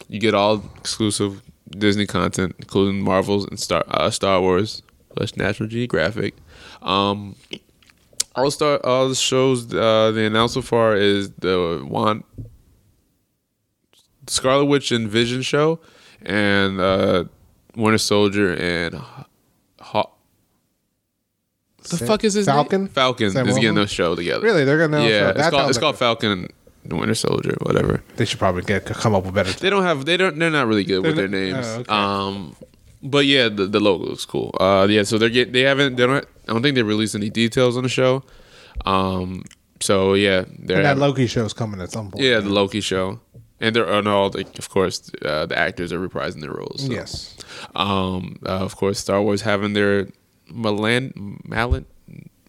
B: You get all exclusive Disney content, including Marvels and Star uh, Star Wars plus National Geographic. Um, all star all the shows uh, they announced so far is the one Scarlet Witch and Vision show, and uh, Winter Soldier and Ho- Ho- the
A: Sa-
B: fuck is his
A: Falcon?
B: name? Falcon
A: Sam
B: is
A: Wilson?
B: getting those show together.
A: Really? They're gonna announce
B: yeah,
A: that?
B: it's
A: That
B: called,
A: sounds
B: it's
A: like
B: called
A: a-
B: Falcon and the Winter Soldier, whatever.
A: They should probably get come up with better.
B: They don't have. They don't. They're not really good with
A: They're
B: their
A: not-
B: names.
A: oh, okay.
B: Um, but yeah, the, the logo is cool. Uh, yeah. So they're get. They haven't. They don't. I don't think they released any details on the show. Um. So [laughs] yeah, they're
A: And that
B: having-
A: Loki show's coming at some point.
B: yeah the Loki show, and they're and all the, of course uh, the actors are reprising their roles. so.
A: Yes.
B: Um. Uh, of course, Star Wars having their Malan Malin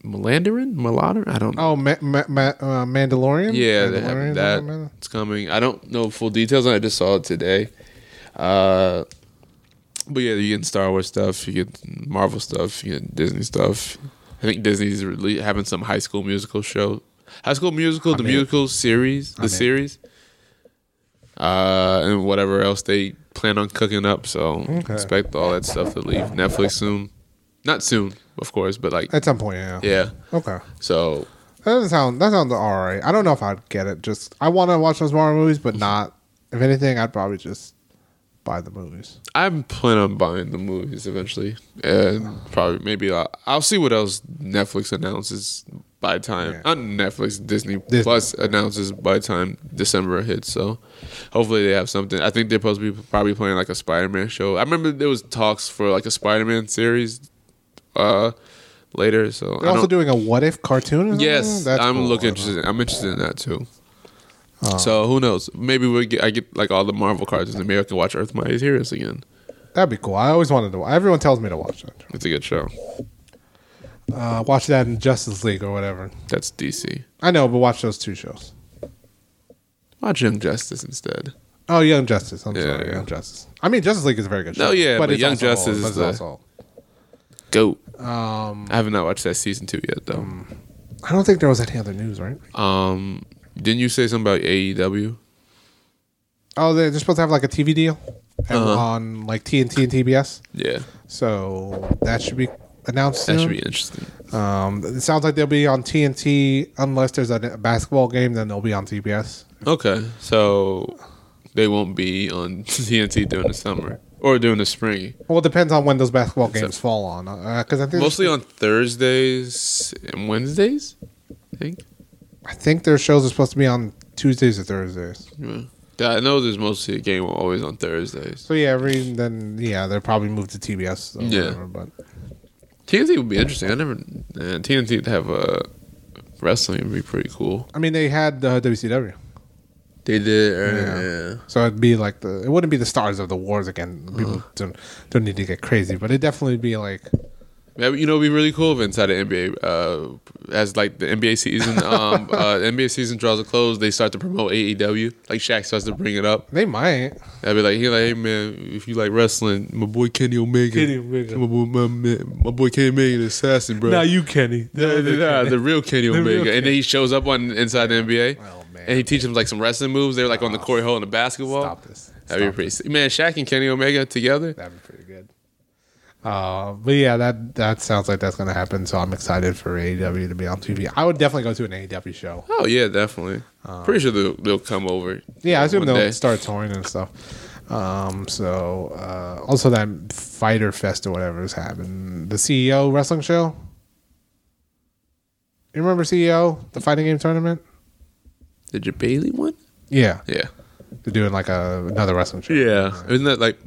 B: Melandarin Melandarin. I don't know.
A: Oh, Ma- Ma- Ma- uh, Mandalorian.
B: Yeah, they
A: Mandalorian.
B: have that. It's coming. I don't know full details. on it. I just saw it today. Uh, but yeah, you get Star Wars stuff, you get Marvel stuff, you get Disney stuff. I think Disney's really having some High School Musical show. High School Musical, the
A: in.
B: musical series, the
A: in.
B: series, uh, and whatever else they plan on cooking up. So
A: Okay.
B: expect all that stuff to leave Netflix soon. Not soon, of course, but like
A: At some point, yeah.
B: yeah.
A: Okay.
B: So
A: That doesn't sound. That sounds all right. I don't know if I'd get it. Just I want to watch those Marvel movies, but not. If anything, I'd probably just buy the movies.
B: I'm planning on buying the movies eventually, and probably maybe I'll, I'll see what else Netflix announces by time.
A: Yeah.
B: Not Netflix, Disney,
A: Disney.
B: Plus announces by time December hits. So hopefully they have something. I think they're supposed to be probably playing like a Spider-Man show. I remember there was talks for like a Spider-Man series uh, later. So
A: They're
B: I
A: also
B: don't,
A: doing a what if cartoon. or something?
B: [laughs] yes, I'm
A: cool. Oh.
B: looking
A: I don't know.
B: interested. I'm interested in that too. So who knows? Maybe we get, I get like all the Marvel cards, and maybe I can watch Earth Mighty Heroes again.
A: That'd be cool. I always wanted to. Everyone tells me to watch that.
B: It's a good show.
A: Uh, watch that in Justice League or whatever.
B: That's DC.
A: I know, but watch those two shows.
B: Watch Young Justice instead.
A: Oh, Young Justice. I'm
B: Yeah,
A: sorry,
B: yeah.
A: Young Justice. I mean, Justice League is a very good show.
B: No, yeah, but
A: it's
B: Young
A: also old,
B: Justice is
A: but it's also
B: the-
A: old.
B: go.
A: Um,
B: I have not watched that season two yet though.
A: I don't think there was any other news, right?
B: Um, didn't you say something about E AEW?
A: Oh, they're they're supposed to have like a TV deal at-
B: Uh-huh.
A: on like TNT and TBS.
B: Yeah,
A: So that should be announced
B: that
A: soon.
B: should be interesting.
A: Um, it sounds like they'll be on TNT unless there's a basketball game. Then they'll be on TBS.
B: Okay, so they won't be on [laughs] TNT during the summer or during the spring.
A: Well, it depends on when those basketball games fall on. Because I think
B: Mostly on Thursdays and Wednesdays. I think.
A: I think their shows are supposed to be on Tuesdays or Thursdays.
B: Yeah. Yeah, I know there's mostly a game always on Thursdays.
A: So yeah, every then yeah, they'll probably move to TBS. Or
B: Yeah.
A: whatever, but
B: TNT would be interesting. I never uh, TNT to have a wrestling would be pretty cool.
A: I mean, they had uh, WCW,
B: They did. uh,
A: Yeah.
B: yeah.
A: so it'd be like the it wouldn't be the stars of the wars again. People don't don't need to get crazy, but it'd definitely be like
B: Yeah, but you know, it'd be really cool if inside the NBA, uh, as like the NBA
A: [laughs]
B: season, um, uh, NBA season draws a close, they start to promote AEW. Like Shaq starts to bring it up.
A: they might.
B: I'd be like, he like, hey man, if you like wrestling, my boy Kenny Omega,
A: Kenny Omega.
B: my boy, my, man- my boy Kenny Omega, the assassin, bro.
A: you Kenny.
B: Nah, nah, the real Kenny
A: real
B: Omega, and then
A: Kenny.
B: he shows up on inside the NBA,
A: Oh, man.
B: and he teaches him like some wrestling moves. They're like on the court hole in the basketball.
A: Stop this.
B: That'd be
A: Stop
B: pretty sick. man. Shaq and Kenny Omega together.
A: That'd be pretty good. Uh, but yeah, that that sounds like that's gonna happen. So I'm excited for AEW to be on TV. I would definitely go to an AEW show.
B: Oh yeah, definitely. pretty sure they'll, they'll come over.
A: Uh, Yeah, I assume
B: one
A: they'll
B: day.
A: start touring and stuff. Um, so uh, also that Fighter Fest or whatever is happening. The CEO wrestling show. You remember CEO the fighting game tournament?
B: Did your Bailey one?
A: Yeah,
B: Yeah.
A: they're doing like a another wrestling show.
B: Yeah. Isn't that like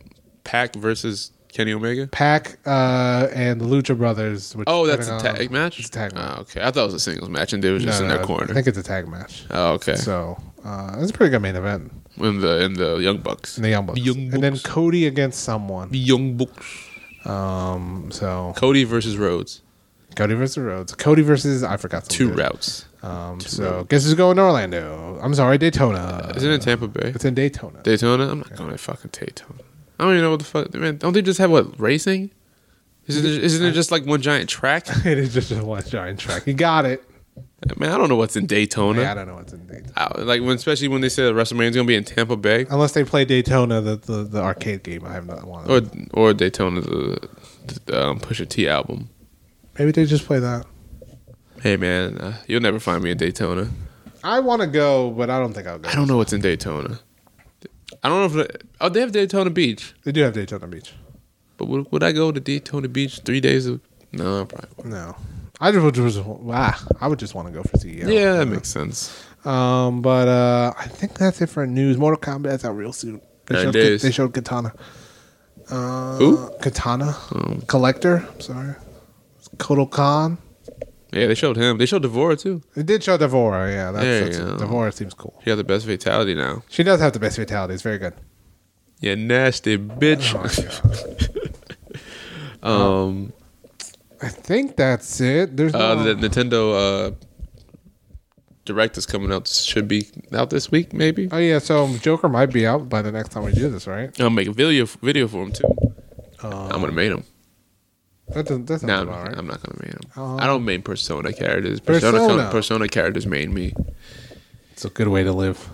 B: Pac versus Kenny Omega?
A: Pac uh, and the Lucha Brothers. Which
B: Oh, that's a
A: depending on-
B: tag match?
A: It's a tag match.
B: Oh, okay. I thought it was a singles match and they were just
A: No,
B: in
A: no,
B: their corner.
A: I think it's a tag match.
B: oh, okay.
A: So uh, it's a pretty good main event.
B: in the in the Young Bucks.
A: In the Young Bucks.
B: Young
A: and then
B: Bucks.
A: Cody against someone.
B: The Young Bucks.
A: Um, so
B: Cody versus Rhodes.
A: Cody versus Rhodes. Cody versus I forgot
B: Two
A: something.
B: routes.
A: Um, so guess who's going to Orlando? I'm sorry, Daytona.
B: Isn't it Tampa Bay?
A: It's in Daytona.
B: Daytona? I'm not going to fucking Daytona. I don't even know what the fuck. Man, don't they just have what? Racing? Isn't it, isn't it just like one giant track?
A: [laughs] it is just a one giant track. You got it.
B: Man, I don't know what's in Daytona.
A: Yeah, I don't know what's in Daytona.
B: I- like when, especially when they say that WrestleMania's gonna be in Tampa Bay
A: Unless they play Daytona, the, the, the arcade game. I have not one.
B: or or Daytona, the, the um, Pusha T album.
A: Maybe they just play that.
B: Hey man, uh, you'll never find me in Daytona.
A: I want to go, but I don't think I'll go.
B: I don't know what's in Daytona. I don't know if they, oh they have Daytona Beach,
A: They do have Daytona Beach.
B: but would, would I go to Daytona Beach three days? Of, no, I probably. Won't.
A: No, I just would just wow. I would just want to go for E CEO.
B: Yeah, that makes sense.
A: Um, but uh, I think that's it for news. Mortal Kombat's out real soon. They
B: Nine
A: showed,
B: days.
A: They showed Katana. Uh,
B: Who?
A: Katana.
B: Um,
A: Collector. I'm sorry. Kotal Khan.
B: yeah, they showed him. They showed Devora too.
A: It did show Devora. Yeah, that's,
B: There you
A: that's
B: go.
A: Devora seems cool.
B: She got the best fatality now.
A: She does have the best fatality. It's very good.
B: Yeah, nasty bitch. [laughs] um,
A: I think that's it. There's
B: uh,
A: no,
B: the Nintendo uh, Direct is coming out. Should be out this week, maybe.
A: oh yeah. So Joker might be out by the next time we do this, right?
B: I'll make a video video for him too. I'm gonna main him.
A: That doesn't. That sounds
B: No, I'm,
A: Oh. about right.
B: I'm not gonna main him.
A: Um,
B: I don't main persona characters. Persona
A: Persona.
B: persona, persona characters main me.
A: It's a good way to live.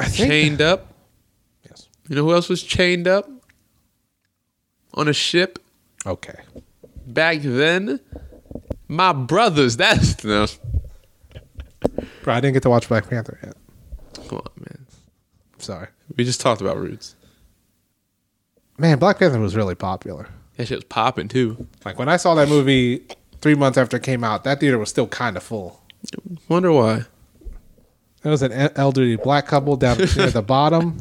A: I think.
B: Chained up.
A: Yes.
B: You know who else was chained up? On a ship
A: Okay.
B: back then. My brothers. That's [laughs] no.
A: Bro, I didn't get to watch Black Panther yet.
B: Come on, man.
A: Sorry.
B: We just talked about roots.
A: Man, Black Panther was really popular.
B: That shit was popping too.
A: Like when I saw that movie three months after it came out, that theater was still kind of full.
B: Wonder why.
A: There was an e- elderly black couple down at [laughs] the bottom.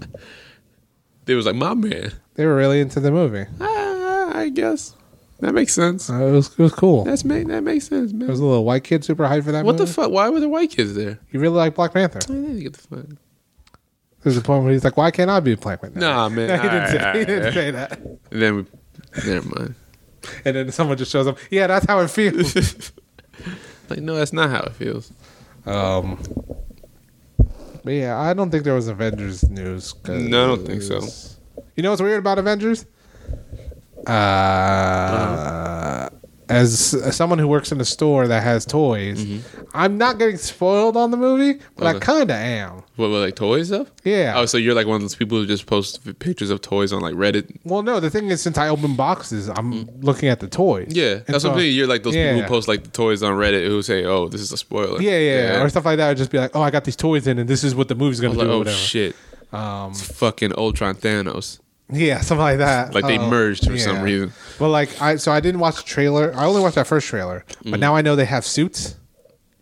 B: They was like, my man.
A: They were really into the movie.
B: Ah, I guess that makes sense.
A: Uh, it was it was cool. There
B: That's make that makes sense, man.
A: was a little white kid super hyped for that.
B: What the
A: movie.
B: fuck? Why were the white kids there?
A: He really liked Black Panther.
B: I didn't get the fuck.
A: There's a point where he's like, "Why can't I be Black Panther?"
B: Nah, man.
A: No, [laughs]
B: [laughs]
A: he didn't,
B: Alright,
A: say, he
B: alright,
A: didn't
B: alright.
A: say that.
B: And then we, never [laughs] mind.
A: And then someone just shows up. Yeah, that's how it feels.
B: Like, no, that's not how it feels.
A: [laughs] Um, but yeah, I don't think there was Avengers news. 'cause-
B: No, I don't think so.
A: You know what's weird about Avengers? uh, as, as someone who works in a store that has toys, I'm not getting spoiled on the movie, but I
B: Mm-hmm. Okay.
A: kind of am.
B: What, were like toys stuff?
A: Yeah.
B: Oh, so you're like one of those people who just post f- pictures of toys on like Reddit.
A: Well, no, the thing is, since I open boxes, I'm looking at the toys.
B: Mm. Yeah,
A: And
B: that's
A: so-
B: what I'm saying. You're like those people
A: Yeah.
B: who post like the toys on Reddit who say, "Oh, this is a spoiler."
A: Yeah, yeah, or stuff like that. I'd just be like, "Oh, I got these toys in, and this is what the movie's
B: I
A: gonna do."
B: was like,
A: or
B: "Oh
A: whatever.
B: shit!" Um, it's fucking Ultron Thanos.
A: Yeah, something like that.
B: [laughs] Like they
A: Uh,
B: merged for some
A: yeah.
B: reason.
A: But like, I so I didn't watch the trailer. I only watched that first trailer,
B: Mm-hmm.
A: but now I know they have suits.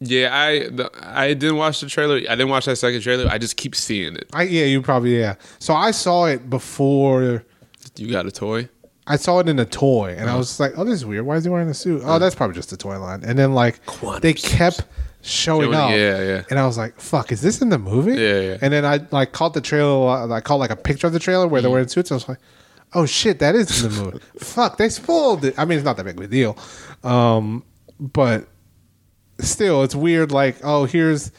B: Yeah, I the, I didn't watch the trailer. I didn't watch that second trailer. I just keep seeing it.
A: I yeah, you probably yeah. So I saw it before.
B: You got a toy?
A: I saw it in a toy, and
B: Uh-huh.
A: I was just like, "Oh, this is weird. Why is he wearing a suit? Oh, that's probably just a toy line." And then like
B: Quantum
A: they kept showing
B: Showing-
A: up,
B: yeah, yeah.
A: And I was like, "Fuck, is this in the movie?"
B: Yeah, yeah.
A: And then I like caught the trailer. I caught like a picture of the trailer
B: Mm-hmm.
A: where they're wearing suits. And I was like, "Oh shit, that is in the
B: [laughs]
A: movie." Fuck, they spoiled it. I mean, it's not that big of a deal, um, but still, it's weird. Like, oh, here's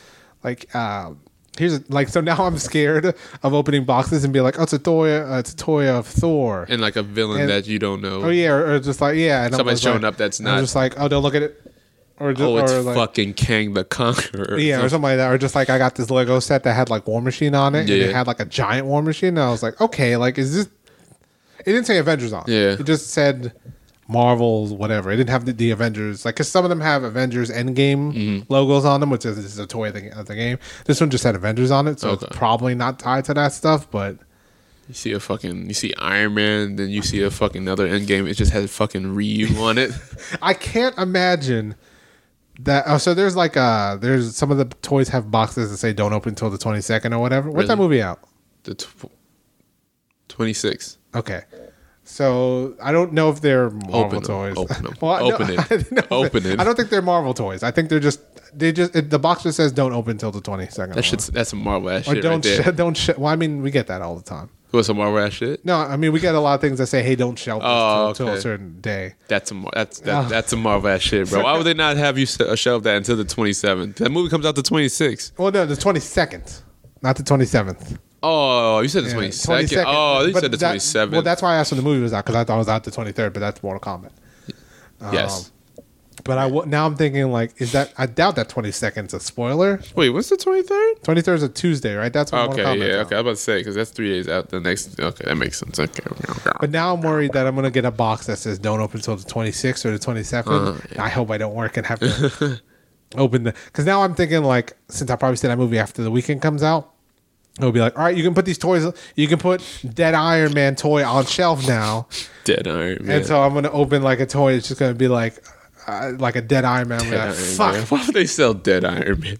A: like. Uh, Here's a, like so now I'm scared of opening boxes and be like, oh, it's a toy, uh, it's a toy of Thor.
B: And like a villain
A: And-
B: that you don't know.
A: Oh yeah, or, or just like yeah, and I'm
B: Somebody's
A: just
B: showing
A: like-
B: up that's
A: I'm
B: not-
A: just like oh, don't look at it, or just
B: Oh, it's
A: or like,
B: fucking Kang the Conqueror.
A: yeah, or something like that, or just like I got this Lego set that had like War Machine on it, and
B: Yeah.
A: it had like a giant War Machine, and I was like, okay, like is this? It didn't say Avengers on. it.
B: Yeah.
A: it just said Marvel, whatever. It didn't have the, the Avengers, like because some of them have Avengers Endgame
B: Mm-hmm.
A: logos on them, which is, is a toy of the, of the game. This one just had Avengers on it, so
B: Okay.
A: it's probably not tied to that stuff, but.
B: You see a fucking, you see Iron Man, then you see a fucking other Endgame. It just has fucking Ryu on
A: [laughs]
B: it.
A: I can't imagine that. Oh, so there's like uh, there's some of the toys have boxes that say don't open until the 22nd or whatever. What's that
B: Really?
A: movie out?
B: the tw- twenty six.
A: Okay. So I don't know if they're Marvel
B: Open 'em.
A: toys.
B: Open
A: [laughs]
B: 'em.
A: I- no,
B: Open it.
A: I didn't know if
B: Open
A: they-
B: it.
A: I don't think they're Marvel toys. I think they're just they just it, the box just says don't open until the 22nd.
B: That shit's that's some Marvel ass
A: Uh-huh. or
B: shit right
A: don't
B: there.
A: sh- don't sh- well I mean we get that all the time.
B: What's some Marvel ass shit?
A: No, I mean we get a lot of things that say hey don't shelve this
B: Oh,
A: until
B: okay.
A: a certain day.
B: That's some that's that,
A: Oh.
B: that's some Marvel ass shit, bro. Why would they not have you s- uh, shelve that until the twenty seventh? That movie comes out the twenty sixth.
A: Well no, the 22nd, not the 27th.
B: Oh, you said the
A: Yeah,
B: twenty second. Oh, you
A: But
B: said the
A: that-
B: twenty
A: Well,
B: seventh.
A: that's why I asked when the movie was out because I thought it was out the 23rd, but that's Mortal Kombat.
B: yes.
A: oh. But I wa- now I'm thinking like, is that I doubt that 22nd is a spoiler.
B: Wait, what's the twenty third?
A: 23rd is a Tuesday, right? That's when
B: Okay,
A: Mortal Kombat.
B: yeah, okay. I was about to say because that's three days out. The next, okay, that makes sense. Okay, okay.
A: But now I'm worried that I'm gonna get a box that says "Don't open until the 26th or the 27th."
B: Uh-huh,
A: I hope I don't work and have
B: [laughs]
A: to open the. Because now I'm thinking like, since I probably see that movie after the weekend comes out, it'll be like, all right, you can put these toys, you can put Dead Iron Man toy on shelf now.
B: Dead Iron Man.
A: And so I'm gonna open like a toy. It's just gonna be like, uh, like a dead Iron Man. I'm
B: Dead
A: like,
B: Iron
A: Fuck,
B: Man. [laughs] Why would they sell Dead Iron Man?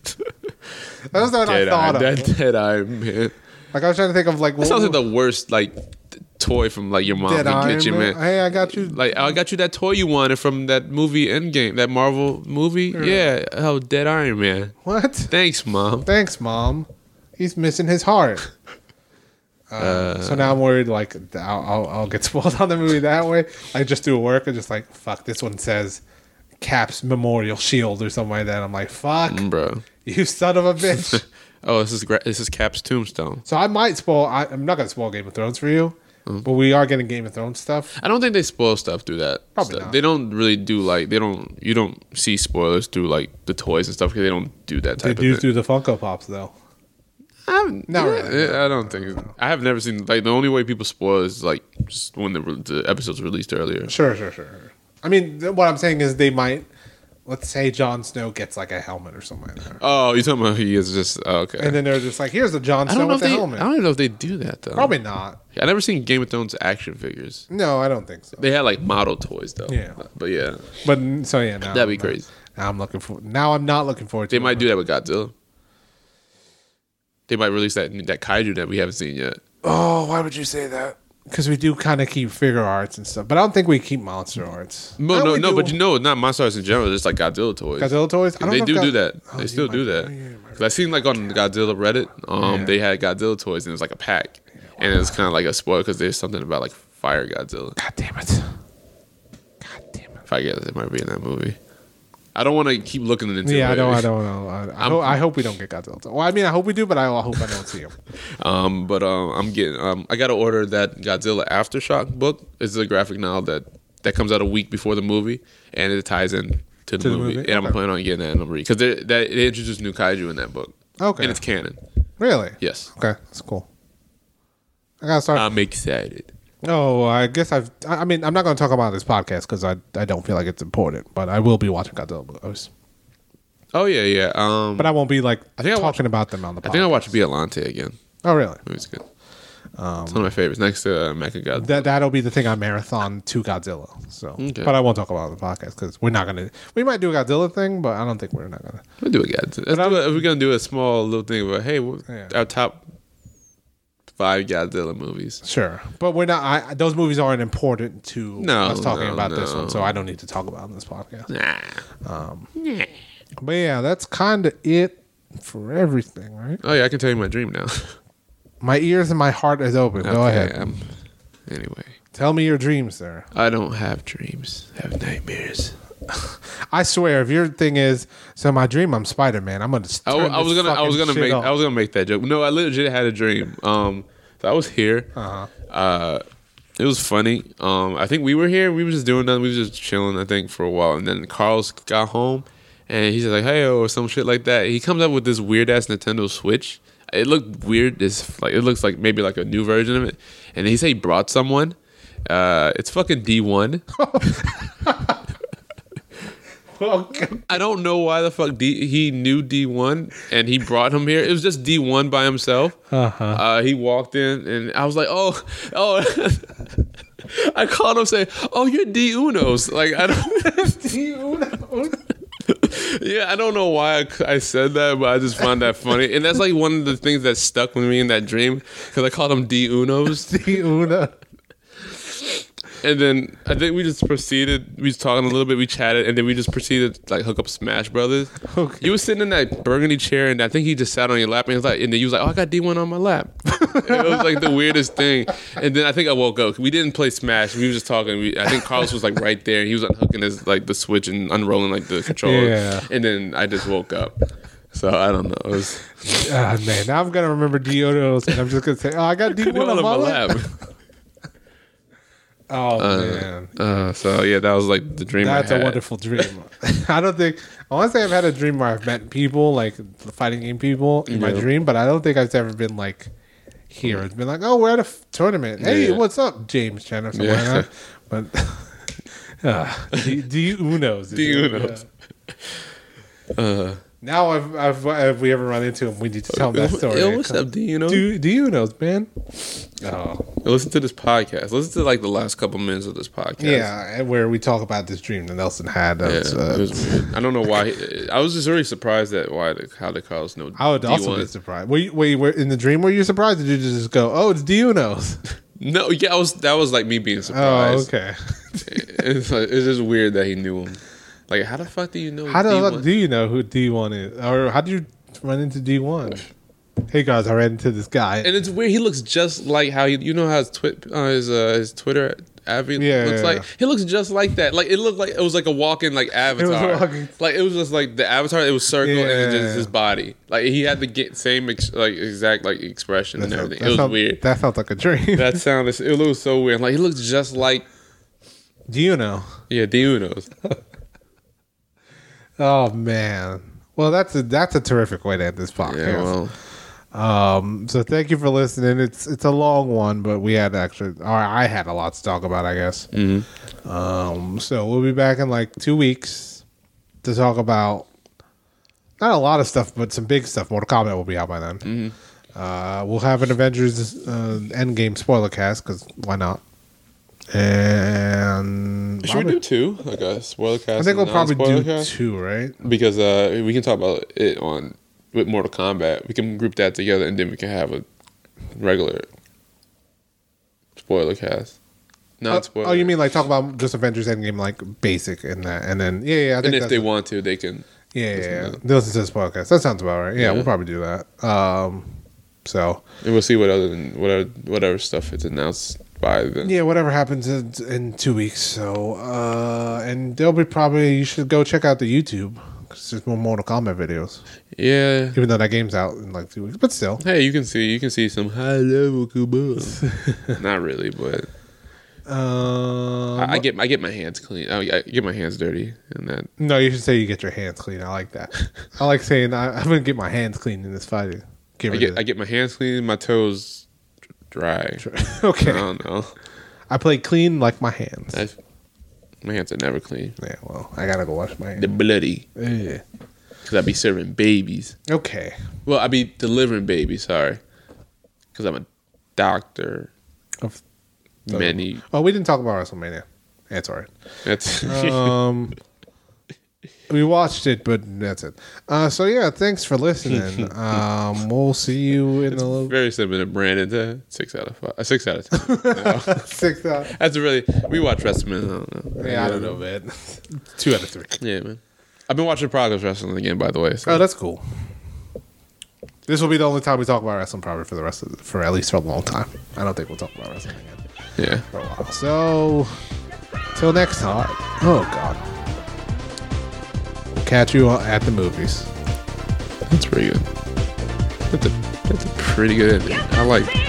A: that's
B: [laughs]
A: what I
B: Dead
A: thought
B: Iron,
A: of.
B: that Dead Iron Man.
A: Like I was trying to think of like
B: That
A: what
B: sounds like
A: would-
B: the worst like t- toy from like your mom
A: dead
B: can
A: Iron
B: get you, man.
A: Man. Hey, I got you.
B: Like I got you that toy you wanted from that movie Endgame, that Marvel movie. Yeah, oh Dead Iron Man.
A: what?
B: Thanks, mom. [laughs]
A: Thanks, mom. He's missing his heart. Uh, so now I'm worried. Like I'll, I'll, I'll get [laughs] spoiled on the movie that way. I just do work and just like fuck. This one says Cap's Memorial Shield or something like that. I'm like fuck
B: Bro.
A: you, son of a bitch.
B: [laughs] Oh, this is gra- this is Cap's tombstone.
A: so I might spoil. I, I'm not gonna spoil Game of Thrones for you,
B: Mm.
A: but we are getting Game of Thrones stuff.
B: I don't think they spoil stuff through that.
A: Probably
B: stuff.
A: not.
B: They don't really do like they don't you don't see spoilers through like the toys and stuff because they don't do that
A: They
B: type
A: do
B: of thing.
A: do the Funko Pops though.
B: I'm,
A: Not
B: not
A: really,
B: I don't think I have never seen like the only way people spoil is like just when the, re- the episode's released earlier.
A: Sure, sure, sure. I mean, th- what I'm saying is they might. Let's say Jon Snow gets like a helmet or something like that,
B: Oh, you're talking about he is just oh, okay.
A: and then they're just like, "Here's a Jon
B: I
A: Snow
B: don't know if
A: with a
B: they.
A: helmet."
B: I don't even know if they do that though.
A: Probably not.
B: I never seen Game of Thrones action figures.
A: No, I don't think so.
B: They had like model toys though.
A: Yeah.
B: But yeah,
A: But n- so yeah, now,
B: that'd be
A: now-
B: crazy.
A: Now I'm looking for. Now I'm not looking forward to.
B: They
A: it.
B: might do that with Godzilla. They might release that that kaiju that we haven't seen yet.
A: Oh, why would you say that? Because we do kind of keep figure arts and stuff, but I don't think we keep monster arts.
B: No,
A: Oh,
B: no,
A: we
B: no.
A: do.
B: But you know, not monsters in general. Just like Godzilla toys.
A: Godzilla toys. I don't
B: they
A: know if
B: do
A: Go-
B: do that.
A: Oh,
B: they
A: you
B: still
A: might
B: do
A: be-
B: that.
A: oh, yeah, you might
B: 'Cause I seen like on Godzilla Reddit, um, they had Godzilla toys and it was like a pack, and it was kind of like a spoiler because there's something about like fire Godzilla.
A: God damn it! God damn it!
B: If I guess it might be in that movie. I don't want to keep looking into
A: yeah,
B: it.
A: I don't, I don't know. I, I,
B: I'm-
A: hope, I hope we don't get Godzilla. Well, I mean, I hope we do, but I hope I don't see
B: [laughs]
A: him.
B: [laughs] Um, but um, I'm getting. Um, I got to order that Godzilla Aftershock book. It's a graphic novel that that comes out a week before the movie, and it ties in to the,
A: the
B: movie.
A: movie?
B: And I'm
A: Okay.
B: planning on getting that number because they they introduced new kaiju in that book.
A: Okay.
B: and it's canon.
A: Really?
B: Yes,
A: Okay, that's cool. I gotta start.
B: I'm excited.
A: oh, I guess I've. I I mean, I'm not gonna talk about this podcast because I I don't feel like it's important, but I will be watching Godzilla movies.
B: Oh yeah, yeah. Um,
A: But I won't be like I
B: think I
A: talking
B: watched-
A: about them on the. Podcast.
B: I think I watched Violante again.
A: Oh, really?
B: It was good.
A: Um,
B: it's one of my favorites, next to uh, Mecha God.
A: That that'll be the thing I marathon to Godzilla. So,
B: Okay.
A: but I won't talk about it on the podcast because we're not gonna. We might do a Godzilla thing, but I don't think we're not gonna.
B: we'll do a Godzilla. Let's do a- we're gonna do a small little thing about hey, what-
A: Yeah.
B: our top five Godzilla movies.
A: Sure, but we're not. I, those movies aren't important to
B: No,
A: us talking
B: no,
A: about this
B: no.
A: one, so I don't need to talk about it on this podcast.
B: Nah.
A: But yeah, that's kind of it for everything, right?
B: Oh yeah, I can tell you my dream now. [laughs]
A: My ears and my heart is open. Go
B: Okay,
A: ahead.
B: um, anyway,
A: Tell me your dreams, sir.
B: I don't have dreams. I have nightmares.
A: I swear, if your thing is so, my dream, I'm Spider Man. I'm gonna.
B: I,
A: turn
B: I was
A: this
B: gonna, I was
A: fucking
B: gonna
A: shit
B: make,
A: off. [laughs]
B: I was gonna make that joke. No, I legit had a dream. Um, so I was here.
A: Uh-huh.
B: uh it was funny. Um, I think we were here. We were just doing nothing. We were just chilling. I think for a while, and then Carl's got home, and he's like, "Hey," or some shit like that. He comes up with this weird ass Nintendo Switch. It looked weird. It's like it looks like maybe like a new version of it. And he said he brought someone. Uh, it's fucking D one.
A: [laughs] Okay.
B: I don't know why the fuck D, he knew D one and he brought him here. It was just D one by himself. Uh-huh. he walked in and I was like, oh, oh. [laughs] I called him saying, oh, you're D Unos. Like I don't, [laughs]
A: Do you know?
B: yeah, I don't know why I, I said that, but I just found that funny. And that's like one of the things that stuck with me in that dream because I called him D Unos.
A: Do you know?
B: And then I think we just proceeded. We was talking a little bit. We chatted, and then we just proceeded to, like hook up Smash Brothers.
A: Okay.
B: You was sitting in that burgundy chair, and I think he just sat on your lap, and he was like, and then you was like, "Oh, I got D one on my lap." [laughs] it was like the weirdest thing. And then I think I woke up. We didn't play Smash. We were just talking. We, I think Carlos was like right there, and he was unhooking his like the switch and unrolling like the controller.
A: Yeah.
B: And then I just woke up. So I don't know. It was
A: Ah, man, now I'm gonna remember Diodos, and I'm just gonna say, "Oh, I got
B: [laughs]
A: D one
B: on
A: on
B: my
A: my lap."
B: lap.
A: Oh man,
B: Uh, so yeah, that was like the dream.
A: that's
B: I had.
A: a
B: [laughs]
A: wonderful dream. I don't think I want to say I've had a dream where I've met people, like fighting game people, in my
B: Yeah.
A: dream, but I don't think I've ever been like here. It's been like, "Oh, we're at a f- tournament. Hey,
B: Yeah.
A: what's up, James Chen?" or something
B: Yeah.
A: like that. But. [laughs] Ah, D D Unos.
B: D Unos. Uh,
A: Now, I've, I've, if we ever run into him, we need to tell him that story.
B: Yo, what's up, D? You know,
A: Do, do you knows, man? Oh,
B: listen to this podcast. Listen to like the last couple minutes of this podcast.
A: Yeah, where we talk about this dream that Nelson had.
B: Yeah,
A: Of,
B: it
A: uh,
B: was weird. I don't know why. I was just really surprised at why the, how the Carlos know.
A: I would also be surprised. Were you, were you were in the dream? Were you surprised? Or did you just go, "Oh, it's Diunos"? [laughs]
B: No, yeah, I was. That was like me being
A: Oh,
B: surprised.
A: okay.
B: [laughs] it's, like, it's just weird that he knew him. Like, how the fuck do you know?
A: How the
B: D1?
A: fuck do you know who D one is, or how do you run into D
B: [sighs]
A: one? Hey guys, I ran into this guy.
B: And it's weird. He looks just like how he, you know how his twi- uh, his, uh, his Twitter avi
A: Yeah,
B: looks
A: yeah,
B: like.
A: yeah.
B: He looks just like that. Like it looked like it was like a
A: [laughs]
B: walking like avatar.
A: walking-
B: Like it was just like the avatar. It was circle and it was
A: Yeah.
B: just his body. Like he had the get, same ex- like exact like expression and
A: sounds-
B: everything. It was
A: sounds-
B: weird.
A: That sounds like a dream.
B: That sound is it looks so weird. Like he looks just like
A: [laughs] do you know?
B: yeah, Diunos.
A: Oh man. Well, that's a that's a terrific way to end this podcast.
B: Yeah, well,
A: Um, so thank you for listening. It's it's a long one, but we had actually, or I had a lot to talk about, I guess.
B: Mm-hmm.
A: Um, so we'll be back in like two weeks to talk about not a lot of stuff, but some big stuff. Mortal Kombat will be out by then.
B: Mm-hmm.
A: Uh, we'll have an Avengers uh, Endgame spoiler cast because why not? And
B: should we do two? Like a spoiler cast.
A: I think we'll
B: and a
A: probably
B: non-spoiler
A: do
B: cast?
A: two, right?
B: because uh, we can talk about it on with Mortal Kombat. We can group that together, and then we can have a regular spoiler cast.
A: Oh,
B: Not spoiler.
A: oh, you mean like talk about just Avengers Endgame, like basic and that, and then yeah, yeah. I think
B: And if
A: that's-
B: they want to, they can.
A: Yeah, yeah, yeah.
B: to
A: They listen to this podcast. That sounds about right. Yeah,
B: Yeah.
A: we'll probably do that. Um, so
B: And we'll see what other than whatever whatever stuff is announced by then.
A: Yeah, whatever happens in, in two weeks. So, uh, and there'll be probably you should go check out the YouTube because there's more Mortal Kombat videos.
B: Yeah.
A: Even though that game's out in like two weeks, but still,
B: Hey, you can see you can see some high
A: [laughs]
B: level Kubo. Not really, but
A: um,
B: I, I get I get my hands clean. I, I get my hands dirty, and that
A: no. You should say you get your hands clean. I like that. I like saying I, I'm gonna get my hands clean in this fight. Get
B: I
A: rid
B: get I
A: of
B: get my hands clean, my toes dry.
A: it.
B: I
A: [laughs] okay,
B: don't know.
A: I play clean like my hands.
B: Uh-huh. I, my hands are never clean.
A: yeah, well, I gotta go wash my
B: They're
A: hands.
B: bloody
A: Ugh.
B: because I be serving babies.
A: Okay,
B: Well, I be delivering babies. Sorry, because I'm a doctor.
A: Of-
B: Many.
A: Oh, we didn't talk about WrestleMania. That's all right. [laughs]
B: That's
A: Um, we watched it, but that's it. Uh, so yeah, thanks for [laughs] listening. Um, we'll see you in the little
B: [laughs] very similar to Brandon. uh, six out of five. Uh, six out of ten.
A: [laughs]
B: No.
A: six out.
B: That's really. We watch wrestling. I don't know.
A: Yeah, I don't know, man. [laughs] Two out of three.
B: Yeah, man. I've been watching Progress Wrestling again, by the way. So.
A: Oh, that's cool. This will be the only time we talk about wrestling, probably for the rest of, the, for at least for a long time. I don't think we'll talk about wrestling again
B: yeah.
A: for a while. So, till next time. Oh God. Catch you at the movies.
B: That's pretty good. That's a, that's a pretty good ending. I like